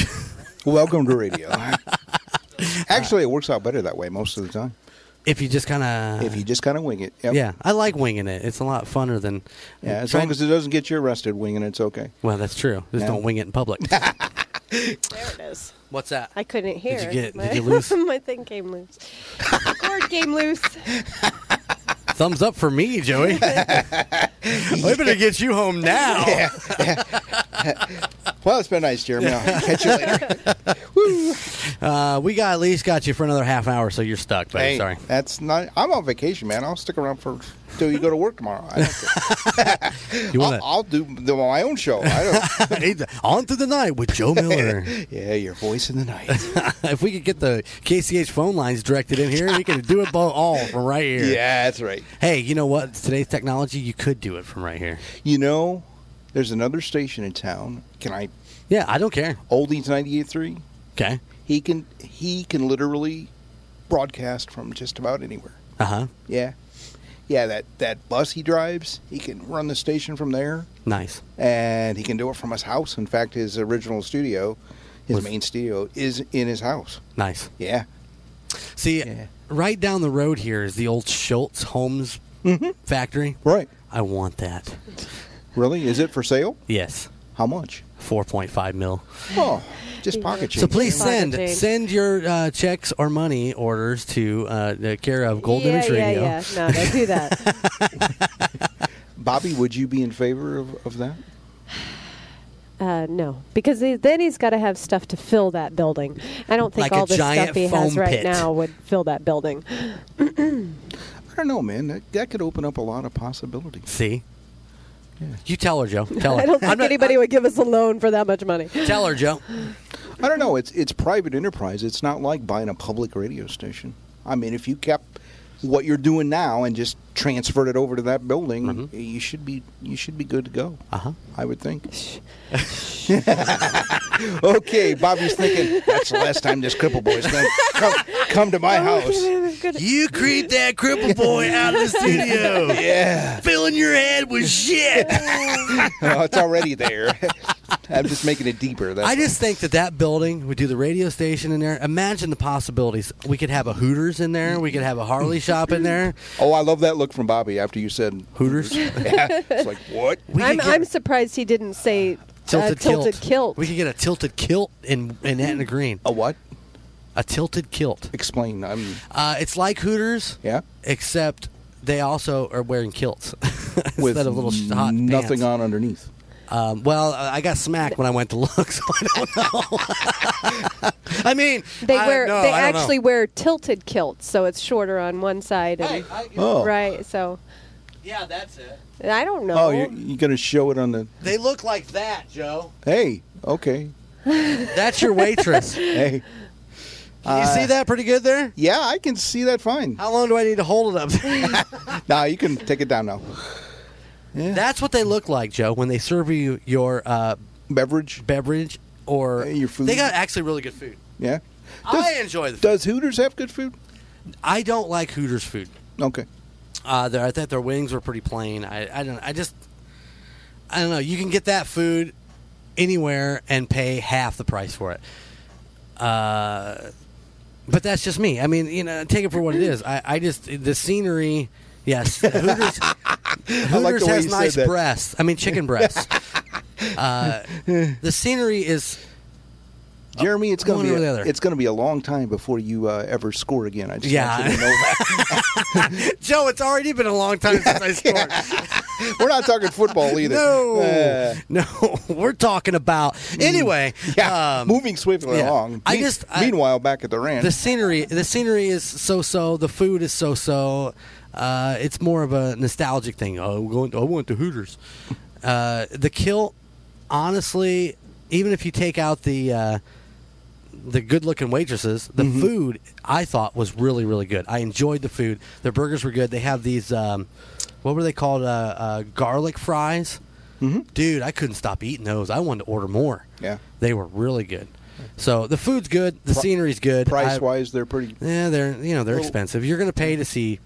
Speaker 9: Welcome to radio. Actually, it works out better that way most of the time.
Speaker 6: If you just kind of.
Speaker 9: If you just kind of wing it. Yep.
Speaker 6: Uh-huh. Yeah, I like winging it. It's a lot funner than.
Speaker 9: Yeah, as
Speaker 6: trying-
Speaker 9: long as it doesn't get you arrested, winging it's okay.
Speaker 6: Well, that's true. Just
Speaker 9: Yeah.
Speaker 6: don't wing it in public.
Speaker 10: There it is.
Speaker 6: What's that?
Speaker 10: I couldn't hear.
Speaker 6: you get- did
Speaker 10: My,
Speaker 6: you lose?
Speaker 10: my thing came loose. Cord came loose.
Speaker 6: Thumbs up for me, Joey. we better get you home now.
Speaker 9: well, it's been nice, Jeremy. I'll catch you later.
Speaker 6: Uh, we got at least got you for another half hour, so you're stuck. But
Speaker 9: Hey,
Speaker 6: sorry.
Speaker 9: That's not. I'm on vacation, man. I'll stick around for till you go to work tomorrow. I don't care.
Speaker 6: You wanna-
Speaker 9: I'll, I'll do the, my own show. I
Speaker 6: On through the night with Joe Miller.
Speaker 9: don't. yeah, your voice in the night.
Speaker 6: if we could get the KCH phone lines directed in here, we could do it bo- all from right here.
Speaker 9: Yeah, that's right.
Speaker 6: Hey, you know what? Today's technology, you could do it from right here.
Speaker 9: You know, there's another station in town. Can I?
Speaker 6: Yeah, I don't care.
Speaker 9: Oldies 98.3.
Speaker 6: Okay.
Speaker 9: He can. He can literally broadcast from just about anywhere.
Speaker 6: Uh huh.
Speaker 9: Yeah, yeah. That that bus he drives, he can run the station from there,
Speaker 6: Nice.
Speaker 9: and he can do it from his house. In fact, his original studio, his main studio, is in his house.
Speaker 6: Nice.
Speaker 9: Yeah,
Speaker 6: See, right down the road here is the old Schultz Homes factory.
Speaker 9: Mm-hmm. Right.
Speaker 6: I want that.
Speaker 9: really. Is it for sale?
Speaker 6: Yes.
Speaker 9: How much?
Speaker 6: 4.5 mil.
Speaker 9: Oh, just pocket change.
Speaker 6: So please
Speaker 10: Pocket
Speaker 6: send
Speaker 10: change.
Speaker 6: send your uh, checks or money orders to uh, the care of Gold
Speaker 10: yeah,
Speaker 6: Image
Speaker 10: yeah,
Speaker 6: Radio.
Speaker 10: yeah. Uh, No, don't do that.
Speaker 9: Bobby, would you be in favor of, of that?
Speaker 10: Uh, no, because he, then he's got to have stuff to fill that building. I don't think
Speaker 9: Like a
Speaker 10: all the
Speaker 9: giant
Speaker 10: stuff he has
Speaker 9: foam
Speaker 10: right
Speaker 9: pit.
Speaker 10: now would fill that building.
Speaker 9: I don't know, man. That, that could open up a lot of possibilities.
Speaker 6: See? You tell her, Joe. Tell
Speaker 10: I
Speaker 6: her.
Speaker 10: don't think anybody would give us a loan for that much money.
Speaker 6: Tell her, Joe.
Speaker 9: I don't know. It's it's private enterprise. It's not like buying a public radio station. I mean, if you kept what you're doing now and just transferred it over to that building,
Speaker 6: Mm-hmm.
Speaker 9: you should be you should be good to go. Uh
Speaker 6: Uh-huh.
Speaker 9: huh. I would think. okay, Bobby's thinking that's the last time this cripple boy's going to come, come to my house.
Speaker 3: You creep that cripple boy out of the studio.
Speaker 9: Yeah.
Speaker 3: Filling your head with shit.
Speaker 9: Oh, it's already there. I'm just making it deeper. That's
Speaker 6: I just think that that building, we do the radio station in there. Imagine the possibilities. We could have a Hooters in there. We could have a Harley shop in there.
Speaker 9: Oh, I love that look from Bobby after you said
Speaker 6: Hooters.
Speaker 9: yeah, it's like what?
Speaker 10: I'm, I'm surprised he didn't say
Speaker 6: Tilted,
Speaker 10: uh, tilted
Speaker 6: kilt.
Speaker 10: kilt. Mm-hmm.
Speaker 6: We could get a tilted kilt in in Etna Green.
Speaker 9: A what?
Speaker 6: A tilted kilt.
Speaker 9: Explain. I'm.
Speaker 6: Uh, it's like Hooters.
Speaker 9: Yeah.
Speaker 6: Except they also are wearing kilts instead of little sh- hot
Speaker 9: nothing
Speaker 6: pants.
Speaker 9: on underneath.
Speaker 6: Um, well, uh, I got smacked when I went to look, so I don't know. I mean,
Speaker 10: They
Speaker 6: I-
Speaker 10: wear
Speaker 6: no,
Speaker 10: they
Speaker 6: I don't know.
Speaker 10: actually wear tilted kilts, so it's shorter on one side. And,
Speaker 9: Oh.
Speaker 10: Right, so
Speaker 6: Yeah, that's it.
Speaker 10: I don't know.
Speaker 9: Oh, you're, you're going to show it on the.
Speaker 6: They look like that, Joe.
Speaker 9: Hey, okay.
Speaker 6: That's your waitress.
Speaker 9: Hey. Uh,
Speaker 6: Can you see that pretty good there?
Speaker 9: Yeah, I can see that fine.
Speaker 6: How long do I need to hold it up?
Speaker 9: Nah, you can take it down now.
Speaker 6: That's what they look like, Joe, when they serve you your uh,
Speaker 9: beverage,
Speaker 6: beverage, or
Speaker 9: your food.
Speaker 6: They got actually really good food.
Speaker 9: Yeah.
Speaker 6: I enjoy the. food.
Speaker 9: Does Hooters have good food?
Speaker 6: I don't like Hooters food.
Speaker 9: Okay.
Speaker 6: Uh, their- I thought their wings were pretty plain. I, I don't. I just. I don't know. You can get that food anywhere and pay half the price for it. Uh, but that's just me. I mean, you know, take it for what it is. I, I just the scenery. Yes, Hooters.
Speaker 9: I like
Speaker 6: Hooters
Speaker 9: the way
Speaker 6: has
Speaker 9: you said
Speaker 6: nice
Speaker 9: that.
Speaker 6: breasts. I mean, chicken breasts. uh, the scenery is.
Speaker 9: Jeremy, it's going
Speaker 6: one
Speaker 9: to be
Speaker 6: or the
Speaker 9: a,
Speaker 6: other.
Speaker 9: it's going to be a long time before you uh, ever score again. I just want you to know
Speaker 6: Yeah,
Speaker 9: that.
Speaker 6: Joe. It's already been a long time since I scored.
Speaker 9: We're not talking football either.
Speaker 6: No,
Speaker 9: Uh,
Speaker 6: no, we're talking about anyway.
Speaker 9: Mm. yeah,
Speaker 6: um,
Speaker 9: moving swiftly
Speaker 6: yeah.
Speaker 9: along.
Speaker 6: I
Speaker 9: Me-
Speaker 6: just- I-
Speaker 9: meanwhile back at the ranch.
Speaker 6: the scenery, the scenery is so-so. The food is so-so. Uh, it's more of a nostalgic thing. Oh, we're going. I went to Hooters. Uh, the kilt, honestly, even if you take out the uh, the good-looking waitresses, the
Speaker 9: Mm-hmm.
Speaker 6: food I thought was really, really good. I enjoyed the food. Their burgers were good. They have these, um, what were they called? Uh, uh, garlic fries. Dude, I couldn't stop eating those. I wanted to order more.
Speaker 9: Mm-hmm. yeah.
Speaker 6: They were really good. So the food's good, the scenery's good.
Speaker 9: Price
Speaker 6: I-
Speaker 9: wise, they're pretty
Speaker 6: yeah, they're you know they're
Speaker 9: Little-
Speaker 6: expensive. You're going to pay to see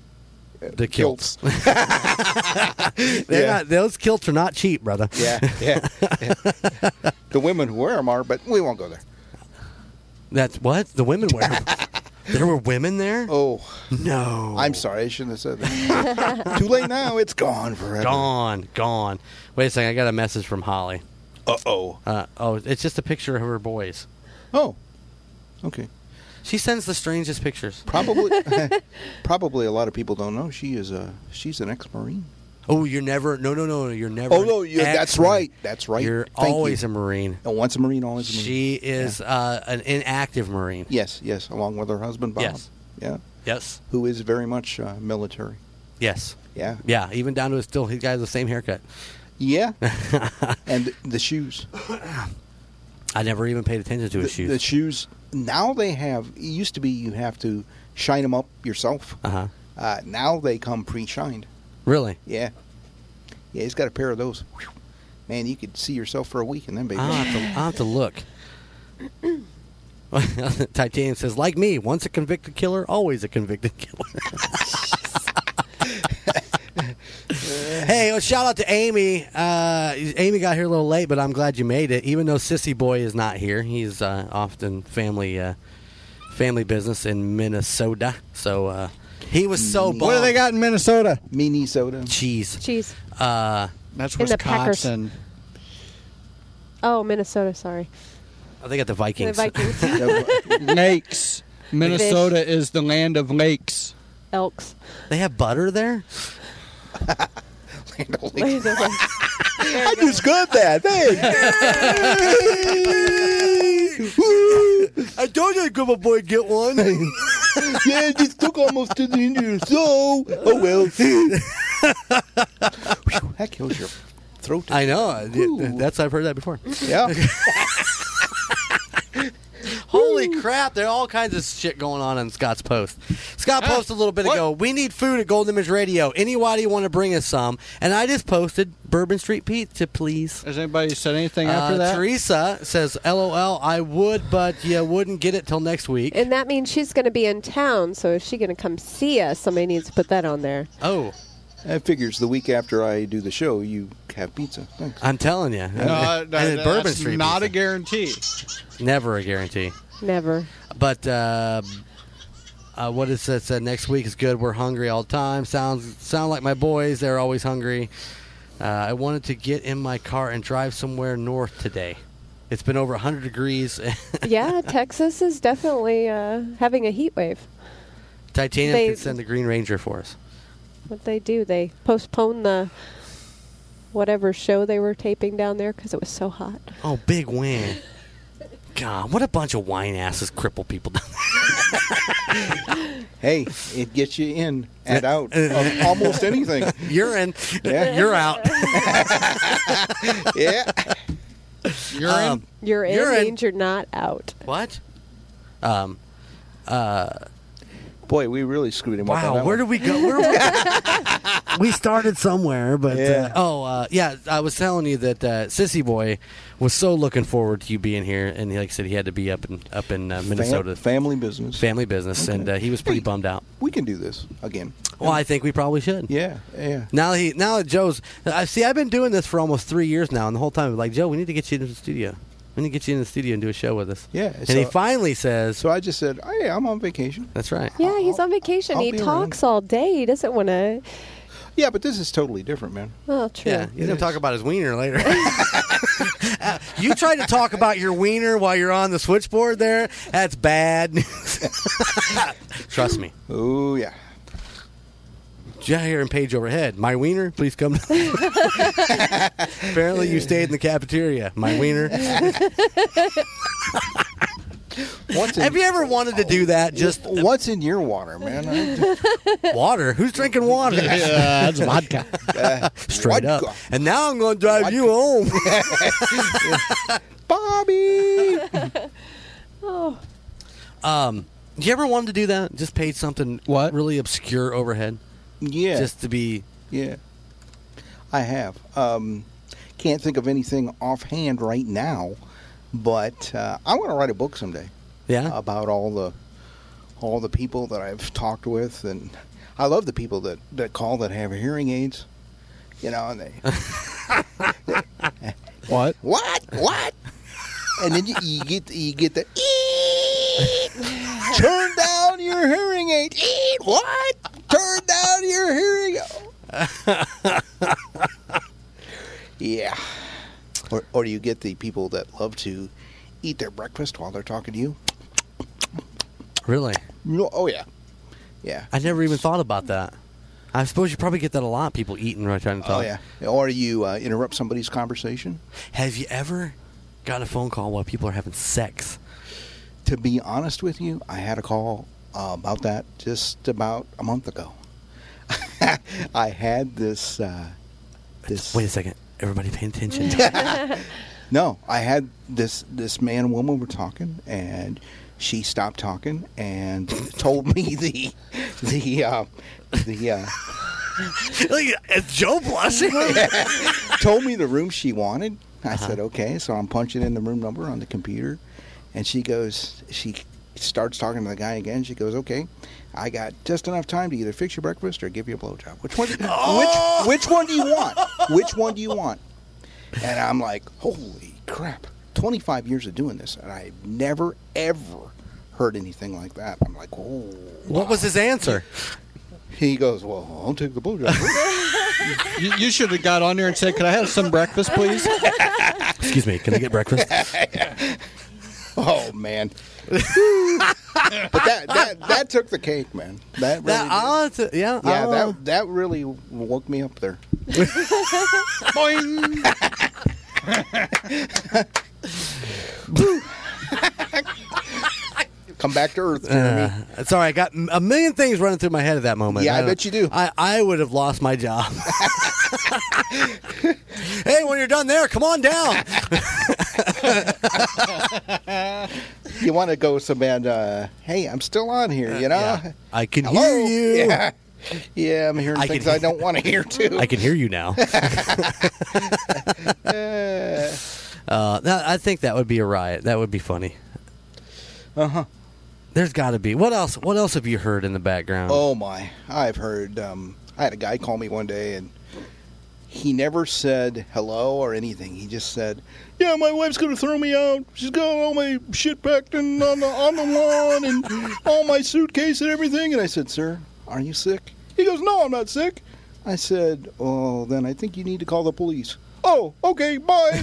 Speaker 6: the kilts.
Speaker 9: uh, kilts.
Speaker 6: They're
Speaker 9: Yeah.
Speaker 6: not, those kilts are not cheap, brother.
Speaker 9: yeah, yeah. yeah. the women who wear them are, but we won't go there.
Speaker 6: That's what the women wear. 'em. there were women there.
Speaker 9: Oh,
Speaker 6: No,
Speaker 9: I'm sorry. I shouldn't have said that. Too late now. It's gone forever.
Speaker 6: gone, gone. Wait a second, I got a message from Holly.
Speaker 9: Uh-oh.
Speaker 6: Uh, oh, it's just a picture of her boys.
Speaker 9: Oh. Okay.
Speaker 6: She sends the strangest pictures.
Speaker 9: Probably, probably a lot of people don't know she is a she's an ex-marine.
Speaker 6: Oh, you're never. No, no, no. You're never.
Speaker 9: Oh
Speaker 6: an
Speaker 9: no, yeah, that's
Speaker 6: ex-Marine.
Speaker 9: right. That's right.
Speaker 6: You're
Speaker 9: Thank
Speaker 6: always
Speaker 9: you.
Speaker 6: a marine.
Speaker 9: And Oh, once a marine, always a marine.
Speaker 6: She is uh, an inactive marine.
Speaker 9: yes, yes, along with her husband Bob.
Speaker 6: Yes.
Speaker 9: Yeah,
Speaker 6: Yes.
Speaker 9: who is very much uh, military.
Speaker 6: Yes.
Speaker 9: Yeah,
Speaker 6: Yeah, even down to his still, he got the same haircut.
Speaker 9: yeah, and the, the shoes.
Speaker 6: I never even paid attention to his
Speaker 9: the,
Speaker 6: shoes.
Speaker 9: The shoes now they have. It used to be you have to shine them up yourself.
Speaker 6: Uh-huh.
Speaker 9: Uh, Now they come pre-shined.
Speaker 6: really?
Speaker 9: Yeah, yeah. He's got a pair of those. Whew. Man, you could see yourself for a week and then baby.
Speaker 6: I'll have to, I'll have to look. Titanium says, like me, once a convicted killer, always a convicted killer. hey, well, shout out to Amy. Uh, Amy got here a little late, but I'm glad you made it. Even though Sissy Boy is not here, he's uh, often family uh, family business in Minnesota. So uh, he was so bummed.
Speaker 8: What do they got in Minnesota?
Speaker 9: Minnesota.
Speaker 6: Cheese.
Speaker 10: Cheese.
Speaker 6: Uh,
Speaker 8: That's
Speaker 10: In the Packers.
Speaker 8: Wisconsin.
Speaker 10: Oh, Minnesota, sorry.
Speaker 6: oh, they got the Vikings.
Speaker 10: The Vikings.
Speaker 8: lakes. Minnesota is the land of lakes.
Speaker 10: Elks.
Speaker 6: they have butter there.
Speaker 10: Land of Elks.
Speaker 9: I just got that. Thanks.
Speaker 6: I told you, Grandma Boy, get one.
Speaker 9: yeah, it just took almost to the end of your soul. Oh well. Whew, that kills your throat.
Speaker 6: I know. I- That's I've heard that before.
Speaker 9: Yeah.
Speaker 6: Holy crap! There are all kinds of shit going on in Scott's post. Scott posted a little bit ago. We need food at Golden Image Radio. Anybody want to bring us some? And I just posted Bourbon Street Pizza, please.
Speaker 8: Has anybody said anything after
Speaker 6: Uh,
Speaker 8: that?
Speaker 6: Teresa says, "LOL, I would, but you wouldn't get it till next week."
Speaker 10: And that means she's going to be in town, so is she going to come see us? Somebody needs to put that on there.
Speaker 6: Oh,
Speaker 9: That figures the week after I do the show, you have pizza. Thanks.
Speaker 6: I'm telling you,
Speaker 8: No, uh,
Speaker 6: and
Speaker 8: that-
Speaker 6: then Bourbon
Speaker 8: that's
Speaker 6: Street,
Speaker 8: not
Speaker 6: pizza.
Speaker 8: a guarantee.
Speaker 6: never a guarantee.
Speaker 10: Never.
Speaker 6: But uh, uh, what is that? Said next week is good. We're hungry all the time. Sounds sound like my boys. They're always hungry. Uh, I wanted to get in my car and drive somewhere north today. It's been over 100 degrees.
Speaker 10: yeah, Texas is definitely uh, having a heat wave.
Speaker 6: Titanium
Speaker 10: They-
Speaker 6: can send the Green Ranger for us.
Speaker 10: What they do, they postpone the whatever show they were taping down there because it was so hot.
Speaker 6: Oh, big win. God, what a bunch of wine asses cripple people down
Speaker 9: Hey, it gets you in and out of almost anything.
Speaker 6: there. You're in.
Speaker 9: Yeah.
Speaker 6: You're out.
Speaker 9: Yeah.
Speaker 8: You're
Speaker 6: Um,
Speaker 10: You're in
Speaker 6: You're in.
Speaker 10: means you're not out.
Speaker 6: what? Um, uh,
Speaker 9: Boy, we really screwed him up. on
Speaker 6: Wow,
Speaker 9: that
Speaker 6: where
Speaker 9: one.
Speaker 6: do we go? Where we-, we started somewhere, but
Speaker 9: Yeah.
Speaker 6: uh, oh uh, yeah, I was telling you that uh, Sissy Boy was so looking forward to you being here, and he, like I said, he had to be up in up in uh,
Speaker 9: Fam-
Speaker 6: Minnesota,
Speaker 9: family business.
Speaker 6: family business, and uh, he was pretty
Speaker 9: Hey.
Speaker 6: bummed out.
Speaker 9: we can do this again.
Speaker 6: Well, I think we probably should.
Speaker 9: Yeah, yeah.
Speaker 6: Now he now that Joe's, uh, I see. I've been doing this for almost three years now, and the whole time like Joe, we need to get you into the studio. We need to get you in the studio and do a show with us.
Speaker 9: Yeah,
Speaker 6: and
Speaker 9: so-
Speaker 6: he finally says,
Speaker 9: So I just said, "Hey, Oh, I'm on vacation."
Speaker 6: "That's right."
Speaker 10: Yeah, he's on vacation.
Speaker 9: I'll
Speaker 10: he
Speaker 9: be
Speaker 10: talks all day. He doesn't want to.
Speaker 9: Yeah, but this is totally different, man.
Speaker 10: Well, true.
Speaker 6: Yeah, he's gonna talk about his wiener later. Uh, you try to talk about your wiener while you're on the switchboard there. That's bad news. Trust me.
Speaker 9: Oh yeah.
Speaker 6: Jair and Paige overhead. My wiener, please come. down." Apparently, you stayed in the cafeteria. My wiener.
Speaker 9: What's in,
Speaker 6: Have you ever wanted to do that? Just
Speaker 9: what's in your water, man? I just-
Speaker 6: water. Who's drinking water?
Speaker 8: Yeah, that's vodka.
Speaker 9: uh,
Speaker 6: Straight up.
Speaker 9: vodka.
Speaker 6: And now I'm going to drive you home.
Speaker 9: Bobby.
Speaker 10: Oh,
Speaker 6: um, do you ever want to do that? Just page something
Speaker 8: What?
Speaker 6: really obscure overhead,
Speaker 9: yeah,
Speaker 6: just to be
Speaker 9: yeah. I have. Um, can't think of anything offhand right now, but uh, I want to write a book someday.
Speaker 6: yeah.
Speaker 9: about all the all the people that I've talked with, and I love the people that that call that have hearing aids. You know, and they
Speaker 8: what?
Speaker 9: what what, and then you, you get you get the "Eek! turn down your hearing aid. Eek! What? Turn down your hearing. yeah, or or you get the people that love to eat their breakfast while they're talking to you.
Speaker 6: Really?
Speaker 9: No, oh yeah, yeah.
Speaker 6: I never even thought about that. I suppose you probably get that a lot. People eating right trying to talk.
Speaker 9: Oh yeah. Or you uh, interrupt somebody's conversation.
Speaker 6: Have you ever gotten a phone call while people are having sex?
Speaker 9: To be honest with you, I had a call uh, about that just about a month ago. I had this. Uh, this
Speaker 6: Wait a second. Everybody, pay attention.
Speaker 9: no, I had this. This man and woman were talking, and she stopped talking and told me the the uh, the. Uh,
Speaker 6: it's Joe blushing.
Speaker 9: told me the room she wanted. I
Speaker 6: Uh-huh.
Speaker 9: said, okay. So I'm punching in the room number on the computer. And she goes, she starts talking to the guy again. She goes, okay, I got just enough time to either fix your breakfast or give you a blowjob. Which one?
Speaker 6: Oh!
Speaker 9: Which which one do you want? Which one do you want? And I'm like, holy crap! 25 years of doing this, and I've never ever heard anything like that. I'm like, oh.
Speaker 6: what was his answer?
Speaker 9: He goes, well, I'll take the blowjob.
Speaker 8: You, you should have got on there and said, "Could I have some breakfast, please?"
Speaker 6: Excuse me. Can I get breakfast?
Speaker 9: Oh man. but that, that that took the cake, man. That really
Speaker 6: that,
Speaker 9: did.
Speaker 6: oh, it's a- yeah.
Speaker 9: Yeah,
Speaker 6: oh.
Speaker 9: that that really woke me up there. Come back to earth, Jeremy.
Speaker 6: Uh, sorry, I got m- a million things running through my head at that moment.
Speaker 9: Yeah, I
Speaker 6: don't-
Speaker 9: bet you do.
Speaker 6: I, I would have lost my job. hey, when you're done there, come on down. Uh.
Speaker 9: you want to go so bad? Uh, hey, I'm still on here. You know,
Speaker 6: Uh, I can
Speaker 9: Hello?
Speaker 6: hear you.
Speaker 9: Yeah, yeah, I'm hearing
Speaker 6: I can
Speaker 9: things I don't want to hear too.
Speaker 6: I can hear you now.
Speaker 9: Uh
Speaker 6: Uh, that, I think that would be a riot. That would be funny.
Speaker 9: huh.
Speaker 6: There's got to be. What else? What else have you heard in the background?
Speaker 9: Oh my! I've heard. Um, I had a guy call me one day, and he never said hello or anything. He just said, "Yeah, my wife's gonna throw me out. She's got all my shit packed and on the on the lawn and all my suitcase and everything." And I said, "Sir, are you sick?" He goes, "No, I'm not sick." I said, "Oh, then I think you need to call the police." Oh, okay, bye.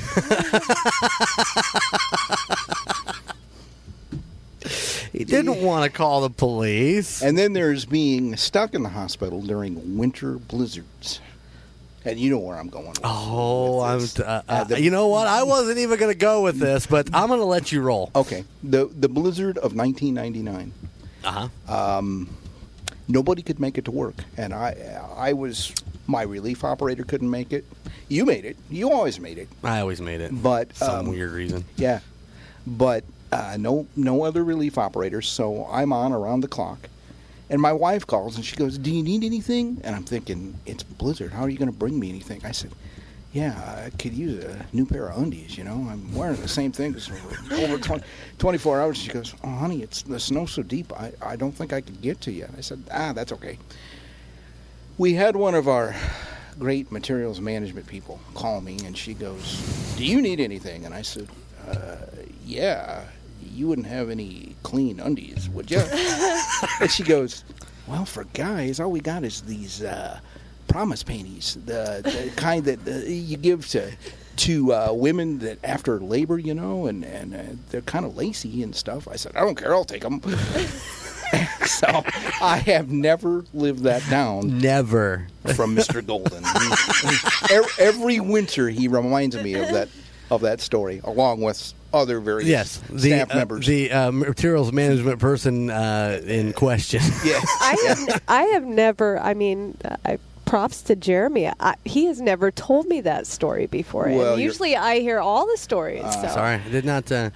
Speaker 6: he didn't want to call the police.
Speaker 9: And then there's being stuck in the hospital during winter blizzards. And you know where I'm going. with-
Speaker 6: Oh, I'm.
Speaker 9: with this.
Speaker 6: Uh,
Speaker 9: Uh,
Speaker 6: uh,
Speaker 9: the-
Speaker 6: you know what? I wasn't even going to go with this, but I'm going to let you roll.
Speaker 9: Okay, the the blizzard of 1999.
Speaker 6: Uh
Speaker 9: Um, nobody could make it to work, and I I was my relief operator couldn't make it. You made it. You always made it.
Speaker 6: I always made it.
Speaker 9: But,
Speaker 6: some
Speaker 9: um,
Speaker 6: weird reason.
Speaker 9: Yeah, but uh, no no other relief operators, so I'm on around the clock. And my wife calls and she goes, "Do you need anything?" And I'm thinking, "It's blizzard. How are you going to bring me anything?" I said, "Yeah, I could use a new pair of undies. You know, I'm wearing the same things for over 20, 24 hours." She goes, "Oh, honey, it's the snow's so deep. I, I don't think I could get to you." I said, "Ah, that's okay." we had one of our great materials management people call me and she goes do you need anything and i said uh, yeah you wouldn't have any clean undies would you and she goes well for guys all we got is these uh, promise panties the, the kind that uh, you give to to uh, women that after labor you know and, and uh, they're kind of lacy and stuff i said i don't care i'll take them so i have never lived that down
Speaker 6: Never.
Speaker 9: from Mr. Golden. every, every winter, he reminds me of that of that story, along with other various
Speaker 6: Yes, the
Speaker 9: staff
Speaker 6: uh,
Speaker 9: members.
Speaker 6: the uh, materials management person uh, in question.
Speaker 9: yeah,
Speaker 10: I have, I have never. I mean, I, props to Jeremy. I, he has never told me that story before.
Speaker 9: Well,
Speaker 10: and
Speaker 9: you're-
Speaker 10: usually, I hear all the stories. so.
Speaker 6: Uh, Sorry, I did not. Uh,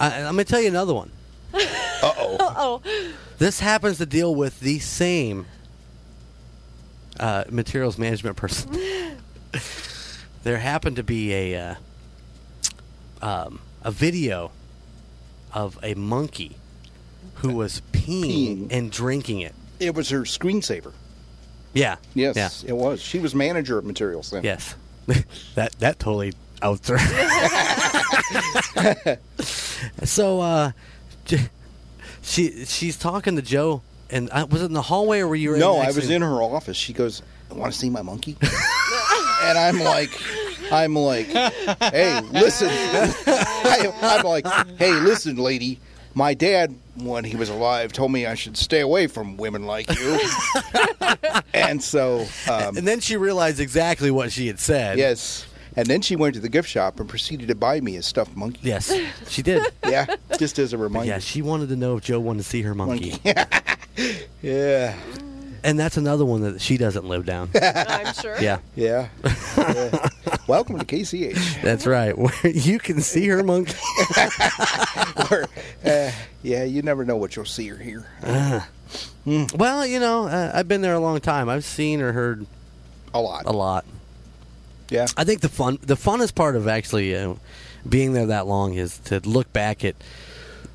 Speaker 6: I, I'm going to tell you another one.
Speaker 10: Oh,
Speaker 6: This happens to deal with the same uh, materials management person. there happened to be a uh, um, a video of a monkey who was peeing,
Speaker 9: Peeing.
Speaker 6: and drinking it.
Speaker 9: it was her screensaver.
Speaker 6: Yeah.
Speaker 9: Yes,
Speaker 6: Yeah.
Speaker 9: it was. She was manager of materials then.
Speaker 6: Yes. that that totally out there. so uh, j- she she's talking to Joe, and I, was it in the hallway or were you?
Speaker 9: No,
Speaker 6: next
Speaker 9: I was
Speaker 6: to-
Speaker 9: in her office. She goes, "I want to see my monkey," and I'm like, "I'm like, hey, listen." I, I'm like, "Hey, listen, lady." My dad, when he was alive, told me I should stay away from women like you. and so, um,
Speaker 6: And then she realized exactly what she had said.
Speaker 9: yes. And then she went to the gift shop and proceeded to buy me a stuffed monkey.
Speaker 6: Yes, she did.
Speaker 9: Yeah, just as a reminder.
Speaker 6: yeah, she wanted to know if Joe wanted to see her monkey.
Speaker 9: Yeah,
Speaker 6: And that's another one that she doesn't live down.
Speaker 10: I'm sure.
Speaker 6: yeah,
Speaker 9: yeah. yeah. Welcome to KCH.
Speaker 6: that's right. Where you can see her monkey.
Speaker 9: or, uh, yeah, you never know what you'll see or hear.
Speaker 6: Uh-huh. Ah. Well, you know, uh, I've been there a long time. I've seen or heard
Speaker 9: A lot.
Speaker 6: a lot.
Speaker 9: Yeah.
Speaker 6: I think the fun, the funnest part of actually uh, being there that long is to look back at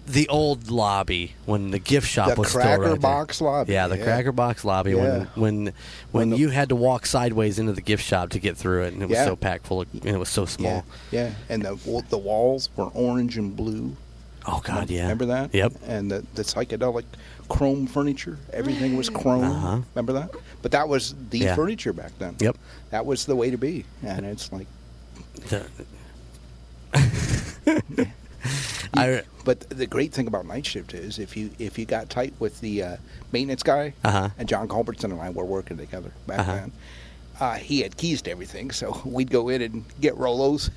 Speaker 6: the old lobby when the gift shop
Speaker 9: The
Speaker 6: was still
Speaker 9: Cracker
Speaker 6: right there.
Speaker 9: Box lobby,
Speaker 6: Yeah, the
Speaker 9: yeah.
Speaker 6: Cracker Box lobby
Speaker 9: Yeah.
Speaker 6: when when when, you had to walk sideways into the gift shop to get through it, and it was
Speaker 9: Yeah.
Speaker 6: so packed full of, and it was so small.
Speaker 9: Yeah. Yeah. And the wa- the walls were orange and blue.
Speaker 6: Oh God, yeah.
Speaker 9: Remember that?
Speaker 6: Yep.
Speaker 9: And the, the psychedelic chrome furniture. Everything was chrome.
Speaker 6: Uh-huh.
Speaker 9: Remember that? But that was the
Speaker 6: Yeah.
Speaker 9: furniture back then.
Speaker 6: Yep.
Speaker 9: That was the way to be. And it's like,
Speaker 6: The- I
Speaker 9: but the great thing about night shift is if you if you got tight with the uh, maintenance guy
Speaker 6: Uh-huh.
Speaker 9: and John Culbertson and I were working together back
Speaker 6: Uh-huh.
Speaker 9: then, uh, he had keys to everything, so we'd go in and get Rolos,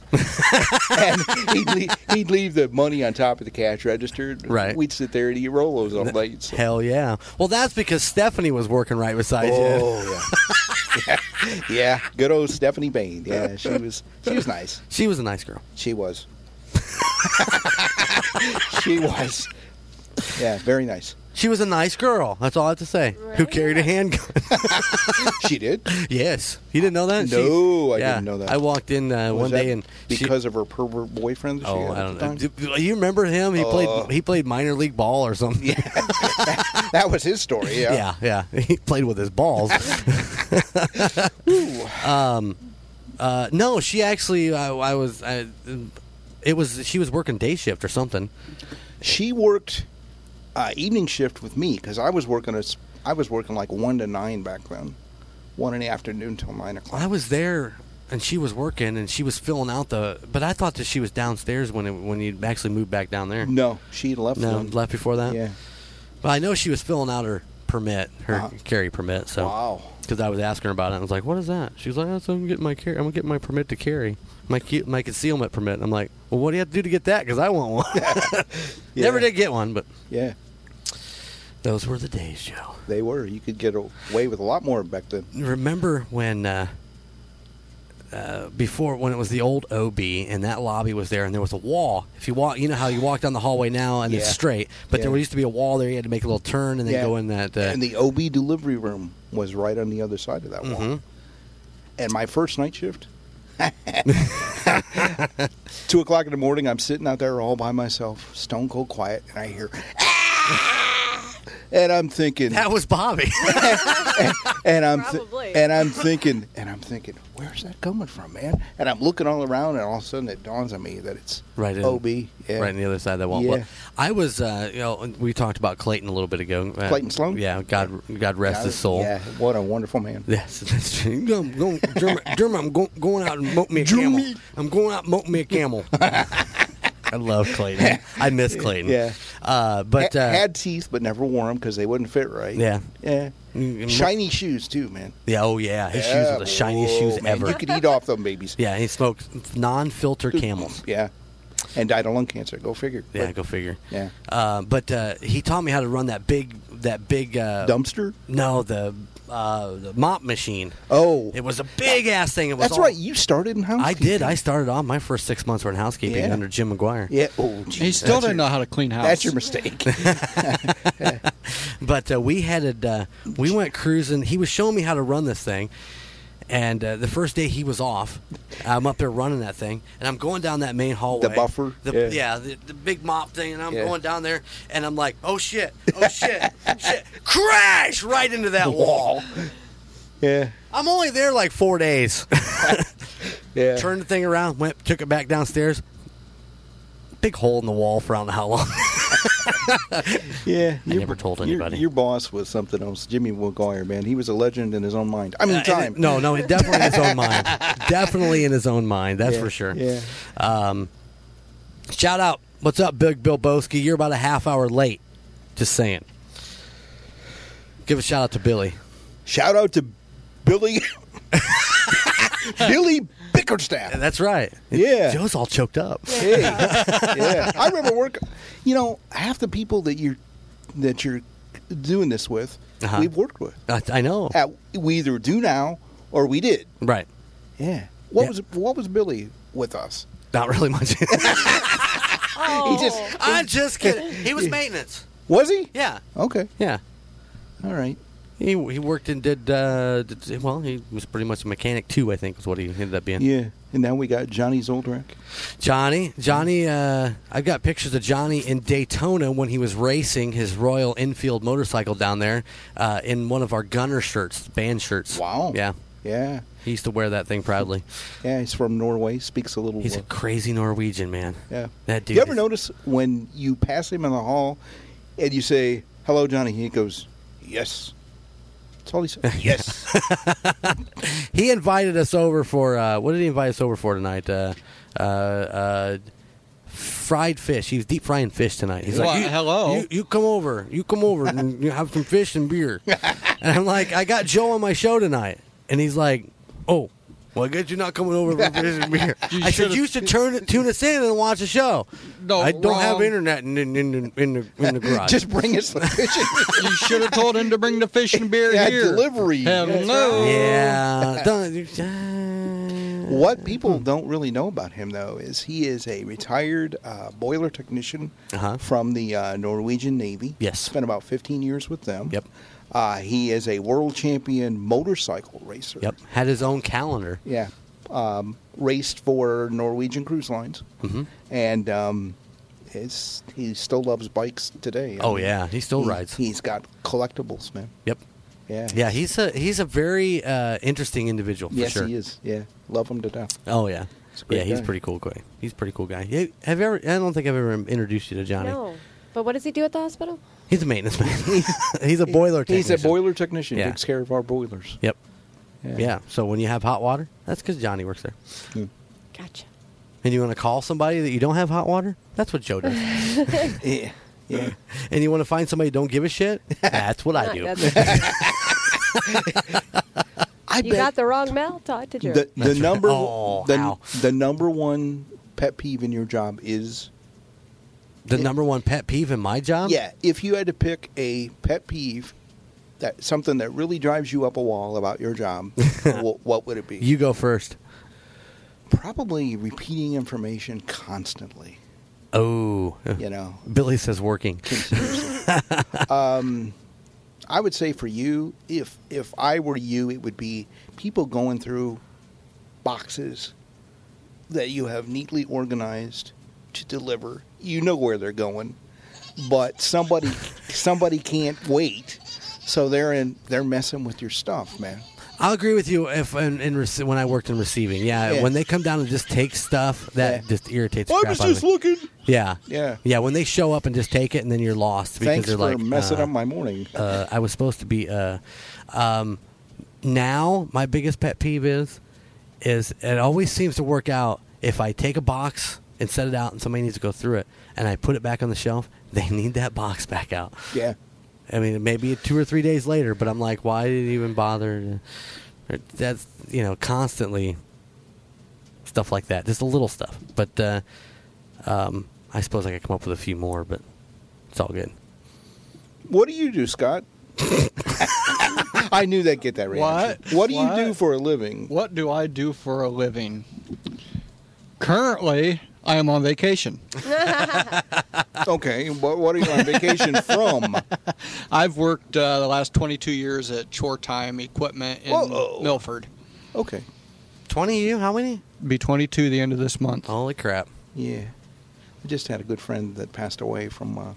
Speaker 9: and he'd leave, he'd leave the money on top of the cash register.
Speaker 6: Right.
Speaker 9: We'd sit there and eat Rolos all night. So.
Speaker 6: Hell yeah. Well, that's because Stephanie was working right beside you.
Speaker 9: Oh yeah. yeah, yeah. Good old Stephanie Bain. Yeah, she was. She was nice.
Speaker 6: She was a nice girl.
Speaker 9: She was. she was. Yeah, very nice.
Speaker 6: She was a nice girl. That's all I have to say. Who carried a handgun?
Speaker 9: she did.
Speaker 6: Yes. You didn't know that? She-
Speaker 9: No, I
Speaker 6: Yeah.
Speaker 9: didn't know that.
Speaker 6: I walked in uh,
Speaker 9: Was
Speaker 6: one
Speaker 9: that
Speaker 6: day and she-
Speaker 9: because of her pervert boyfriend. that she
Speaker 6: Oh,
Speaker 9: had
Speaker 6: I
Speaker 9: at
Speaker 6: don't
Speaker 9: the
Speaker 6: know.
Speaker 9: time?
Speaker 6: Do- You remember him? He
Speaker 9: Uh.
Speaker 6: played he played minor league ball or something.
Speaker 9: Yeah. That was his story. Yeah.
Speaker 6: yeah, yeah. He played with his balls. um, uh, no, she actually. I, I was. I, it was. She was working day shift or something.
Speaker 9: She worked uh, evening shift with me because I was working a s I was working like one to nine back then, one in the afternoon till nine o'clock.
Speaker 6: I was there, and she was working, and she was filling out the. But I thought that she was downstairs when it, when you actually moved back down there.
Speaker 9: No, she left.
Speaker 6: no,
Speaker 9: then.
Speaker 6: left before that.
Speaker 9: Yeah.
Speaker 6: But I know she was filling out her permit, her
Speaker 9: Uh-huh.
Speaker 6: carry permit. So
Speaker 9: Wow.
Speaker 6: Because I was asking her about it, I was like, "What is that?" She was like, "That's I'm getting my carry. I'm getting my permit to carry, my cu- my concealment permit." And I'm like, "Well, what do you have to do to get that? Because I want one. Never did get one, but
Speaker 9: Yeah,
Speaker 6: those were the days, Joe.
Speaker 9: they were. You could get away with a lot more back then.
Speaker 6: Remember when?" Uh, uh, before when it was the old OB and that lobby was there and there was a wall. If you walk, you know how you walk down the hallway now and it's
Speaker 9: Yeah.
Speaker 6: straight, but
Speaker 9: Yeah.
Speaker 6: there used to be a wall there. You had to make a little turn and then
Speaker 9: Yeah.
Speaker 6: go in that. Uh,
Speaker 9: and the OB delivery room was right on the other side of that
Speaker 6: mm-hmm,
Speaker 9: wall. And my first night shift, two o'clock in the morning, I'm sitting out there all by myself, stone cold quiet, and I hear, "Ah!" and I'm thinking,
Speaker 6: that was Bobby.
Speaker 9: and I'm thi-
Speaker 10: Probably.
Speaker 9: and I'm thinking, and I'm thinking, where's that coming from, man? And I'm looking all around, and all of a sudden it dawns on me that it's
Speaker 6: Right in-
Speaker 9: OB, yeah.
Speaker 6: right on the other side of that wall.
Speaker 9: Yeah.
Speaker 6: Well, I was, uh, you know, we talked about Clayton a little bit ago. Uh,
Speaker 9: Clayton Sloan?
Speaker 6: Yeah, God, God rest his soul.
Speaker 9: Yeah, what a wonderful man.
Speaker 6: Yes, that's true. I'm going, Dermot, Dermot, I'm go, going out and mope me a camel. I'm going out and mope me a camel. I love Clayton. I miss Clayton.
Speaker 9: Yeah.
Speaker 6: Uh, but
Speaker 9: Ha-
Speaker 6: uh,
Speaker 9: had teeth, but never wore them because they wouldn't fit right.
Speaker 6: Yeah.
Speaker 9: yeah.
Speaker 6: Mm, mm,
Speaker 9: Shiny shoes too, man.
Speaker 6: yeah, oh yeah, his shoes
Speaker 9: Yeah,
Speaker 6: were the shiniest
Speaker 9: whoa,
Speaker 6: shoes
Speaker 9: man,
Speaker 6: ever.
Speaker 9: You could eat off them babies.
Speaker 6: yeah, he smoked non-filter camels.
Speaker 9: Yeah, and died of lung cancer. Go figure.
Speaker 6: Yeah,
Speaker 9: But-
Speaker 6: go figure.
Speaker 9: Yeah.
Speaker 6: Uh, but uh, he taught me how to run that big, that big uh,
Speaker 9: Dumpster.
Speaker 6: No, the uh, the mop machine.
Speaker 9: Oh,
Speaker 6: It was a big ass thing. It was
Speaker 9: that's
Speaker 6: all-
Speaker 9: right. You started in house.
Speaker 6: I did. I started off my first six months were in housekeeping
Speaker 9: Yeah.
Speaker 6: under Jim McGuire.
Speaker 9: Yeah. Oh, geez.
Speaker 8: He still
Speaker 9: that's
Speaker 8: didn't
Speaker 9: your,
Speaker 8: know how to clean house.
Speaker 9: That's your mistake.
Speaker 6: But uh, we had uh, we went cruising. He was showing me how to run this thing, and uh, the first day he was off, I'm up there running that thing, and I'm going down that main hallway,
Speaker 9: The buffer?
Speaker 6: the,
Speaker 9: Yeah.
Speaker 6: yeah, the, the big mop thing, and I'm
Speaker 9: Yeah.
Speaker 6: going down there, and I'm like, oh shit, oh shit, shit, crash right into that wall.
Speaker 9: yeah.
Speaker 6: I'm only there like four days.
Speaker 9: Yeah.
Speaker 6: Turned the thing around, went, took it back downstairs. Big hole in the wall for I don't know how long.
Speaker 9: Yeah,
Speaker 6: I
Speaker 9: your-
Speaker 6: never told
Speaker 9: your-
Speaker 6: anybody.
Speaker 9: Your, boss was something else, Jimmy McGuire, man. He was a legend in his own mind. I mean,
Speaker 6: Uh,
Speaker 9: time.
Speaker 6: and- no, no, it definitely in his own mind. Definitely in his own mind. That's
Speaker 9: Yeah,
Speaker 6: for sure.
Speaker 9: yeah.
Speaker 6: Um, shout out. What's up, Big Bill Boski? You're about a half hour late. Just saying. Give a shout out to Billy.
Speaker 9: Shout out to Billy. Billy Bickerstaff.
Speaker 6: That's right.
Speaker 9: Yeah.
Speaker 6: Joe's all choked up.
Speaker 9: Hey, yeah. I remember work. You know, half the people that you're that you're doing this with,
Speaker 6: Uh-huh.
Speaker 9: we've worked with.
Speaker 6: I, I know.
Speaker 9: Uh, we either do now or we did.
Speaker 6: Right.
Speaker 9: Yeah. What
Speaker 6: Yeah.
Speaker 9: was what was Billy with us?
Speaker 6: Not really much.
Speaker 10: Oh.
Speaker 9: He just
Speaker 6: I'm just kidding. He was maintenance.
Speaker 9: was he?
Speaker 6: Yeah.
Speaker 9: Okay.
Speaker 6: Yeah.
Speaker 9: All right.
Speaker 6: He, he worked and did, uh, did- well. He was pretty much a mechanic too. I think is what he ended up being.
Speaker 9: Yeah. And now we got Johnny Zoldrak.
Speaker 6: Johnny, Johnny, uh, I've got pictures of Johnny in Daytona when he was racing his Royal Enfield motorcycle down there uh, in one of our gunner shirts, band shirts.
Speaker 9: Wow.
Speaker 6: Yeah,
Speaker 9: Yeah.
Speaker 6: he used to wear that thing proudly.
Speaker 9: Yeah, he's from Norway. Speaks a little.
Speaker 6: He's a
Speaker 9: uh,
Speaker 6: crazy Norwegian man.
Speaker 9: yeah.
Speaker 6: that dude.
Speaker 9: You ever
Speaker 6: is-
Speaker 9: notice when you pass him in the hall, and you say "Hello, Johnny," he goes, "Yes." That's all he says. yes.
Speaker 6: He invited us over for uh, what did he invite us over for tonight? Uh, uh, uh, fried fish. He was deep frying fish tonight. He's
Speaker 8: Well,
Speaker 6: like, you,
Speaker 8: hello.
Speaker 6: you, you come over, you come over, and you have some fish and beer." and I'm like, "I got Joe on my show tonight," and he's like, "Oh, well, I guess you're not coming over for business beer."
Speaker 3: You
Speaker 6: I said,
Speaker 3: should've-
Speaker 6: "You should turn tune us in and watch the show." No, I don't have internet in in in, the- in the in the garage.
Speaker 8: Just
Speaker 9: bring us the fish.
Speaker 8: you should have told him to bring the fish and beer
Speaker 9: Yeah,
Speaker 8: here.
Speaker 9: delivery.
Speaker 8: Hell
Speaker 9: That's
Speaker 8: no.
Speaker 9: right.
Speaker 6: Yeah,
Speaker 9: What people don't really know about him, though, is he is a retired uh, boiler technician
Speaker 6: Uh-huh.
Speaker 9: from the uh, Norwegian Navy. Yes. Spent about 15 years with them. Yep. Uh, he is a world champion motorcycle racer.
Speaker 6: Yep. Had his own calendar.
Speaker 9: Yeah. Um, raced for Norwegian Cruise Lines.
Speaker 6: Mhm.
Speaker 9: And um, his, he still loves bikes today.
Speaker 6: Oh, yeah. He still rides.
Speaker 9: He's got collectibles, man.
Speaker 6: Yep.
Speaker 9: Yeah.
Speaker 6: Yeah, he's a he's a very uh, interesting individual for
Speaker 9: yes,
Speaker 6: sure.
Speaker 9: he is. Yeah. Love him to death.
Speaker 6: Oh yeah,
Speaker 9: a great
Speaker 6: yeah, he's
Speaker 9: guy.
Speaker 6: pretty cool guy. He's a pretty cool guy. Yeah, Have you ever? I don't think I've ever introduced you to Johnny.
Speaker 10: No. But what does he do at the hospital?
Speaker 6: He's a maintenance man. he's a boiler.
Speaker 9: He's
Speaker 6: technician.
Speaker 9: a boiler technician.
Speaker 6: Yeah.
Speaker 9: Takes care of our boilers.
Speaker 6: Yep.
Speaker 9: Yeah. Hmm.
Speaker 6: Yeah. So when you have hot water, that's because Johnny works there.
Speaker 10: Gotcha.
Speaker 6: And you want to call somebody that you don't have hot water? That's what Joe does.
Speaker 9: yeah. Yeah.
Speaker 6: And you want to find somebody who don't give a shit? That's what I do.
Speaker 10: you got the wrong mouth. Talk to Joe.
Speaker 9: the, the number
Speaker 6: Oh,
Speaker 9: the,
Speaker 6: how?
Speaker 9: the number one pet peeve in your job is
Speaker 6: the number one pet peeve in my job
Speaker 9: yeah if you had to pick a pet peeve that something that really drives you up a wall about your job what, what would it be
Speaker 6: You go first.
Speaker 9: probably repeating information constantly
Speaker 6: Oh,
Speaker 9: you know
Speaker 6: Billy says working.
Speaker 9: um, I would say for you, if if I were you, it would be people going through boxes that you have neatly organized to deliver. You know where they're going, but somebody somebody can't wait, so they're in they're messing with your stuff, man.
Speaker 6: I'll agree with you if in, in rece- when I worked in receiving. Yeah,
Speaker 9: Yeah.
Speaker 6: when they come down and just take stuff that just irritates. the crap out of me.
Speaker 9: looking.
Speaker 6: Yeah.
Speaker 9: Yeah.
Speaker 6: Yeah, when they show up and just take it and then you're lost because
Speaker 9: Thanks
Speaker 6: they're
Speaker 9: for
Speaker 6: like
Speaker 9: messing
Speaker 6: uh,
Speaker 9: up my morning.
Speaker 6: uh, I was supposed to be uh, um, now my biggest pet peeve is is it always seems to work out if I take a box and set it out and somebody needs to go through it and I put it back on the shelf, they need that box back out.
Speaker 9: Yeah.
Speaker 6: I mean, maybe two or three days later, but I'm like, why did you even bother? to- or That's you know, constantly stuff like that, just the little stuff. But uh, um, I suppose I could come up with a few more, but it's all good.
Speaker 9: What do you do, Scott? I knew they'd get that reaction.
Speaker 8: What?
Speaker 9: What do
Speaker 8: What?
Speaker 9: you do for a living?
Speaker 8: What do I do for a living? Currently, I am on vacation.
Speaker 9: okay, what, what are you on vacation from?
Speaker 8: I've worked uh, the last 22 years at Chore Time Equipment in
Speaker 9: Whoa.
Speaker 8: Milford.
Speaker 9: Okay.
Speaker 6: 20 you? How many?
Speaker 8: Be 22 the end of this month.
Speaker 6: Holy crap.
Speaker 9: Yeah. I just had a good friend that passed away from. Uh,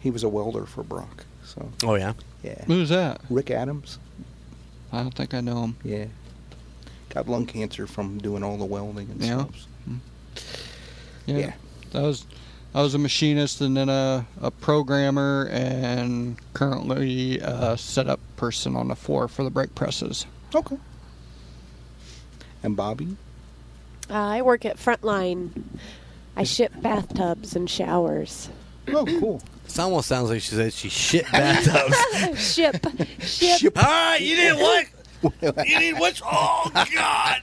Speaker 9: he was a welder for Brock. So
Speaker 6: Oh yeah.
Speaker 9: yeah,
Speaker 8: Who's that?
Speaker 9: Rick Adams.
Speaker 8: I don't think I know him.
Speaker 9: Yeah, got lung cancer from doing all the welding and
Speaker 8: Yeah.
Speaker 9: stuff.
Speaker 8: Mm-hmm. Yeah.
Speaker 9: Yeah.
Speaker 8: I was I was a machinist and then a, a programmer and currently a setup person on the floor for the brake presses.
Speaker 9: Okay. And Bobby,
Speaker 10: Uh, I work at Frontline. I ship bathtubs and showers.
Speaker 9: Oh, cool.
Speaker 6: It almost sounds like she said she shit bathtubs.
Speaker 10: ship. Ship.
Speaker 3: All right, you did what? you did what's? Oh God!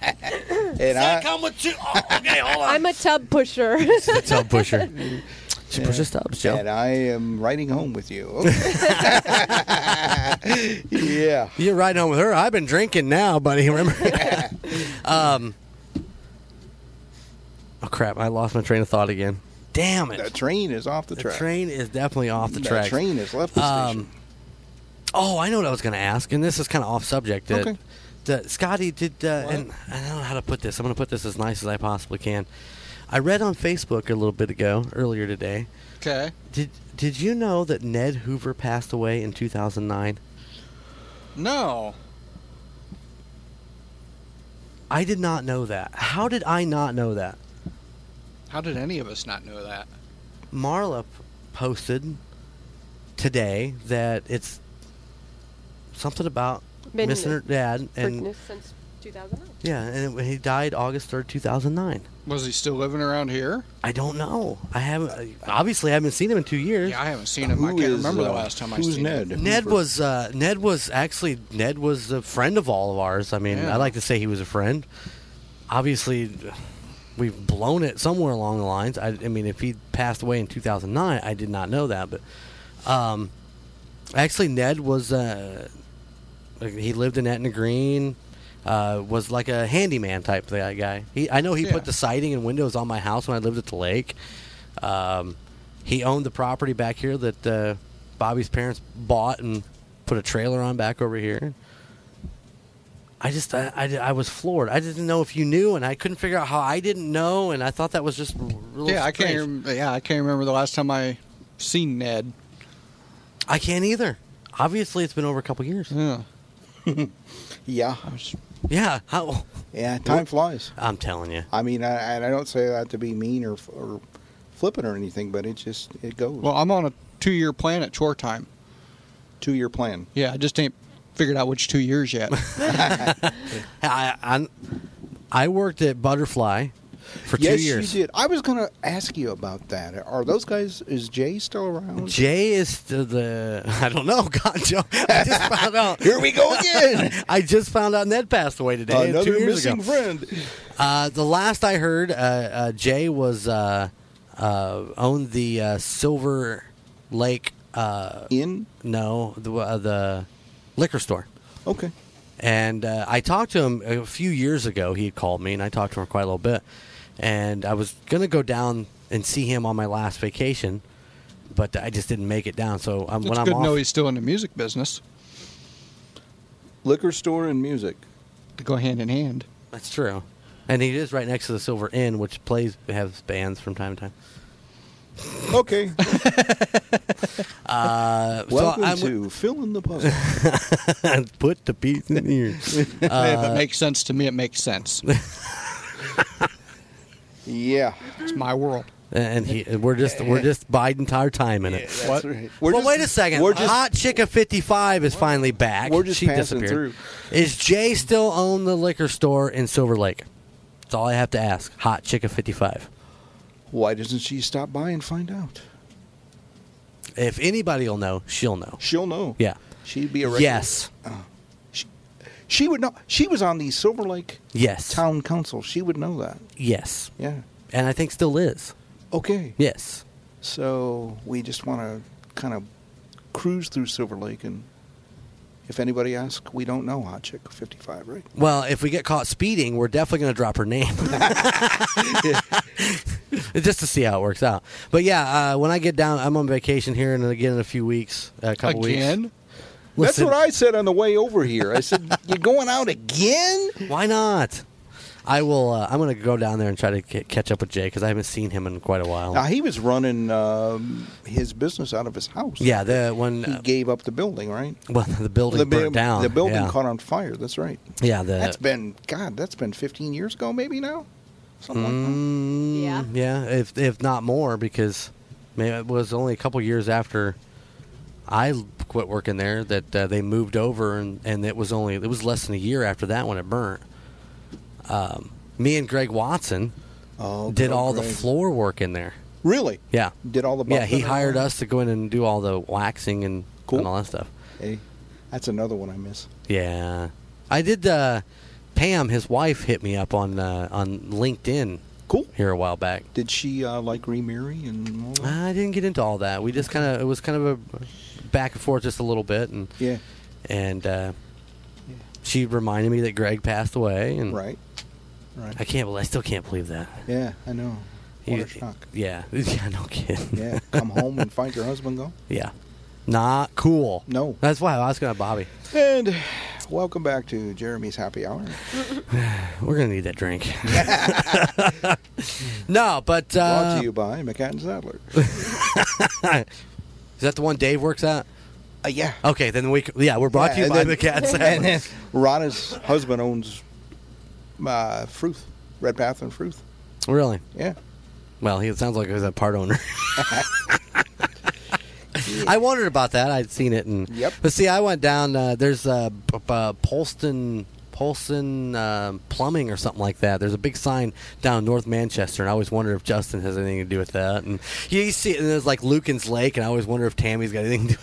Speaker 9: and I,
Speaker 3: Come with you. Oh, okay, hold on.
Speaker 10: I'm a tub pusher.
Speaker 6: tub pusher. She pushes tubs, Joe.
Speaker 9: and I am riding home with you. Okay. yeah.
Speaker 6: You're riding home with her. I've been drinking now, buddy. Remember? um. Oh crap! I lost my train of thought again. Damn it!
Speaker 9: The train is off the,
Speaker 6: The
Speaker 9: track.
Speaker 6: train is definitely off the
Speaker 9: That
Speaker 6: track.
Speaker 9: train has left the station.
Speaker 6: Oh, I know what I was going to ask, and this is kind of off subject. That,
Speaker 9: Okay.
Speaker 6: that Scotty did, uh, and I don't know how to put this. I'm going to put this as nice as I possibly can. I read on Facebook a little bit ago, earlier today.
Speaker 8: Okay.
Speaker 6: Did Did you know that Ned Hoover passed away in 2009?
Speaker 8: No.
Speaker 6: I did not know that. How did I not know that?
Speaker 8: How did any of us not know that?
Speaker 6: Marla p- posted today that it's something about
Speaker 10: Midnight.
Speaker 6: missing her dad and
Speaker 10: Forgiveness and 2009.
Speaker 6: Yeah, and it- he died August third, two thousand nine.
Speaker 8: Was he still living around here?
Speaker 6: I don't know. I haven't. Obviously, I haven't seen him in two years.
Speaker 8: Yeah, I haven't seen him. I can't remember
Speaker 9: uh,
Speaker 8: the last time I seen him.
Speaker 6: Ned was uh, Ned was actually Ned was a friend of all of ours. I mean,
Speaker 8: Yeah.
Speaker 6: I like to say he was a friend. Obviously, we've blown it somewhere along the lines. I, I mean, if he passed away in 2009, I did not know that, but um, actually, Ned was uh, like, he lived in Etna Green. Uh, was like a handyman type guy. guy. He, I know he
Speaker 8: Yeah.
Speaker 6: put the siding and windows on my house when I lived at the lake. Um, he owned the property back here that uh, Bobby's parents bought and put a trailer on back over here. I just I, I, I was floored. I didn't know if you knew, and I couldn't figure out how I didn't know, and I thought that was just r- really
Speaker 8: Yeah, I
Speaker 6: strange.
Speaker 8: can't. rem- Yeah, I can't remember the last time I seen Ned.
Speaker 6: I can't either. Obviously, it's been over a couple years.
Speaker 8: Yeah.
Speaker 9: Yeah.
Speaker 6: Yeah. How?
Speaker 9: Yeah. Time flies.
Speaker 6: I'm telling you.
Speaker 9: I mean, I, and I don't say that to be mean or, or flippant or anything, but it just it goes.
Speaker 8: Well, I'm on a two-year plan at chore time.
Speaker 9: Two year plan.
Speaker 8: Yeah, I just ain't figured out which two years yet.
Speaker 6: I I, I worked at Butterfly for
Speaker 9: yes,
Speaker 6: two years.
Speaker 9: you did. I was going to ask you about that. Are those guys? Is Jay still around?
Speaker 6: Jay is the, the I don't know. God, Joe, I just found out.
Speaker 9: Here we go again.
Speaker 6: I just found out Ned passed away today.
Speaker 9: Uh, Another
Speaker 6: two years
Speaker 9: missing
Speaker 6: ago.
Speaker 9: friend.
Speaker 6: Uh, the last I heard, uh, uh, Jay was uh, uh, owned the uh, Silver Lake. Uh,
Speaker 9: In
Speaker 6: no, the uh, the liquor store.
Speaker 9: okay.
Speaker 6: And uh, I talked to him a few years ago. He had called me, and I talked to him quite a little bit. And I was gonna go down and see him on my last vacation, but I just didn't make it down. So um,
Speaker 8: it's
Speaker 6: when
Speaker 8: good
Speaker 6: I'm
Speaker 8: to
Speaker 6: off,
Speaker 8: know he's still in the music business.
Speaker 9: Liquor store and music.
Speaker 8: They go hand in hand.
Speaker 6: That's true. And he is right next to the Silver Inn, which plays has bands from time to time.
Speaker 9: Okay.
Speaker 6: Uh, so
Speaker 9: Welcome
Speaker 6: I'm-
Speaker 9: to fill in the puzzle.
Speaker 6: put the piece in here.
Speaker 8: if
Speaker 6: Uh,
Speaker 8: it makes sense to me, it makes sense.
Speaker 9: yeah.
Speaker 8: It's my world.
Speaker 6: Uh, and he, we're just we're just biding our time in it.
Speaker 9: That's right. We're
Speaker 6: Well,
Speaker 9: just-
Speaker 6: wait a 2nd
Speaker 9: We're just
Speaker 6: Hot Chicka Fifty Five is finally back.
Speaker 9: We're just
Speaker 6: she
Speaker 9: passing
Speaker 6: disappeared. Is Jay still own the liquor store in Silver Lake? That's all I have to ask. Hot Chicka Fifty Five.
Speaker 9: Why doesn't she stop by and find out?
Speaker 6: If anybody will know, she'll know.
Speaker 9: She'll know.
Speaker 6: Yeah.
Speaker 9: She'd be a regular. Uh,
Speaker 6: Yes.
Speaker 9: She would know. She was on the Silver Lake
Speaker 6: Yes.
Speaker 9: Town Council. She would know that.
Speaker 6: Yes.
Speaker 9: Yeah.
Speaker 6: And I think still is.
Speaker 9: Okay.
Speaker 6: Yes.
Speaker 9: So we just want to kind of cruise through Silver Lake, and if anybody asks, we don't know Hot Chick 55, right?
Speaker 6: Well, if we get caught speeding, we're definitely going to drop her name. Just to see how it works out. But yeah, uh, when I get down, I'm on vacation here and again in a few weeks, uh, a couple
Speaker 8: Again?
Speaker 6: weeks.
Speaker 9: That's what I said on the way over here. I said, "You're going out again?"
Speaker 6: Why not? I will. Uh, I'm going to go down there and try to ca- catch up with Jay because I haven't seen him in quite a while.
Speaker 9: Now he was running um, his business out of his house.
Speaker 6: yeah, the when
Speaker 9: he
Speaker 6: uh,
Speaker 9: gave up the building, right?
Speaker 6: well the building
Speaker 9: the,
Speaker 6: burnt
Speaker 9: buil-
Speaker 6: down.
Speaker 9: the building
Speaker 6: yeah. Uh,
Speaker 9: caught on fire. That's right.
Speaker 6: Yeah, the
Speaker 9: that's been God. That's been 15 years ago, maybe now.
Speaker 6: Mm-hmm.
Speaker 9: Something like that.
Speaker 6: Mm,
Speaker 10: Yeah.
Speaker 6: Yeah, if if not more, because maybe it was only a couple years after I l- quit working there that uh, they moved over, and, and it was only it was less than a year after that when it burnt. Um, me and Greg Watson
Speaker 9: Oh,
Speaker 6: did
Speaker 9: good
Speaker 6: all the
Speaker 9: grief.
Speaker 6: floor work in there.
Speaker 9: Really?
Speaker 6: Yeah,
Speaker 9: Did all the
Speaker 6: yeah. He
Speaker 9: buffing and
Speaker 6: hired
Speaker 9: all?
Speaker 6: us to go in and do all the waxing and,
Speaker 9: Cool.
Speaker 6: and all that stuff.
Speaker 9: Hey, that's another one I miss.
Speaker 6: Yeah, I did. Uh, Pam, his wife, hit me up on uh, on LinkedIn
Speaker 9: Cool.
Speaker 6: here a while back.
Speaker 9: Did she uh, like remarry and all that?
Speaker 6: I didn't get into all that. We just kind of it was kind of a back and forth just a little bit, and
Speaker 9: yeah.
Speaker 6: and uh, she reminded me that Greg passed away, and
Speaker 9: Right. Right.
Speaker 6: I can't. bel- I still can't believe that.
Speaker 9: yeah, I know. What
Speaker 6: You-
Speaker 9: a shock.
Speaker 6: Yeah, yeah, no kidding.
Speaker 9: Yeah. Come home and find your husband gone.
Speaker 6: yeah, not cool.
Speaker 9: No.
Speaker 6: that's why I was gonna Bobby.
Speaker 9: And welcome back to Jeremy's Happy Hour.
Speaker 6: We're gonna need that drink. no, but
Speaker 9: Brought
Speaker 6: uh,
Speaker 9: to you by McCann Sadler.
Speaker 6: is that the one Dave works at?
Speaker 9: Uh, yeah.
Speaker 6: Okay, then we c- yeah we're brought
Speaker 9: Yeah,
Speaker 6: to you
Speaker 9: and
Speaker 6: by
Speaker 9: then-
Speaker 6: the cats.
Speaker 9: And then Rhonda's husband owns uh, Fruth, Red Path and Fruth.
Speaker 6: really?
Speaker 9: Yeah.
Speaker 6: Well, he it sounds like he was a part owner. I wondered about that. I'd seen it, and
Speaker 9: Yep.
Speaker 6: but see, I went down. Uh, there's uh, p- p- uh, Polston, Polston, Holson um, Plumbing or something like that. There's a big sign down in North Manchester, and I always wonder if Justin has anything to do with that. And yeah, you see it, and there's like Lucan's Lake, and I always wonder if Tammy's got anything to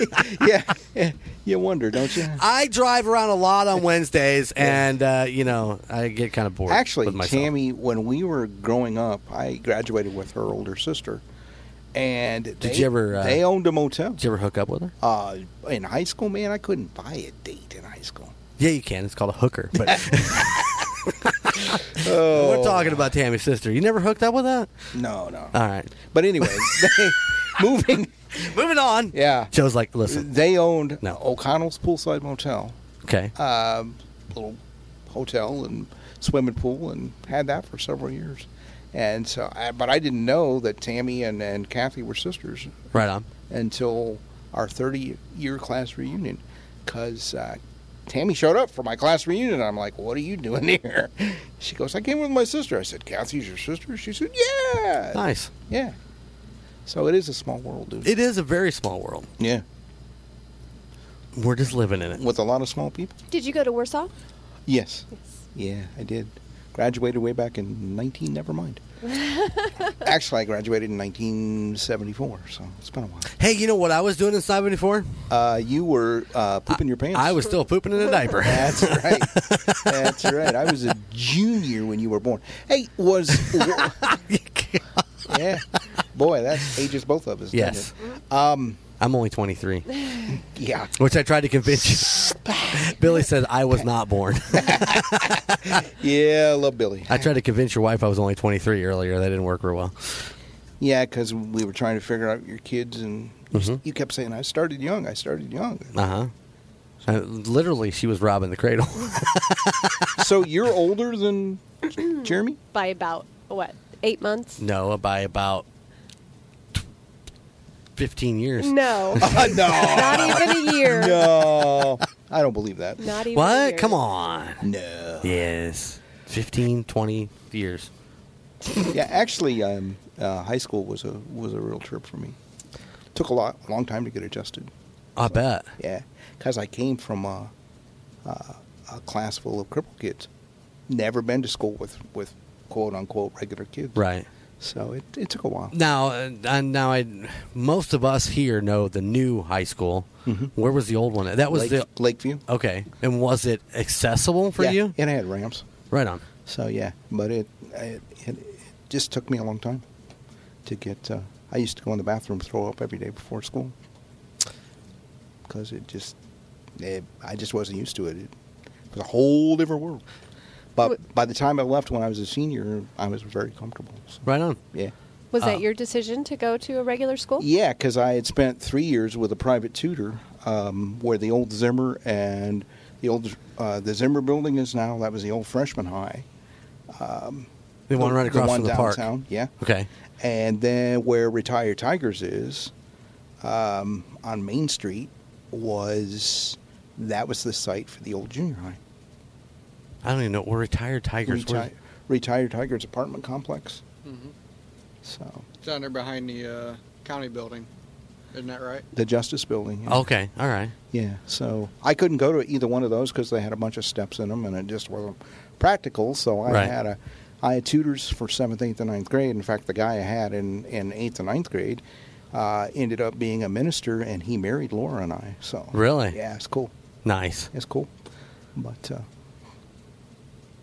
Speaker 6: do
Speaker 9: yeah, yeah, you wonder, don't you?
Speaker 6: I drive around a lot on Wednesdays, and uh, you know I get kind of bored.
Speaker 9: Actually,
Speaker 6: with myself.
Speaker 9: Tammy, when we were growing up, I graduated with her older sister, and did
Speaker 6: you ever, uh,
Speaker 9: they owned a motel. Did
Speaker 6: you ever hook up with her?
Speaker 9: Uh, in high school, man, I couldn't buy a date in high school.
Speaker 6: yeah, you can. It's called a hooker. But
Speaker 9: Oh,
Speaker 6: we're talking about Tammy's sister. You never hooked up with that?
Speaker 9: no, no.
Speaker 6: All right.
Speaker 9: But anyway, they, moving,
Speaker 6: moving on.
Speaker 9: Yeah,
Speaker 6: Joe's like, listen,
Speaker 9: they owned
Speaker 6: No.
Speaker 9: O'Connell's Poolside Motel,
Speaker 6: okay,
Speaker 9: um, little hotel and swimming pool, and had that for several years. And so, I, but I didn't know that Tammy and, and Kathy were sisters
Speaker 6: right on.
Speaker 9: until our 30 year class reunion because uh, Tammy showed up for my class reunion. And I'm like, What are you doing here? She goes, I came with my sister. I said, Kathy's your sister? She said, Yeah.
Speaker 6: Nice.
Speaker 9: Yeah. So it is a small world, dude.
Speaker 6: It is a very small world.
Speaker 9: yeah.
Speaker 6: We're just living in it.
Speaker 9: With a lot of small people?
Speaker 10: Did you go to Warsaw?
Speaker 9: Yes. Yeah, I did. Graduated way back in 19, never mind. Actually, I graduated in 1974, so it's been a while.
Speaker 6: Hey, you know what I was doing in 74?
Speaker 9: Uh, you were uh, pooping your pants.
Speaker 6: I was still pooping in a diaper.
Speaker 9: That's right. That's right. I was a junior when you were born. Hey, was yeah, boy, that ages both of us. doesn't
Speaker 6: Yes.
Speaker 9: it? Um.
Speaker 6: I'm only 23,
Speaker 9: Yeah.
Speaker 6: which I tried to convince you. Billy said I was not born.
Speaker 9: Yeah. I Love Billy.
Speaker 6: I tried to convince your wife I was only 23 earlier. That didn't work real well.
Speaker 9: Yeah, because we were trying to figure out your kids, and you
Speaker 6: Hmm?
Speaker 9: s- you kept saying, "I started young. I started young."
Speaker 6: Mm-hmm. Uh-huh. Uh, literally, she was robbing the cradle.
Speaker 9: so you're older than Jeremy.
Speaker 10: By about what? Eight months?
Speaker 6: no, by about 15 years.
Speaker 10: No,
Speaker 9: Uh, no.
Speaker 10: not even a year.
Speaker 9: No. I don't believe that.
Speaker 10: Not even. A
Speaker 6: What?
Speaker 10: year.
Speaker 6: Come on.
Speaker 9: No.
Speaker 6: Yes. 15, 20 years.
Speaker 9: Yeah, actually, um, uh, high school was a was a real trip for me. Took a lot, a long time to get adjusted.
Speaker 6: I bet.
Speaker 9: Yeah, because I came from a, a, a class full of crippled kids. Never been to school with with quote unquote regular kids.
Speaker 6: Right.
Speaker 9: So it, it took a while.
Speaker 6: Now, uh, and now I, most of us here know the new high school. Where was the old one? That was
Speaker 9: Mm-hmm. Lake,
Speaker 6: the
Speaker 9: Lakeview
Speaker 6: okay. And was it accessible for
Speaker 9: Yeah,
Speaker 6: you?
Speaker 9: and it had ramps.
Speaker 6: Right on.
Speaker 9: So yeah, but it it, it it just took me a long time to get. Uh, I used to go in the bathroom, throw up every day before school because it just it, I just wasn't used to it. It was a whole different world. But by the time I left when I was a senior, I was very comfortable. So,
Speaker 6: Right on.
Speaker 9: yeah.
Speaker 10: Was
Speaker 6: Oh.
Speaker 9: Uh.
Speaker 10: that your decision to go to a regular school?
Speaker 9: Yeah, because I had spent three years with a private tutor, um, where the old Zimmer and the old uh, the Zimmer building is now. That was the old freshman high. Um,
Speaker 6: The one right across
Speaker 9: one
Speaker 6: from the
Speaker 9: downtown,
Speaker 6: park.
Speaker 9: Yeah.
Speaker 6: Okay.
Speaker 9: and then where Retired Tigers is um, on Main Street was that was the site for the old junior high.
Speaker 6: I don't even know. We're retired Tigers. Where-
Speaker 9: Reti- Retired Tigers apartment complex. So
Speaker 8: Mm-hmm. It's down there behind the uh, county building. Isn't that right?
Speaker 9: the Justice Building. yeah.
Speaker 6: Okay. All right.
Speaker 9: Yeah. So I couldn't go to either one of those because they had a bunch of steps in them and it just wasn't practical. So I
Speaker 6: Right.
Speaker 9: had a, I had tutors for seventh, eighth, and ninth grade. In fact, the guy I had in in eighth and ninth grade uh, ended up being a minister, and he married Laura and I. So
Speaker 6: Really?
Speaker 9: yeah, it's cool.
Speaker 6: Nice.
Speaker 9: It's cool. But uh,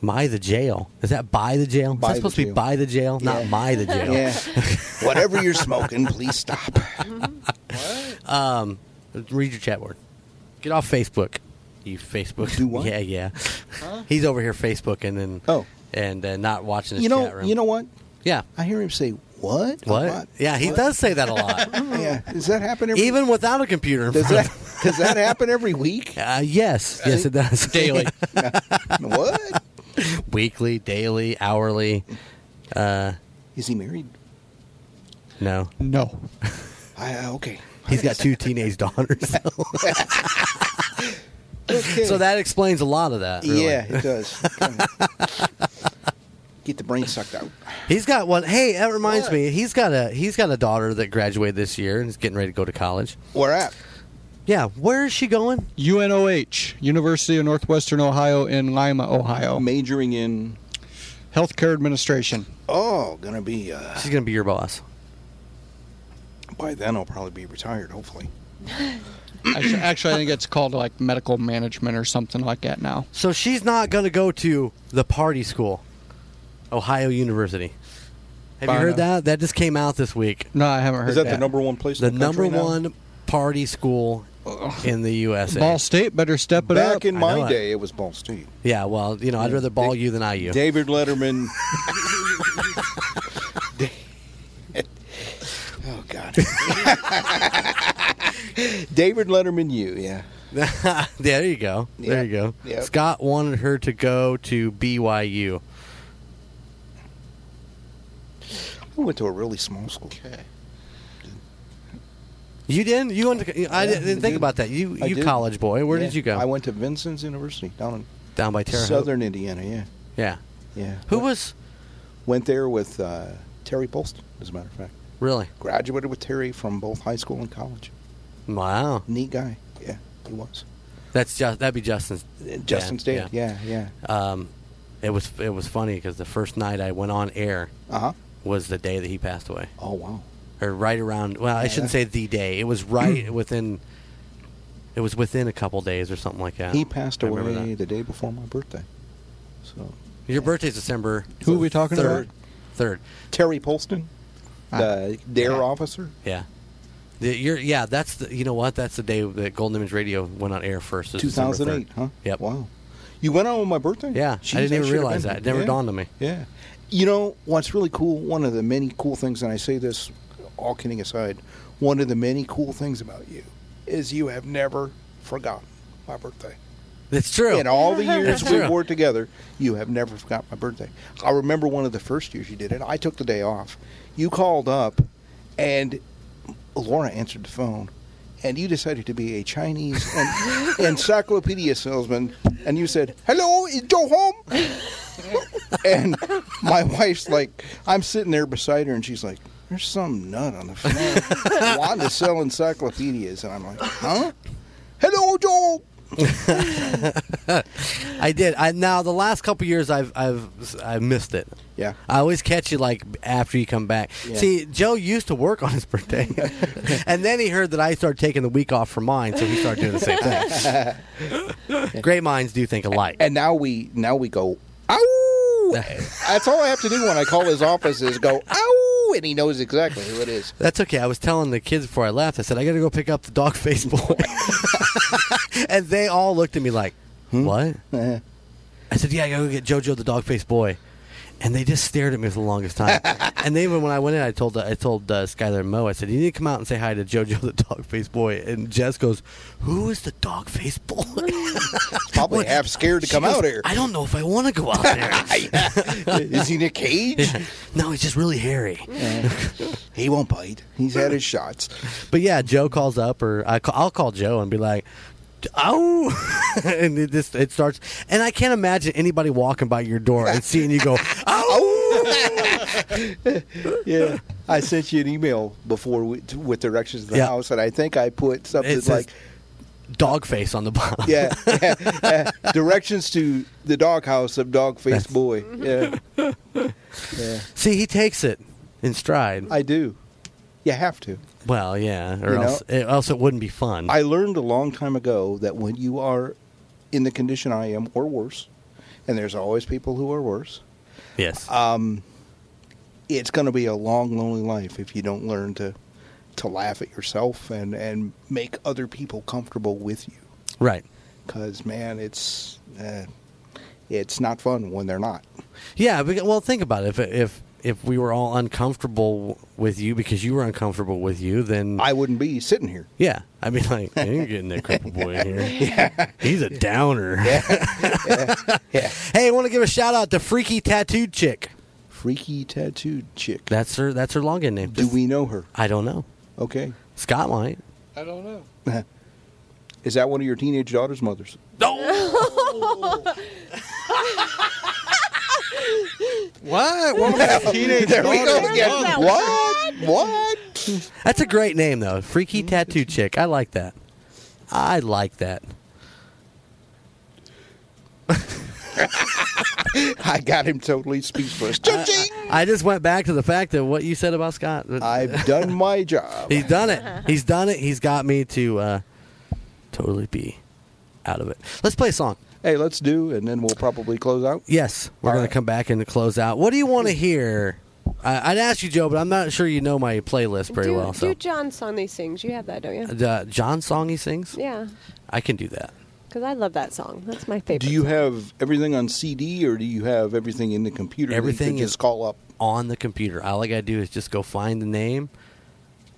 Speaker 6: My the jail. Is that by the jail?
Speaker 9: By
Speaker 6: Is
Speaker 9: the
Speaker 6: that supposed to
Speaker 9: jail.
Speaker 6: be by the jail, not
Speaker 9: Yeah.
Speaker 6: my the jail?
Speaker 9: yeah, whatever you're smoking, please stop.
Speaker 6: Um, Read your chat word. Get off Facebook. You Facebook.
Speaker 9: Do what?
Speaker 6: Yeah, yeah. He's over here Facebook and then
Speaker 9: Oh.
Speaker 6: and uh, not watching his
Speaker 9: You
Speaker 6: chat
Speaker 9: know,
Speaker 6: room.
Speaker 9: you know what?
Speaker 6: Yeah.
Speaker 9: I hear him say what? a
Speaker 6: What?
Speaker 9: lot.
Speaker 6: Yeah, he
Speaker 9: What?
Speaker 6: does say that a lot,
Speaker 9: Yeah, does that happen every?
Speaker 6: even without a computer. in
Speaker 9: does
Speaker 6: front
Speaker 9: that does that happen every week?
Speaker 6: of- Uh, yes, yes, it does. Daily,
Speaker 9: What?
Speaker 6: weekly, daily, hourly. Uh,
Speaker 9: Is he married?
Speaker 6: no,
Speaker 8: No.
Speaker 9: I, uh, okay.
Speaker 6: he's got two teenage daughters, so-
Speaker 9: Okay.
Speaker 6: so that explains a lot of that. Uh, really.
Speaker 9: Yeah, it does. Get the brain sucked out.
Speaker 6: He's got one. Hey, that reminds me. He's got a he's got a daughter that graduated this year and is getting ready to go to college.
Speaker 9: Where at?
Speaker 6: Yeah, where is she going?
Speaker 8: UNOH, University of Northwestern Ohio in Lima, Ohio.
Speaker 9: Majoring in
Speaker 8: healthcare administration.
Speaker 9: Oh, gonna be. Uh,
Speaker 6: She's gonna be your boss.
Speaker 9: by then, I'll probably be retired. Hopefully.
Speaker 8: actually, actually, I think it's called like medical management or something like that now.
Speaker 6: So she's not gonna go to the party school, Ohio University. Have you
Speaker 8: Barno.
Speaker 6: heard that? That just came out this week.
Speaker 8: No, I haven't heard
Speaker 9: Is that, the number one place?
Speaker 6: The
Speaker 9: in the
Speaker 6: number
Speaker 9: country now?
Speaker 6: one party school in the USA.
Speaker 8: Ball State better step it
Speaker 9: Back
Speaker 8: up.
Speaker 9: in
Speaker 6: uh, I
Speaker 9: my
Speaker 6: know it.
Speaker 9: day, it was Ball State.
Speaker 6: Yeah, well, you know, I'd rather ball you than I you.
Speaker 9: David Letterman. oh God. David Letterman, you yeah.
Speaker 6: there you go.
Speaker 9: Yeah,
Speaker 6: There you go.
Speaker 9: yeah.
Speaker 6: Scott wanted her to go to BYU.
Speaker 9: I went to a really small school.
Speaker 8: Okay.
Speaker 6: You didn't? You went to, I
Speaker 9: Yeah,
Speaker 6: didn't think
Speaker 9: I did.
Speaker 6: about that. You
Speaker 9: I
Speaker 6: you
Speaker 9: did.
Speaker 6: college boy. Where
Speaker 9: Yeah.
Speaker 6: did you go?
Speaker 9: I went to Vincent's University down
Speaker 6: Down by
Speaker 9: in
Speaker 6: Terre Haute.
Speaker 9: Southern Indiana. Yeah,
Speaker 6: Yeah.
Speaker 9: yeah.
Speaker 6: Who was
Speaker 9: went there with uh, Terry Polston? As a matter of fact,
Speaker 6: really?
Speaker 9: graduated with Terry from both high school and college.
Speaker 6: Wow.
Speaker 9: Neat guy. Yeah, he was.
Speaker 6: That's just that'd be Justin's.
Speaker 9: Justin's dad. Yeah, yeah.
Speaker 6: Um, it was it was funny because the first night I went on air
Speaker 9: Uh huh.
Speaker 6: was the day that he passed away,
Speaker 9: Oh wow.
Speaker 6: or right around. Well, I shouldn't say the day. It was right within. It was within a couple days or something like that.
Speaker 9: He passed
Speaker 6: I remember
Speaker 9: away
Speaker 6: that.
Speaker 9: the day before my birthday. So
Speaker 6: Your birthday's December.
Speaker 8: Who are we talking
Speaker 6: third,
Speaker 8: about?
Speaker 6: Third.
Speaker 9: Terry Polston, the dare officer.
Speaker 6: Yeah. The, you're, yeah, that's the. You know what? That's the day that Golden Image Radio went on air first. is
Speaker 9: Two
Speaker 6: December
Speaker 9: thousand eight,
Speaker 6: 3rd.
Speaker 9: huh?
Speaker 6: Yep.
Speaker 9: Wow. You went on my birthday?
Speaker 6: Yeah,
Speaker 9: Jeez,
Speaker 6: I didn't even
Speaker 9: should have
Speaker 6: realize
Speaker 9: been
Speaker 6: that. It
Speaker 9: there.
Speaker 6: never dawned on me.
Speaker 9: Yeah. You know what's really cool? One of the many cool things, and I say this, all kidding aside, one of the many cool things about you is you have never forgotten my birthday.
Speaker 6: That's true.
Speaker 9: In all the years
Speaker 6: That's
Speaker 9: we
Speaker 6: true.
Speaker 9: worked together, you have never forgot my birthday. I remember one of the first years you did it. I took the day off. You called up, and Laura answered the phone, and you decided to be a Chinese en- encyclopedia salesman, and you said, "Hello, is Joe home?" and my wife's like, I'm sitting there beside her, and she's like. There's some nut on the phone wanting to sell encyclopedias, and I'm like, huh? Hello, Joe.
Speaker 6: I did. I now the last couple years I've I've I missed it.
Speaker 9: Yeah.
Speaker 6: I always catch you like after you come back.
Speaker 9: Yeah.
Speaker 6: See, Joe used to work on his birthday, and then he heard that I started taking the week off for mine, so he started doing the same thing. Great minds do think alike.
Speaker 9: and now we now we go ow. That's all I have to do when I call his office is go ow, and he knows exactly who it is.
Speaker 6: That's okay. I was telling the kids before I left. I said I got to go pick up the dog face boy, and they all looked at me like, "What?"
Speaker 9: Eh.
Speaker 6: I said, "Yeah, I gotta go get JoJo the dog faced boy," and they just stared at me for the longest time. and then even when I went in, I told I told uh, Skylar and Mo, I said, "You need to come out and say hi to JoJo the dog faced boy." And Jess goes, "Who is the dog faced boy?"
Speaker 9: Probably half scared to
Speaker 6: She
Speaker 9: come
Speaker 6: goes,
Speaker 9: out here.
Speaker 6: I don't know if I want to go out there.
Speaker 9: Is he in a cage?
Speaker 6: no, he's just really hairy.
Speaker 9: He won't bite. He's had his shots.
Speaker 6: But yeah, Joe calls up, or I call, I'll call Joe and be like, "Oh," and it just it starts. And I can't imagine anybody walking by your door and seeing you go, "Oh."
Speaker 9: Yeah. I sent you an email before we, t- with directions to the
Speaker 6: Yeah.
Speaker 9: house, and I think I put something
Speaker 6: It says-
Speaker 9: like,
Speaker 6: Dog face on the bottom.
Speaker 9: yeah, yeah, yeah, directions to the doghouse of Dog Face Boy. Yeah. yeah,
Speaker 6: See, he takes it in stride.
Speaker 9: I do. You have to.
Speaker 6: well, yeah, or
Speaker 9: You know-
Speaker 6: else, it, else it wouldn't be fun.
Speaker 9: I learned a long time ago that when you are in the condition I am, or worse, and there's always people who are worse, um,
Speaker 6: yes,
Speaker 9: it's going to be a long, lonely life if you don't learn to to laugh at yourself and and make other people comfortable with you.
Speaker 6: right.
Speaker 9: Because man, it's uh, it's not fun when they're not.
Speaker 6: Yeah. beca- Well, think about it. If if if we were all uncomfortable with you because you were uncomfortable with you, then
Speaker 9: I wouldn't be sitting here.
Speaker 6: yeah, I mean, like, you ain't getting that cripple boy in here. He's a downer.
Speaker 9: Yeah,
Speaker 6: Hey, I want to give a shout out to Freaky Tattooed Chick.
Speaker 9: freaky tattooed chick.
Speaker 6: That's her. That's her login name.
Speaker 9: Do we know her?
Speaker 6: I don't know.
Speaker 9: Okay,
Speaker 6: Scott might.
Speaker 8: I don't know.
Speaker 9: is that one of your teenage daughter's mothers?
Speaker 8: What? What was that teenage
Speaker 9: There we
Speaker 8: daughter's
Speaker 9: go again.
Speaker 8: mother?
Speaker 9: What? What?
Speaker 6: That's a great name though. Freaky Tattoo Chick. I like that. I like that.
Speaker 9: I got him totally speechless. I,
Speaker 6: I just went back to the fact that what you said about Scott.
Speaker 9: I've done my job.
Speaker 6: He's done it. He's done it. He's got me to uh, totally be out of it. Let's play a song.
Speaker 9: Hey, let's do, and then we'll probably close out.
Speaker 6: Yes, we're going to come back and close out. What do you want to hear? I, I'd ask you, Joe, but I'm not sure you know my playlist pretty
Speaker 10: do,
Speaker 6: well.
Speaker 10: do
Speaker 6: So,
Speaker 10: John Sonny sings. You have that, don't you?
Speaker 6: the John song he sings,
Speaker 10: Yeah,
Speaker 6: I can do that.
Speaker 10: because I love that song. That's my favorite.
Speaker 9: Do you have everything on CD, or do you have everything in the computer? that you could
Speaker 6: Everything
Speaker 9: just
Speaker 6: is
Speaker 9: call up.
Speaker 6: on the computer. All I gotta do is just go find the name,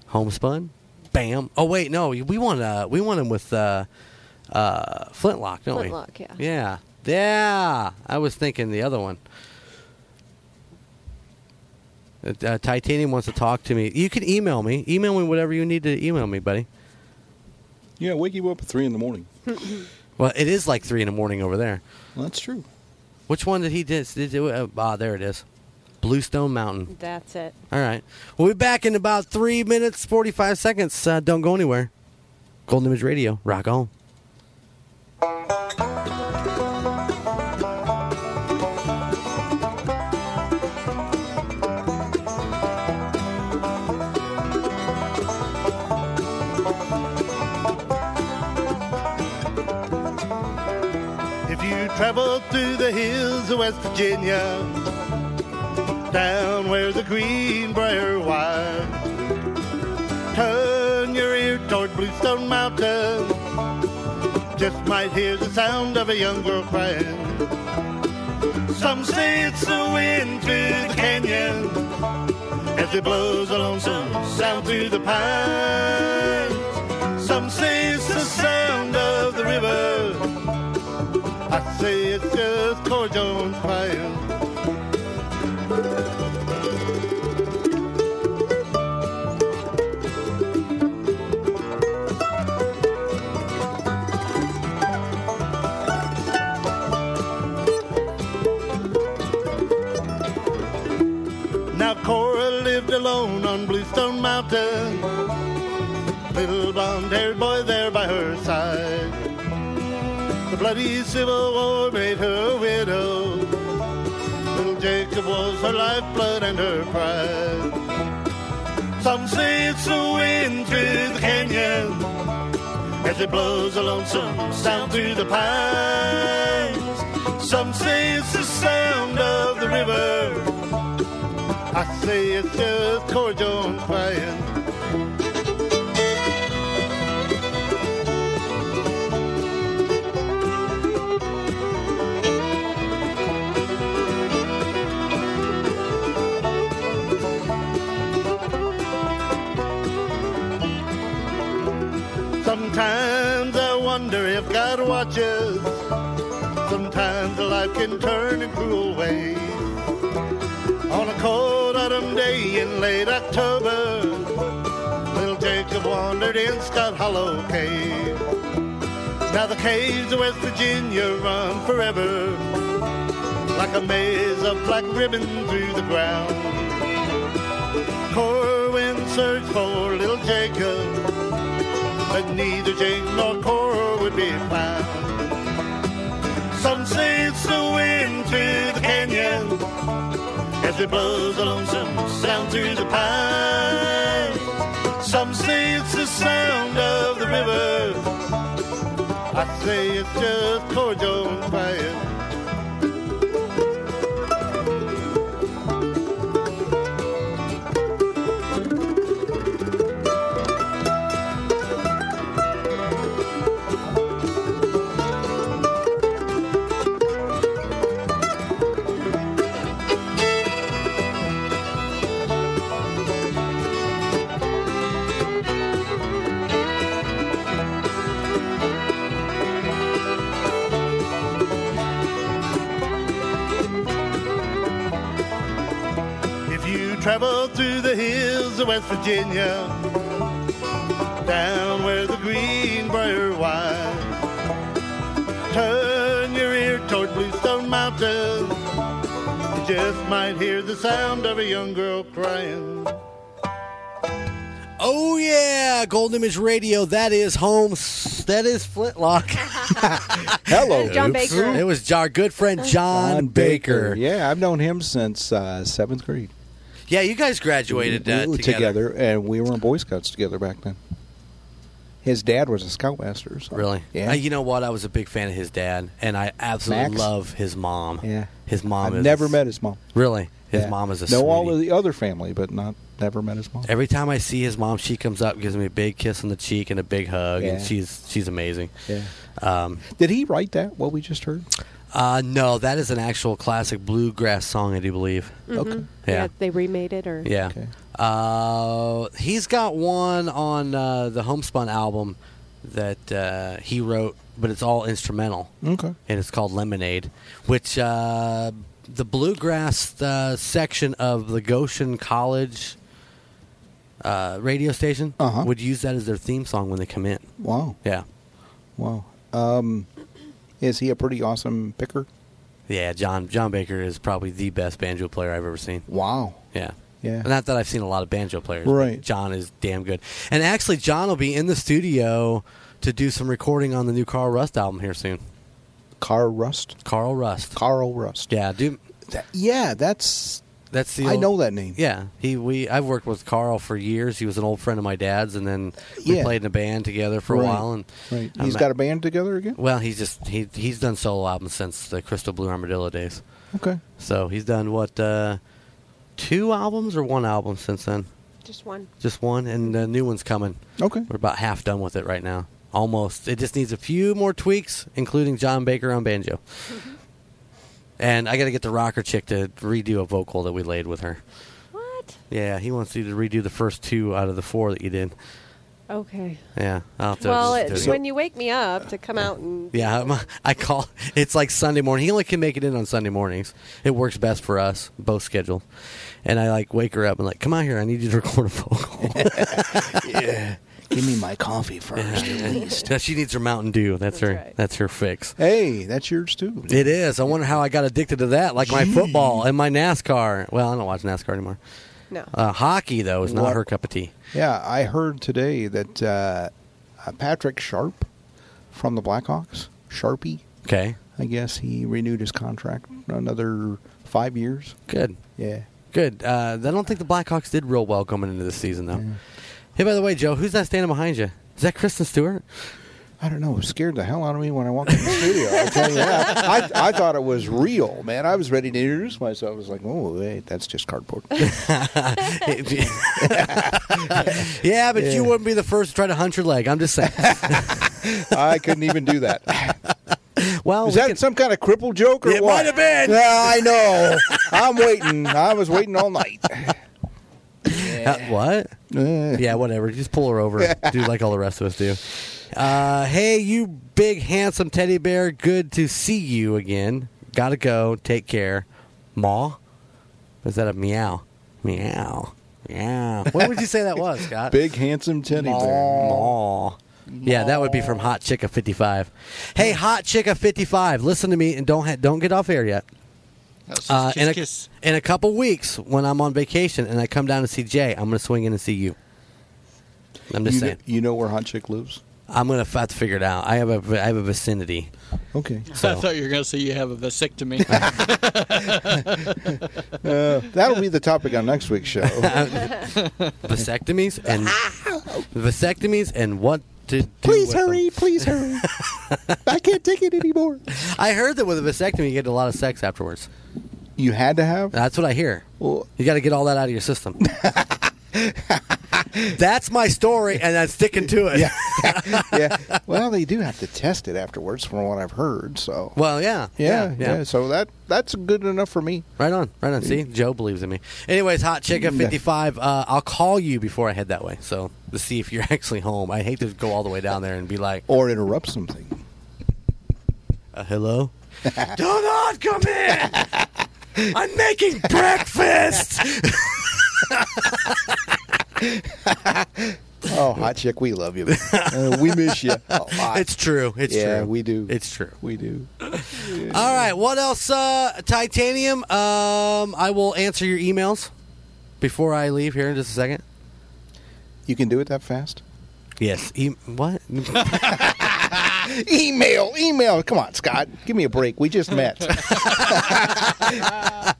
Speaker 6: homespun, bam. Oh wait, no, we want uh we want him with uh, uh, flintlock, don't
Speaker 10: Flintlock,
Speaker 6: we?
Speaker 10: yeah.
Speaker 6: yeah, yeah, I was thinking the other one. Uh, uh, Titanium wants to talk to me. You can email me. Email me whatever you need to email me, buddy.
Speaker 9: Yeah, wake you up at three in the morning.
Speaker 6: Well, it is like three in the morning over there.
Speaker 9: That's true.
Speaker 6: Which one did he did? did uh, ah, there it is. Bluestone Mountain.
Speaker 10: That's it.
Speaker 6: All right. We'll be back in about three minutes, 45 seconds. Uh, don't go anywhere. Golden Image Radio, rock on.
Speaker 13: If you travel through the hills of West Virginia, down where the greenbrier winds, turn your ear toward Bluestone Mountain. Just might hear the sound of a young girl crying. Some say it's the wind through the canyon as it blows a lonesome sound through the pines. Some say it's the sound of the river. I say it's just Corey Jones crying. Now Cora lived alone on Bluestone Mountain. Little blonde-haired boy there by her side. The bloody Civil War made her a widow. Little Jacob was her lifeblood and her pride. Some say it's the wind through the canyon as it blows a lonesome sound through the pines. Some say it's the sound of the river. I say it's just Corey Jones crying. Sometimes I wonder if God watches. Sometimes life can turn in cruel ways. On a cold autumn day in late October, little Jacob wandered in Scott Hollow Cave. Now the caves of West Virginia run forever, like a maze of black ribbon through the ground. Corwin searched for little Jacob, but neither Jake nor Cora would be found. Some say it's the wind through the canyon as it blows a lonesome sound through the pines. Some say it's the sound of the river. I say it's just Corey Jones crying. If you travel through the hills of West Virginia, down where the greenbrier winds, turn your ear toward Bluestone Mountain. You just might hear the sound of a young girl crying.
Speaker 6: Oh yeah, Gold Image Radio. That is home. s- That is Flintlock. Hello,
Speaker 10: John Baker.
Speaker 6: It was our good friend John, Baker.
Speaker 9: Yeah, I've known him since uh, seventh grade.
Speaker 6: Yeah, you guys graduated uh,
Speaker 9: we were
Speaker 6: together.
Speaker 9: together. and we were in Boy Scouts together back then. His dad was a Scoutmaster. So.
Speaker 6: Really?
Speaker 9: Yeah.
Speaker 6: Uh, you know what? I was a big fan of his dad, and I absolutely
Speaker 9: Max?
Speaker 6: love his mom.
Speaker 9: Yeah.
Speaker 6: His mom
Speaker 9: I've
Speaker 6: is
Speaker 9: never met his mom.
Speaker 6: Really? His
Speaker 9: Yeah.
Speaker 6: mom is a
Speaker 9: know
Speaker 6: sweetie.
Speaker 9: all of the other family, but not never met his mom.
Speaker 6: Every time I see his mom, she comes up, gives me a big kiss on the cheek and a big hug, and
Speaker 9: Yeah.
Speaker 6: she's she's amazing.
Speaker 9: Yeah.
Speaker 6: Um,
Speaker 9: Did he write that? What we just heard?
Speaker 6: uh, no, that is an actual classic bluegrass song, I do believe.
Speaker 10: Mhm.
Speaker 6: Yeah.
Speaker 10: They remade it or
Speaker 6: Yeah. Uh, he's got one on uh, the Homespun album that uh, he wrote, but it's all instrumental.
Speaker 9: Okay.
Speaker 6: And it's called Lemonade, which uh, the bluegrass uh, section of the Goshen College uh, radio station
Speaker 9: Uh-huh.
Speaker 6: would use that as their theme song when they come in.
Speaker 9: Wow.
Speaker 6: Yeah.
Speaker 9: Wow. Um, is he a pretty awesome picker?
Speaker 6: Yeah, John John Baker is probably the best banjo player I've ever seen.
Speaker 9: Wow.
Speaker 6: Yeah.
Speaker 9: Yeah.
Speaker 6: Not that I've seen a lot of banjo players. but
Speaker 9: Right.
Speaker 6: John is damn good. And actually John will be in the studio to do some recording on the new Carl Rust album here soon.
Speaker 9: Carl Rust?
Speaker 6: Carl Rust.
Speaker 9: Carl Rust.
Speaker 6: Yeah, do
Speaker 9: yeah, that's
Speaker 6: that's the
Speaker 9: I
Speaker 6: old-
Speaker 9: know that name.
Speaker 6: Yeah. He we I've worked with Carl for years. He was an old friend of my dad's and then we
Speaker 9: Yeah.
Speaker 6: played in a band together for a
Speaker 9: Right.
Speaker 6: while and
Speaker 9: Right.
Speaker 6: I'm
Speaker 9: He's
Speaker 6: at-
Speaker 9: got a band together again.
Speaker 6: well, he's just he he's done solo albums since the Crystal Blue Armadillo days.
Speaker 9: Okay.
Speaker 6: So he's done what uh, two albums or one album since then?
Speaker 10: Just one.
Speaker 6: Just one, and the new one's coming.
Speaker 9: Okay.
Speaker 6: We're about half done with it right now. Almost. It just needs a few more tweaks, including John Baker on banjo. And I got to get the rocker chick to redo a vocal that we laid with her.
Speaker 10: What?
Speaker 6: Yeah, he wants you to redo the first two out of the four that you did.
Speaker 10: Okay.
Speaker 6: Yeah. I'll have to
Speaker 10: well,
Speaker 6: just do
Speaker 10: it's
Speaker 6: it.
Speaker 10: when you wake me up to come out and
Speaker 6: Yeah, I'm- I call. It's like Sunday morning. He only can make it in on Sunday mornings. It works best for us, both scheduled. And I like wake her up and like, come out here. I need you to record a vocal.
Speaker 9: yeah. Give me my coffee first, at least.
Speaker 6: Yeah, she needs her Mountain Dew. That's, her. That's her fix.
Speaker 9: Hey, that's yours too.
Speaker 6: It is. I wonder how I got addicted to that, like my football and my NASCAR. Well, I don't watch NASCAR anymore.
Speaker 10: No.
Speaker 6: Uh, hockey though is not
Speaker 9: What-
Speaker 6: her cup of tea.
Speaker 9: Yeah, I heard today that uh, uh, Patrick Sharp from the Blackhawks, Sharpie,
Speaker 6: Okay.
Speaker 9: I guess he renewed his contract another five years.
Speaker 6: Good.
Speaker 9: Yeah.
Speaker 6: Good. Uh, I don't think the Blackhawks did real well coming into this season though. Hey, by the way, Joe, who's that standing behind you? Is that Kristen Stewart?
Speaker 9: I don't know. It scared the hell out of me when I walked in the studio. I tell you that. I, I thought it was real, man. I was ready to introduce myself. I was like, oh, wait, that's just cardboard.
Speaker 6: Yeah, but
Speaker 9: Yeah.
Speaker 6: you wouldn't be the first to try to hunt your leg. I'm just saying.
Speaker 9: I couldn't even do that.
Speaker 6: Well,
Speaker 9: is that some kind of cripple joke or
Speaker 6: It
Speaker 9: what?
Speaker 6: might have been.
Speaker 9: Yeah, I know. I'm waiting. I was waiting all night.
Speaker 6: Uh, what? yeah, whatever. Just pull her over. do like all the rest of us do. Uh, hey, you big handsome teddy bear. Good to see you again. Gotta go. Take care. Maw. Is that a meow? Meow. Meow. What would you say that was, Scott?
Speaker 9: Big handsome teddy bear.
Speaker 6: Uh, Maw. Yeah, that would be from Hot Chicka 55. Hey, Hot Chicka 55, listen to me and don't ha- don't get off air yet. Uh, in, a, in a couple weeks, when I'm on vacation and I come down to see Jay, I'm going to swing in and see you. I'm just
Speaker 9: you
Speaker 6: saying.
Speaker 9: Know, you know where Hot Chick lives?
Speaker 6: I'm going to have to figure it out. I have a I have a vicinity.
Speaker 9: Okay.
Speaker 8: I
Speaker 6: So
Speaker 8: thought you were going to say you have a vasectomy.
Speaker 9: Uh, that'll be the topic on next week's show.
Speaker 6: vasectomies and vasectomies and what to do.
Speaker 9: please
Speaker 6: with them.
Speaker 9: hurry. Please hurry. I can't take it anymore.
Speaker 6: I heard that with a vasectomy, you get a lot of sex afterwards.
Speaker 9: You had to have?
Speaker 6: That's what I hear.
Speaker 9: Well,
Speaker 6: you got to get all that out of your system. That's my story, and I'm sticking to it.
Speaker 9: yeah. Well, they do have to test it afterwards, from what I've heard. So.
Speaker 6: Well, yeah.
Speaker 9: Yeah, yeah. So that that's good enough for me.
Speaker 6: Right on, right on. See, Joe believes in me. Anyways, Hot Chicken
Speaker 9: Yeah.
Speaker 6: 55, uh, I'll call you before I head that way. So, to see if you're actually home. I hate to go all the way down there and be like,
Speaker 9: Or interrupt something.
Speaker 6: uh, hello?
Speaker 14: Do
Speaker 6: oh,
Speaker 14: not come in. I'm making breakfast.
Speaker 9: Oh, hot chick, we love you. man. Uh, we miss you a lot.
Speaker 6: It's true. It's
Speaker 9: yeah,
Speaker 6: true.
Speaker 9: we do.
Speaker 6: It's true.
Speaker 9: We do.
Speaker 6: All right. What else? Uh, titanium. Um, I will answer your emails before I leave here in just a second.
Speaker 9: You can do it that fast?
Speaker 6: Yes. E- what?
Speaker 9: email, email. Come on, Scott. Give me a break. We just met.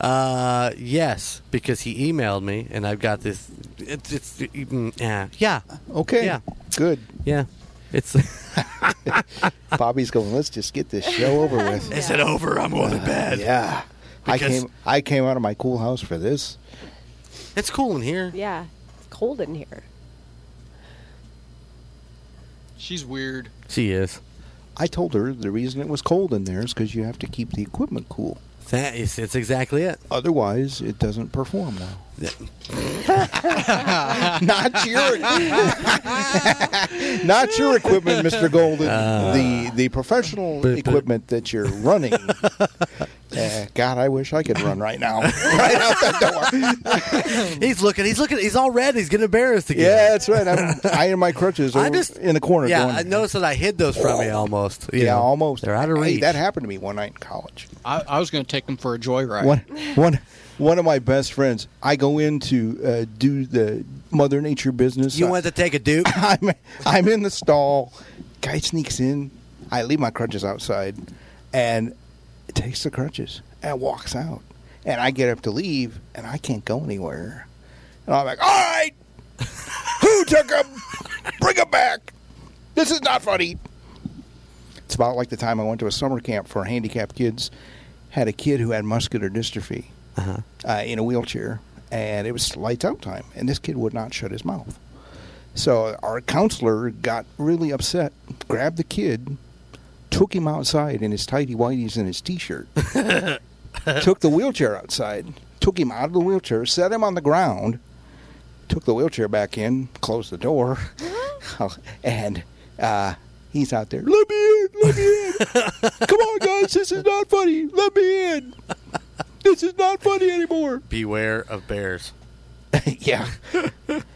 Speaker 6: Uh, yes, because he emailed me, and I've got this. It's, it's mm, yeah, yeah.
Speaker 9: Okay.
Speaker 6: Yeah.
Speaker 9: Good.
Speaker 6: Yeah. It's.
Speaker 9: Bobby's going. Let's just get this show over with. Uh,
Speaker 15: Is it over? I'm going to bed.
Speaker 9: Yeah. I
Speaker 15: Because-
Speaker 9: came. I came out of my cool house for this.
Speaker 6: It's cool in here.
Speaker 10: Yeah, it's cold in here.
Speaker 8: She's weird.
Speaker 6: She is.
Speaker 9: I told her the reason it was cold in there is because you have to keep the equipment cool.
Speaker 6: That is, it's exactly it.
Speaker 9: Otherwise, it doesn't perform well.
Speaker 2: Not your,
Speaker 9: Not your equipment, Mr. Golden.
Speaker 6: Uh.
Speaker 9: the the professional equipment that you're running. Uh, God, I wish I could run right now. right out that door.
Speaker 6: He's looking. He's looking. He's all red. He's getting embarrassed again.
Speaker 9: Yeah, that's right. I'm ironing my crutches
Speaker 6: I
Speaker 9: over
Speaker 6: just-
Speaker 9: in the corner.
Speaker 6: Yeah,
Speaker 9: going,
Speaker 6: I noticed that I hid those from you almost. you
Speaker 9: yeah,
Speaker 6: know.
Speaker 9: almost.
Speaker 6: They're out of
Speaker 9: Hey,
Speaker 6: reach.
Speaker 9: that happened to me one night in college.
Speaker 8: I, I was going to take them for a joyride.
Speaker 9: One, one, one of my best friends. I go in to uh, do the Mother Nature business.
Speaker 6: you
Speaker 9: I-
Speaker 6: wanted to take a duke?
Speaker 9: I'm I'm in the stall. Guy sneaks in. I leave my crutches outside, and takes the crutches and walks out. And I get up to leave, and I can't go anywhere. And I'm like, "Oh." all right, who took them? Bring them back. This is not funny. It's about like the time I went to a summer camp for handicapped kids. Had a kid who had muscular dystrophy
Speaker 6: Uh-huh.
Speaker 9: uh in a wheelchair, and it was lights out time, and this kid would not shut his mouth. So our counselor got really upset, grabbed the kid, took him outside in his tidy whities and his t-shirt, took the wheelchair outside, took him out of the wheelchair, set him on the ground, took the wheelchair back in, closed the door, and uh, he's out there. Let me in! Let me in! Come on, guys, this is not funny. Let me in. This is not funny anymore.
Speaker 6: Beware of bears.
Speaker 9: yeah,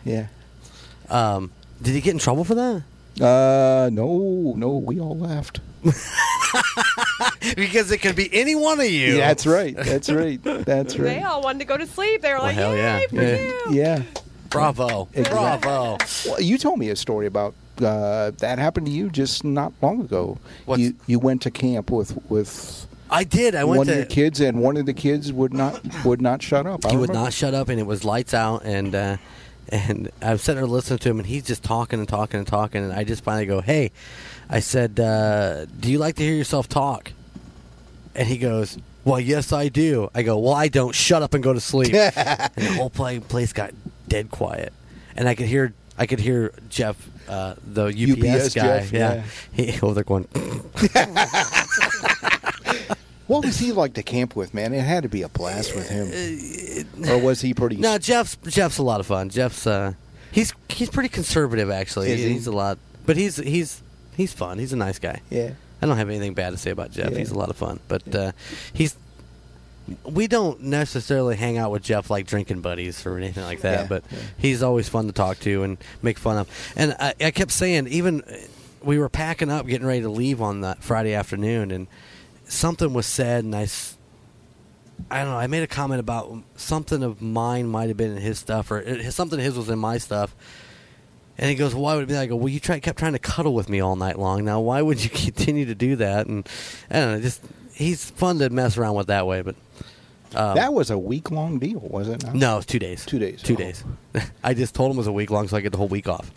Speaker 9: yeah.
Speaker 6: Um, did he get in trouble for that?
Speaker 9: Uh, no, no, we all laughed.
Speaker 6: Because it could be any one of you.
Speaker 9: Yeah, that's right. That's right. That's
Speaker 10: They
Speaker 9: right.
Speaker 10: all wanted to go to sleep. They were like,
Speaker 6: hell yeah.
Speaker 10: "Yay for
Speaker 9: Yeah.
Speaker 10: you!"
Speaker 9: Yeah.
Speaker 6: Bravo.
Speaker 9: Exactly.
Speaker 6: Bravo.
Speaker 9: Well, you told me a story about uh, that happened to you just not long ago.
Speaker 6: What's-
Speaker 9: You you went to camp with with
Speaker 6: I did. I went
Speaker 9: one
Speaker 6: to.
Speaker 9: of your kids, and one of the kids would not would not shut up. I
Speaker 6: he would
Speaker 9: remember.
Speaker 6: not shut up, and it was lights out, and uh, and I'm sitting there listening to him, and he's just talking and talking and talking, and I just finally go, "Hey," I said, uh, "Do you like to hear yourself talk?" And he goes, "Well, yes, I do." I go, "Well, I don't. Shut up and go to sleep." and the whole play, place got dead quiet, and I could hear I could hear Jeff, uh, the UPS,
Speaker 9: UPS
Speaker 6: guy,
Speaker 9: Jeff,
Speaker 6: yeah, He, oh, they're going.
Speaker 9: What was he like to camp with, man? It had to be a blast with
Speaker 6: Uh,
Speaker 9: him, or was he pretty?
Speaker 6: No, Jeff's Jeff's a lot of fun. Jeff's uh, he's he's pretty conservative actually.
Speaker 9: Is he?
Speaker 6: He's a lot, but he's he's he's fun. He's a nice guy.
Speaker 9: Yeah.
Speaker 6: I don't have anything bad to say about Jeff.
Speaker 9: Yeah.
Speaker 6: He's a lot of fun, but uh, he's we don't necessarily hang out with Jeff like drinking buddies or anything like that.
Speaker 9: Yeah,
Speaker 6: But
Speaker 9: yeah.
Speaker 6: he's always fun to talk to and make fun of. And I, I kept saying even uh, we were packing up, getting ready to leave on that Friday afternoon, and something was said, and I. s- I don't know. I made a comment about something of mine might have been in his stuff, or it, something of his was in my stuff. And he goes, "Why would it be?" that?" I go, "Well, you try, kept trying to cuddle with me all night long. Now, why would you continue to do that?" And I don't know. Just he's fun to mess around with that way, but um,
Speaker 9: that was a week long deal, was it? Not?
Speaker 6: no, it's two days.
Speaker 9: Two days.
Speaker 6: Two
Speaker 9: Oh.
Speaker 6: days. I just told him it was a week long, so I get the whole week off.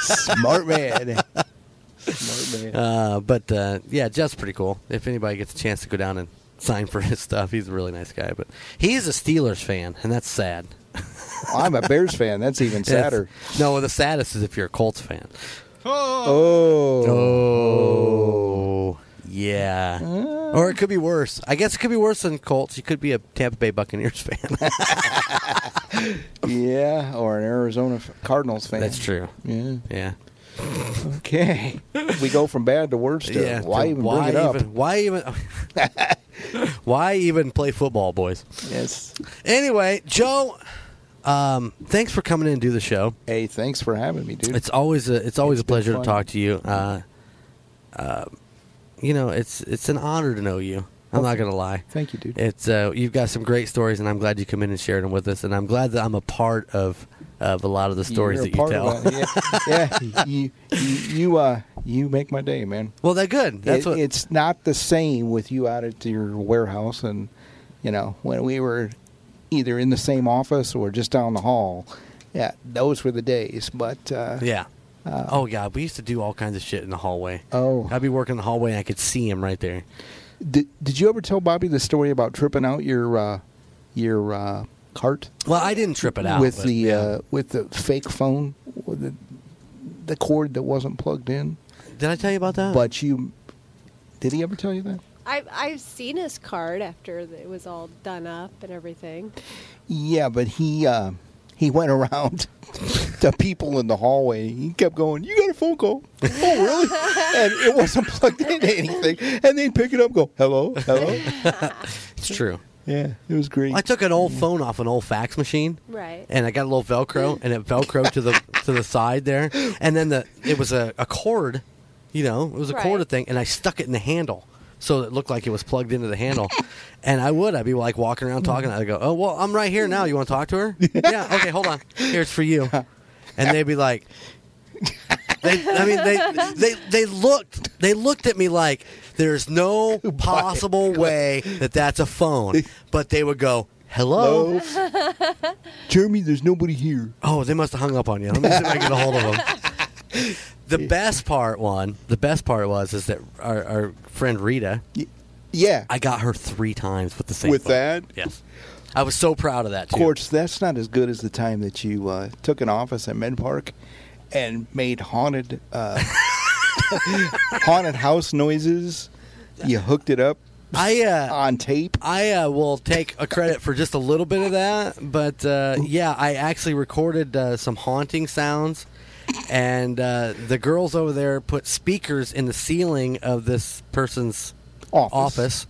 Speaker 9: smart man. Smart man.
Speaker 6: Uh, but uh, yeah, Jeff's pretty cool. If anybody gets a chance to go down and sign for his stuff, he's a really nice guy. But he is a Steelers fan, and that's sad.
Speaker 9: I'm a Bears fan. That's even sadder.
Speaker 6: It's- no, the saddest is if you're a Colts fan.
Speaker 9: Oh.
Speaker 6: Oh, yeah. Or it could be worse. I guess it could be worse than Colts. You could be a Tampa Bay Buccaneers fan.
Speaker 9: Yeah, or an Arizona f- Cardinals fan.
Speaker 6: That's true.
Speaker 9: Yeah.
Speaker 6: Yeah.
Speaker 9: Okay. we go from bad to worse to
Speaker 6: yeah.
Speaker 9: why
Speaker 6: so
Speaker 9: even
Speaker 6: why
Speaker 9: bring it up?
Speaker 6: even- why even? why even play football, boys?
Speaker 9: Yes.
Speaker 6: Anyway, Joe, um, thanks for coming in and do the show.
Speaker 9: Hey, thanks for having me, dude.
Speaker 6: It's always a, it's always a
Speaker 9: been
Speaker 6: pleasure to
Speaker 9: fun.
Speaker 6: talk to you. Uh, uh, you know, it's it's an honor to know you.
Speaker 9: Oh,
Speaker 6: I'm not gonna lie.
Speaker 8: Thank you, dude.
Speaker 6: It's uh, you've got some great stories, and I'm glad you come in and shared them with us. And I'm glad that I'm a part of of a lot of the stories
Speaker 9: You're a
Speaker 6: that you
Speaker 9: part
Speaker 6: tell.
Speaker 9: of that. Yeah, yeah. you, you, you, uh, you make my day, man.
Speaker 6: Well, that good. That's
Speaker 9: It-
Speaker 6: what-
Speaker 9: It's not the same with you out at your warehouse, and you know when we were either in the same office or just down the hall. Yeah, those were the days. But uh,
Speaker 6: yeah. oh yeah, we used to do all kinds of shit in the hallway.
Speaker 9: Oh.
Speaker 6: I'd be working in the hallway and I could see him right there.
Speaker 9: Did Did you ever tell Bobby the story about tripping out your uh, your uh, cart?
Speaker 6: Well, I didn't trip it out
Speaker 9: with
Speaker 6: but,
Speaker 9: the
Speaker 6: yeah.
Speaker 9: uh, with the fake phone, with the the cord that wasn't plugged in.
Speaker 6: Did I tell you about that?
Speaker 9: But you did he ever tell you that?
Speaker 10: I've, I've seen his card after it was all done up and everything.
Speaker 9: Yeah, but he uh, he went around to people in the hallway. He kept going, "You got a phone call? Oh, really?" and it wasn't plugged into anything. And they'd pick it up, and go, "Hello, hello."
Speaker 6: it's true.
Speaker 9: Yeah, it was great.
Speaker 6: I took an old phone off an old fax machine.
Speaker 10: Right.
Speaker 6: And I got a little Velcro, and it Velcro to the to the side there, and then the it was a, a cord, you know, it was a corded thing, and I stuck it in the handle, so it looked like it was plugged into the handle, and I would I'd be like walking around talking, I'd go, oh well, I'm right here now. You want to talk to her? yeah. Okay, hold on. Here's for you, and they'd be like, they, I mean, they, they they looked they looked at me like there's no possible way that that's a phone, but they would go, hello.
Speaker 9: Jeremy, there's nobody here.
Speaker 6: Oh, they must have hung up on you. Let me see if I can get a hold of them. The best part, one, the best part was is that our, our friend Rita.
Speaker 9: Yeah,
Speaker 6: I got her three times with the same.
Speaker 9: With
Speaker 6: phone.
Speaker 9: that?
Speaker 6: yes, I was so proud of that. Too.
Speaker 9: Of course, that's not as good as the time that you uh, took an office at Men Park and made haunted uh, haunted house noises. You hooked it up.
Speaker 6: I uh,
Speaker 9: on tape.
Speaker 6: I uh, will take a credit for just a little bit of that, but uh, yeah, I actually recorded uh, some haunting sounds, and uh, the girls over there put speakers in the ceiling of this person's
Speaker 9: office,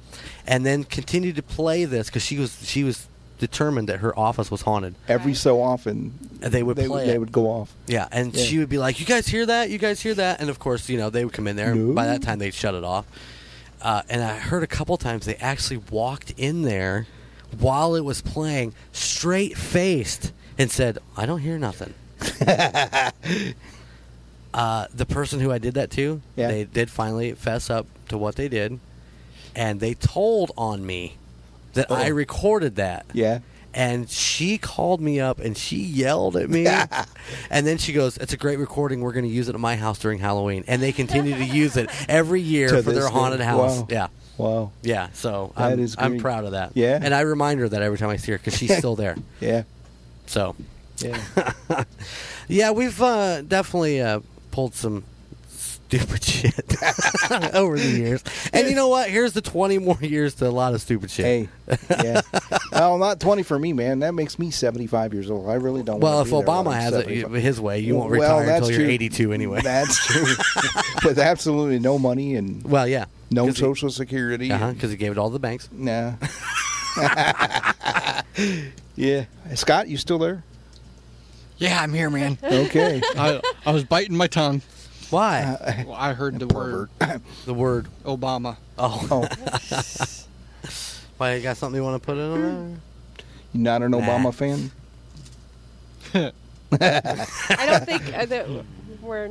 Speaker 6: and then continued to play this because she was she was determined that her office was haunted.
Speaker 9: Every so often,
Speaker 6: they would
Speaker 9: they,
Speaker 6: play
Speaker 9: they
Speaker 6: it.
Speaker 9: would go off.
Speaker 6: Yeah, and
Speaker 9: Yeah.
Speaker 6: she would be like, "You guys hear that? You guys hear that?" And of course, you know, they would come in there.
Speaker 9: No.
Speaker 6: By that time, they'd shut it off. Uh, and I heard a couple times they actually walked in there while it was playing, straight faced, and said, "I don't hear nothing." uh, the person who I did that to,
Speaker 9: Yeah.
Speaker 6: they did finally fess up to what they did, and they told on me that I recorded that.
Speaker 9: Yeah.
Speaker 6: And she called me up and she yelled at me. and then she goes, It's a great recording. We're going to use it at my house during Halloween. And they continue to use it every year
Speaker 9: To
Speaker 6: for
Speaker 9: this
Speaker 6: their haunted
Speaker 9: day.
Speaker 6: house.
Speaker 9: Wow.
Speaker 6: Yeah.
Speaker 9: Wow.
Speaker 6: Yeah. So
Speaker 9: That
Speaker 6: I'm,
Speaker 9: is
Speaker 6: I'm
Speaker 9: great.
Speaker 6: proud of that.
Speaker 9: Yeah.
Speaker 6: And I remind her that every time I see her because she's still there.
Speaker 9: Yeah.
Speaker 6: So,
Speaker 9: Yeah.
Speaker 6: yeah, we've uh, definitely uh, pulled some stupid shit over the years. And you know what? Here's the 20 more years to a lot of stupid shit.
Speaker 9: Hey. Yeah. well, not 20 for me, man. That makes me 75 years old. I really don't
Speaker 6: Well,
Speaker 9: want
Speaker 6: if
Speaker 9: to be there when
Speaker 6: Obama
Speaker 9: I'm
Speaker 6: has
Speaker 9: 75.
Speaker 6: it his way, you won't
Speaker 9: Well,
Speaker 6: retire
Speaker 9: that's
Speaker 6: until you're
Speaker 9: true.
Speaker 6: 82 anyway.
Speaker 9: That's true. With absolutely no money and
Speaker 6: well, yeah.
Speaker 9: no
Speaker 6: 'Cause he-
Speaker 9: social security.
Speaker 6: Uh-huh, because he gave it all to the banks.
Speaker 9: Nah. yeah. Scott, you still there?
Speaker 8: Yeah, I'm here, man.
Speaker 9: Okay.
Speaker 8: I, I was biting my tongue. Uh,
Speaker 6: Why?
Speaker 8: Well, I heard the word
Speaker 6: the word
Speaker 8: Obama.
Speaker 6: Oh.
Speaker 9: Oh.
Speaker 6: Why, you got something you want to put in on
Speaker 9: You not an
Speaker 6: Nah.
Speaker 9: Obama fan?
Speaker 10: I don't think uh, that we're,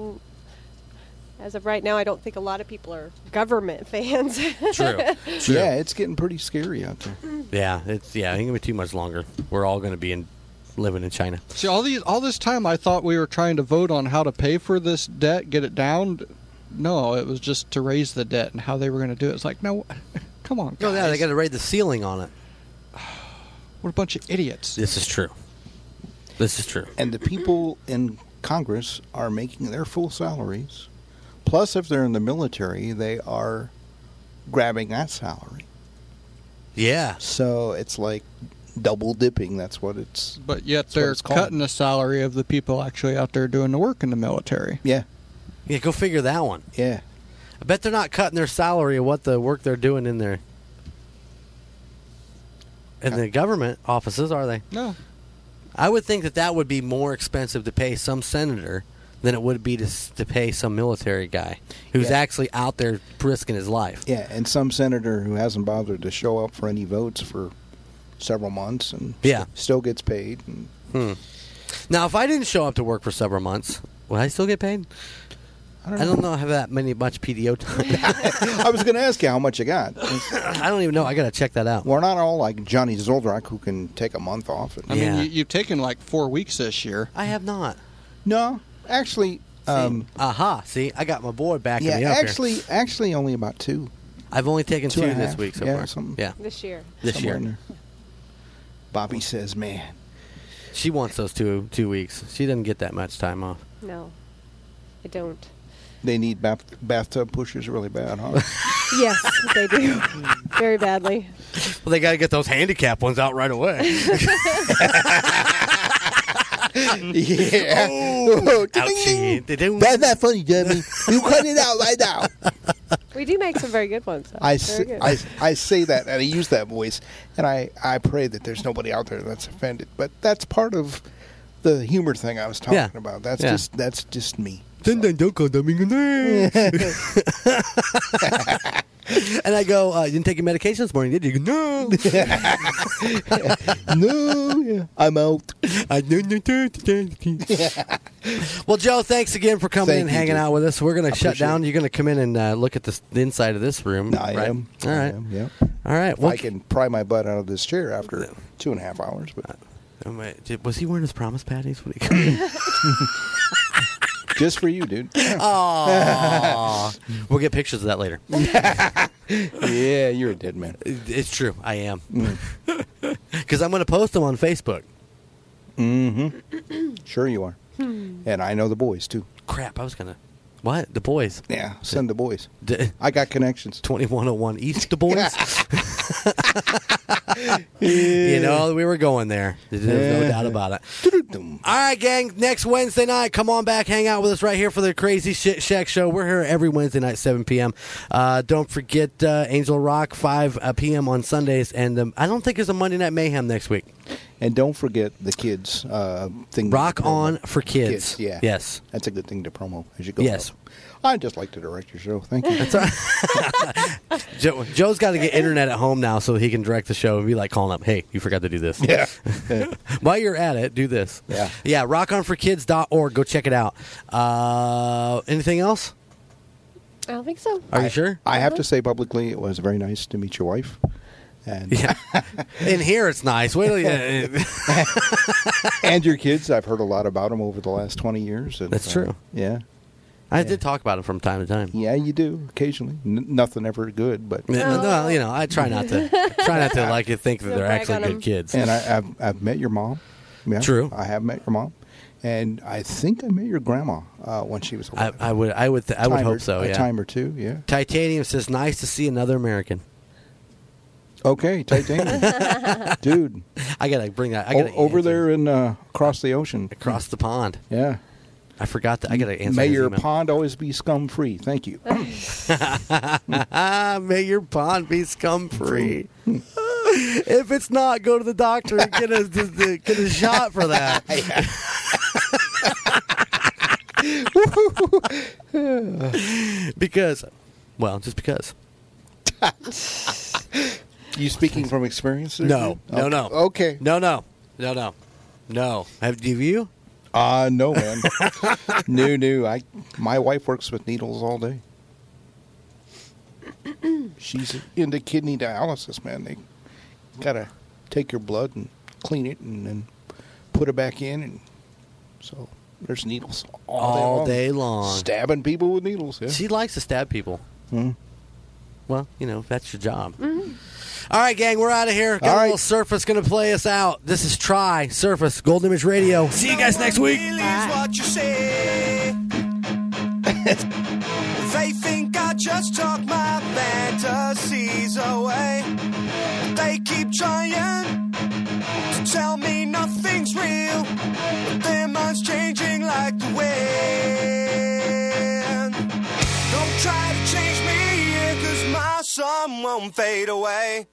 Speaker 10: as of right now, I don't think a lot of people are government fans.
Speaker 6: there? True. True.
Speaker 9: Yeah,
Speaker 6: Yeah.
Speaker 9: it's getting pretty scary out there.
Speaker 6: it's yeah, it ain't gonna be too much longer. We're all gonna be in living in China.
Speaker 8: See, all these all this time, I thought we were trying to vote on how to pay for this debt, get it down. No, it was just to raise the debt and how they were going to do it. It's like, no, come on,
Speaker 6: No,
Speaker 8: guys.
Speaker 6: yeah, they gotta raid the ceiling on it.
Speaker 8: We're a bunch of idiots.
Speaker 6: This is true. This is true.
Speaker 9: And the people in Congress are making their full salaries. Plus, if they're in the military, they are grabbing that salary.
Speaker 6: Yeah.
Speaker 9: So it's like double dipping. That's what it's.
Speaker 8: But yet
Speaker 9: what
Speaker 8: they're
Speaker 9: it's called.
Speaker 8: cutting the salary of the people actually out there doing the work in the military.
Speaker 9: Yeah,
Speaker 6: Yeah, go figure that one.
Speaker 9: yeah.
Speaker 6: I bet they're not cutting their salary of what the work they're doing in their in the government offices, are they?
Speaker 8: No,
Speaker 6: I would think that that would be more expensive to pay some senator than it would be to s- to pay some military guy who's
Speaker 9: Yeah.
Speaker 6: actually out there risking his life.
Speaker 9: Yeah, and some senator who hasn't bothered to show up for any votes for several months and
Speaker 6: Yeah.
Speaker 9: st- still gets paid. And
Speaker 6: Hmm. Now, if I didn't show up to work for several months, would I still get paid? I don't, know. I have that many much PDO time.
Speaker 9: I was going to ask you how much you got.
Speaker 6: I don't even know. I got to check that out.
Speaker 9: We're not all like Johnny Zoldrock who can take a month off. And,
Speaker 8: I mean, you, you've taken like four weeks this year.
Speaker 6: I have not.
Speaker 9: no, actually, um,
Speaker 6: Aha! See, I got my boy back.
Speaker 9: yeah,
Speaker 6: me up here.
Speaker 9: actually, actually, only about two.
Speaker 6: I've only taken
Speaker 9: Two
Speaker 6: two,
Speaker 9: and a
Speaker 6: this
Speaker 9: half.
Speaker 6: week so
Speaker 9: Yeah,
Speaker 6: far.
Speaker 9: something.
Speaker 6: Yeah,
Speaker 10: This year.
Speaker 6: this
Speaker 9: Somewhere in
Speaker 6: year.
Speaker 9: there. Bobby says, "Man,
Speaker 6: She wants those two two weeks. She doesn't get that much time off.
Speaker 10: No, I don't.
Speaker 9: they need bath- bathtub pushers really bad, huh?"
Speaker 10: Yes, they do. Very badly.
Speaker 6: Well, they got to get those handicap ones out right away.
Speaker 9: yeah.
Speaker 6: Oh,
Speaker 9: Ouchie.
Speaker 6: That's
Speaker 9: not funny, Jeremy. You cut it out right now.
Speaker 10: We do make some very good ones. though.
Speaker 9: I,
Speaker 10: Very
Speaker 9: say,
Speaker 10: good.
Speaker 9: I, I say that and I use that voice, and I, I pray that there's nobody out there that's offended. But that's part of the humor thing I was talking
Speaker 6: Yeah.
Speaker 9: about. That's
Speaker 6: Yeah.
Speaker 9: just that's just me.
Speaker 6: and I go, uh, you didn't take your medication this morning, did you? No.
Speaker 9: no, yeah, I'm out.
Speaker 6: I well, Joe, thanks again for coming
Speaker 9: Thank
Speaker 6: and
Speaker 9: you,
Speaker 6: hanging
Speaker 9: dude.
Speaker 6: out with us. We're going
Speaker 9: I
Speaker 6: to shut
Speaker 9: appreciate
Speaker 6: down. You're going to come in and uh, look at this, the inside of this room.
Speaker 9: I
Speaker 6: right?
Speaker 9: am.
Speaker 6: All right.
Speaker 9: I am, yeah.
Speaker 6: All right.
Speaker 9: If
Speaker 6: Well,
Speaker 9: I can pry my butt out of this chair after two and a half hours, but
Speaker 6: Oh, wait, did- was he wearing his promise patties when he came?
Speaker 9: just for you, dude.
Speaker 6: Aw. we'll get pictures of that later.
Speaker 9: yeah, you're a dead man.
Speaker 6: It's true. I am. Because I'm going to post them on Facebook.
Speaker 9: Mm-hmm. Sure you are. And I know the boys too.
Speaker 6: Crap, I was going to. What? The boys.
Speaker 9: Yeah, send the boys.
Speaker 6: D-
Speaker 9: I got connections.
Speaker 6: 2101 East Du Bois. you know, we were going there. There's no doubt about it. All right, gang. Next Wednesday night, come on back, hang out with us right here for the Crazy Shit Shack Show. We're here every Wednesday night, 7 p.m. Uh, don't forget uh, Angel Rock, 5 uh, p.m. on Sundays. And um, I don't think there's a Monday Night Mayhem next week.
Speaker 9: And don't forget the kids uh, thing.
Speaker 6: Rock on for kids.
Speaker 9: Yeah.
Speaker 6: Yes.
Speaker 9: That's a good thing to promo as you go.
Speaker 6: Yes.
Speaker 9: up. I just like to direct your show. Thank you.
Speaker 6: That's all right. Joe, Joe's got to get internet at home now so he can direct the show and be like calling up, hey, you forgot to do this.
Speaker 9: Yeah.
Speaker 6: While you're at it, do this.
Speaker 9: Yeah.
Speaker 6: Yeah, rockonforkids.org. Go check it out. Uh, anything else?
Speaker 10: I don't think so.
Speaker 6: Are you sure?
Speaker 9: I have to say publicly, it was very nice to meet your wife. And uh,
Speaker 6: Yeah. In here, it's nice. Wait, till you-
Speaker 9: and your kids. I've heard a lot about them over the last twenty years. and,
Speaker 6: That's
Speaker 9: uh,
Speaker 6: true.
Speaker 9: Yeah.
Speaker 6: I did talk about it from time to time.
Speaker 9: Yeah, you do occasionally. N- nothing ever good, but
Speaker 6: No, no, you know, I try not to try not to like it, think that
Speaker 10: Don't
Speaker 6: they're
Speaker 10: brag
Speaker 6: actually
Speaker 10: on 'em.
Speaker 6: good kids.
Speaker 9: And I, I've I've met your mom. Yeah,
Speaker 6: True.
Speaker 9: I have met your mom, and I think I met your grandma uh, when she was.
Speaker 6: I,
Speaker 9: alive.
Speaker 6: I would, I would, th- I would
Speaker 9: Time or-
Speaker 6: hope so.
Speaker 9: A
Speaker 6: Yeah.
Speaker 9: time or two. Yeah.
Speaker 6: Titanium says, "Nice to see another American."
Speaker 9: Okay, Titanium, dude.
Speaker 6: I gotta bring that. I
Speaker 9: o-
Speaker 6: gotta
Speaker 9: over
Speaker 6: answer.
Speaker 9: there in uh, across the ocean.
Speaker 6: across the pond.
Speaker 9: Yeah.
Speaker 6: I forgot that. I gotta answer.
Speaker 9: May
Speaker 6: his
Speaker 9: your
Speaker 6: email.
Speaker 9: pond always be scum free. Thank you.
Speaker 6: May your pond be scum free. if it's not, go to the doctor and get a, th- th- get a shot for that. because, well, just because.
Speaker 9: you speaking from experience? there,
Speaker 6: No,
Speaker 9: dude?
Speaker 6: no,
Speaker 9: Okay.
Speaker 6: no.
Speaker 9: Okay.
Speaker 6: No, no, no, no, no. Have have you?
Speaker 9: Uh no, man. no, no. I my wife works with needles all day. She's into kidney dialysis, man. They gotta take your blood and clean it and then put it back in, and so there's needles all,
Speaker 6: All
Speaker 9: day,
Speaker 6: day
Speaker 9: long.
Speaker 6: long.
Speaker 9: stabbing people with needles. Yeah.
Speaker 6: She likes to stab people.
Speaker 9: Hmm.
Speaker 6: Well, you know, that's your job. All right, gang, we're out of here. Got
Speaker 9: All
Speaker 6: a
Speaker 9: right.
Speaker 6: little Surface going to play us out. This is Try Surface, Golden Image Radio. See you guys next week.
Speaker 16: Believes what you say. they think I just talk my fantasies away. They keep trying to tell me nothing's real, but their minds changing like the wind. Don't try to change me, yeah, 'cause my sun won't fade away.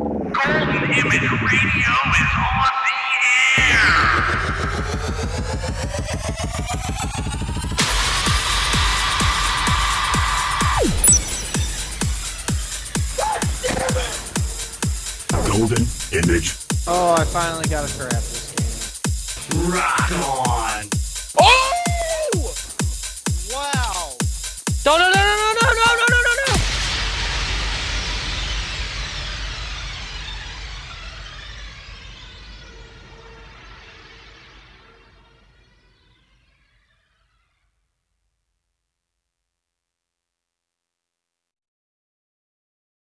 Speaker 17: Image Radio is on the air.
Speaker 18: Golden Image.
Speaker 2: Oh, I finally got a crap.
Speaker 18: Rock on.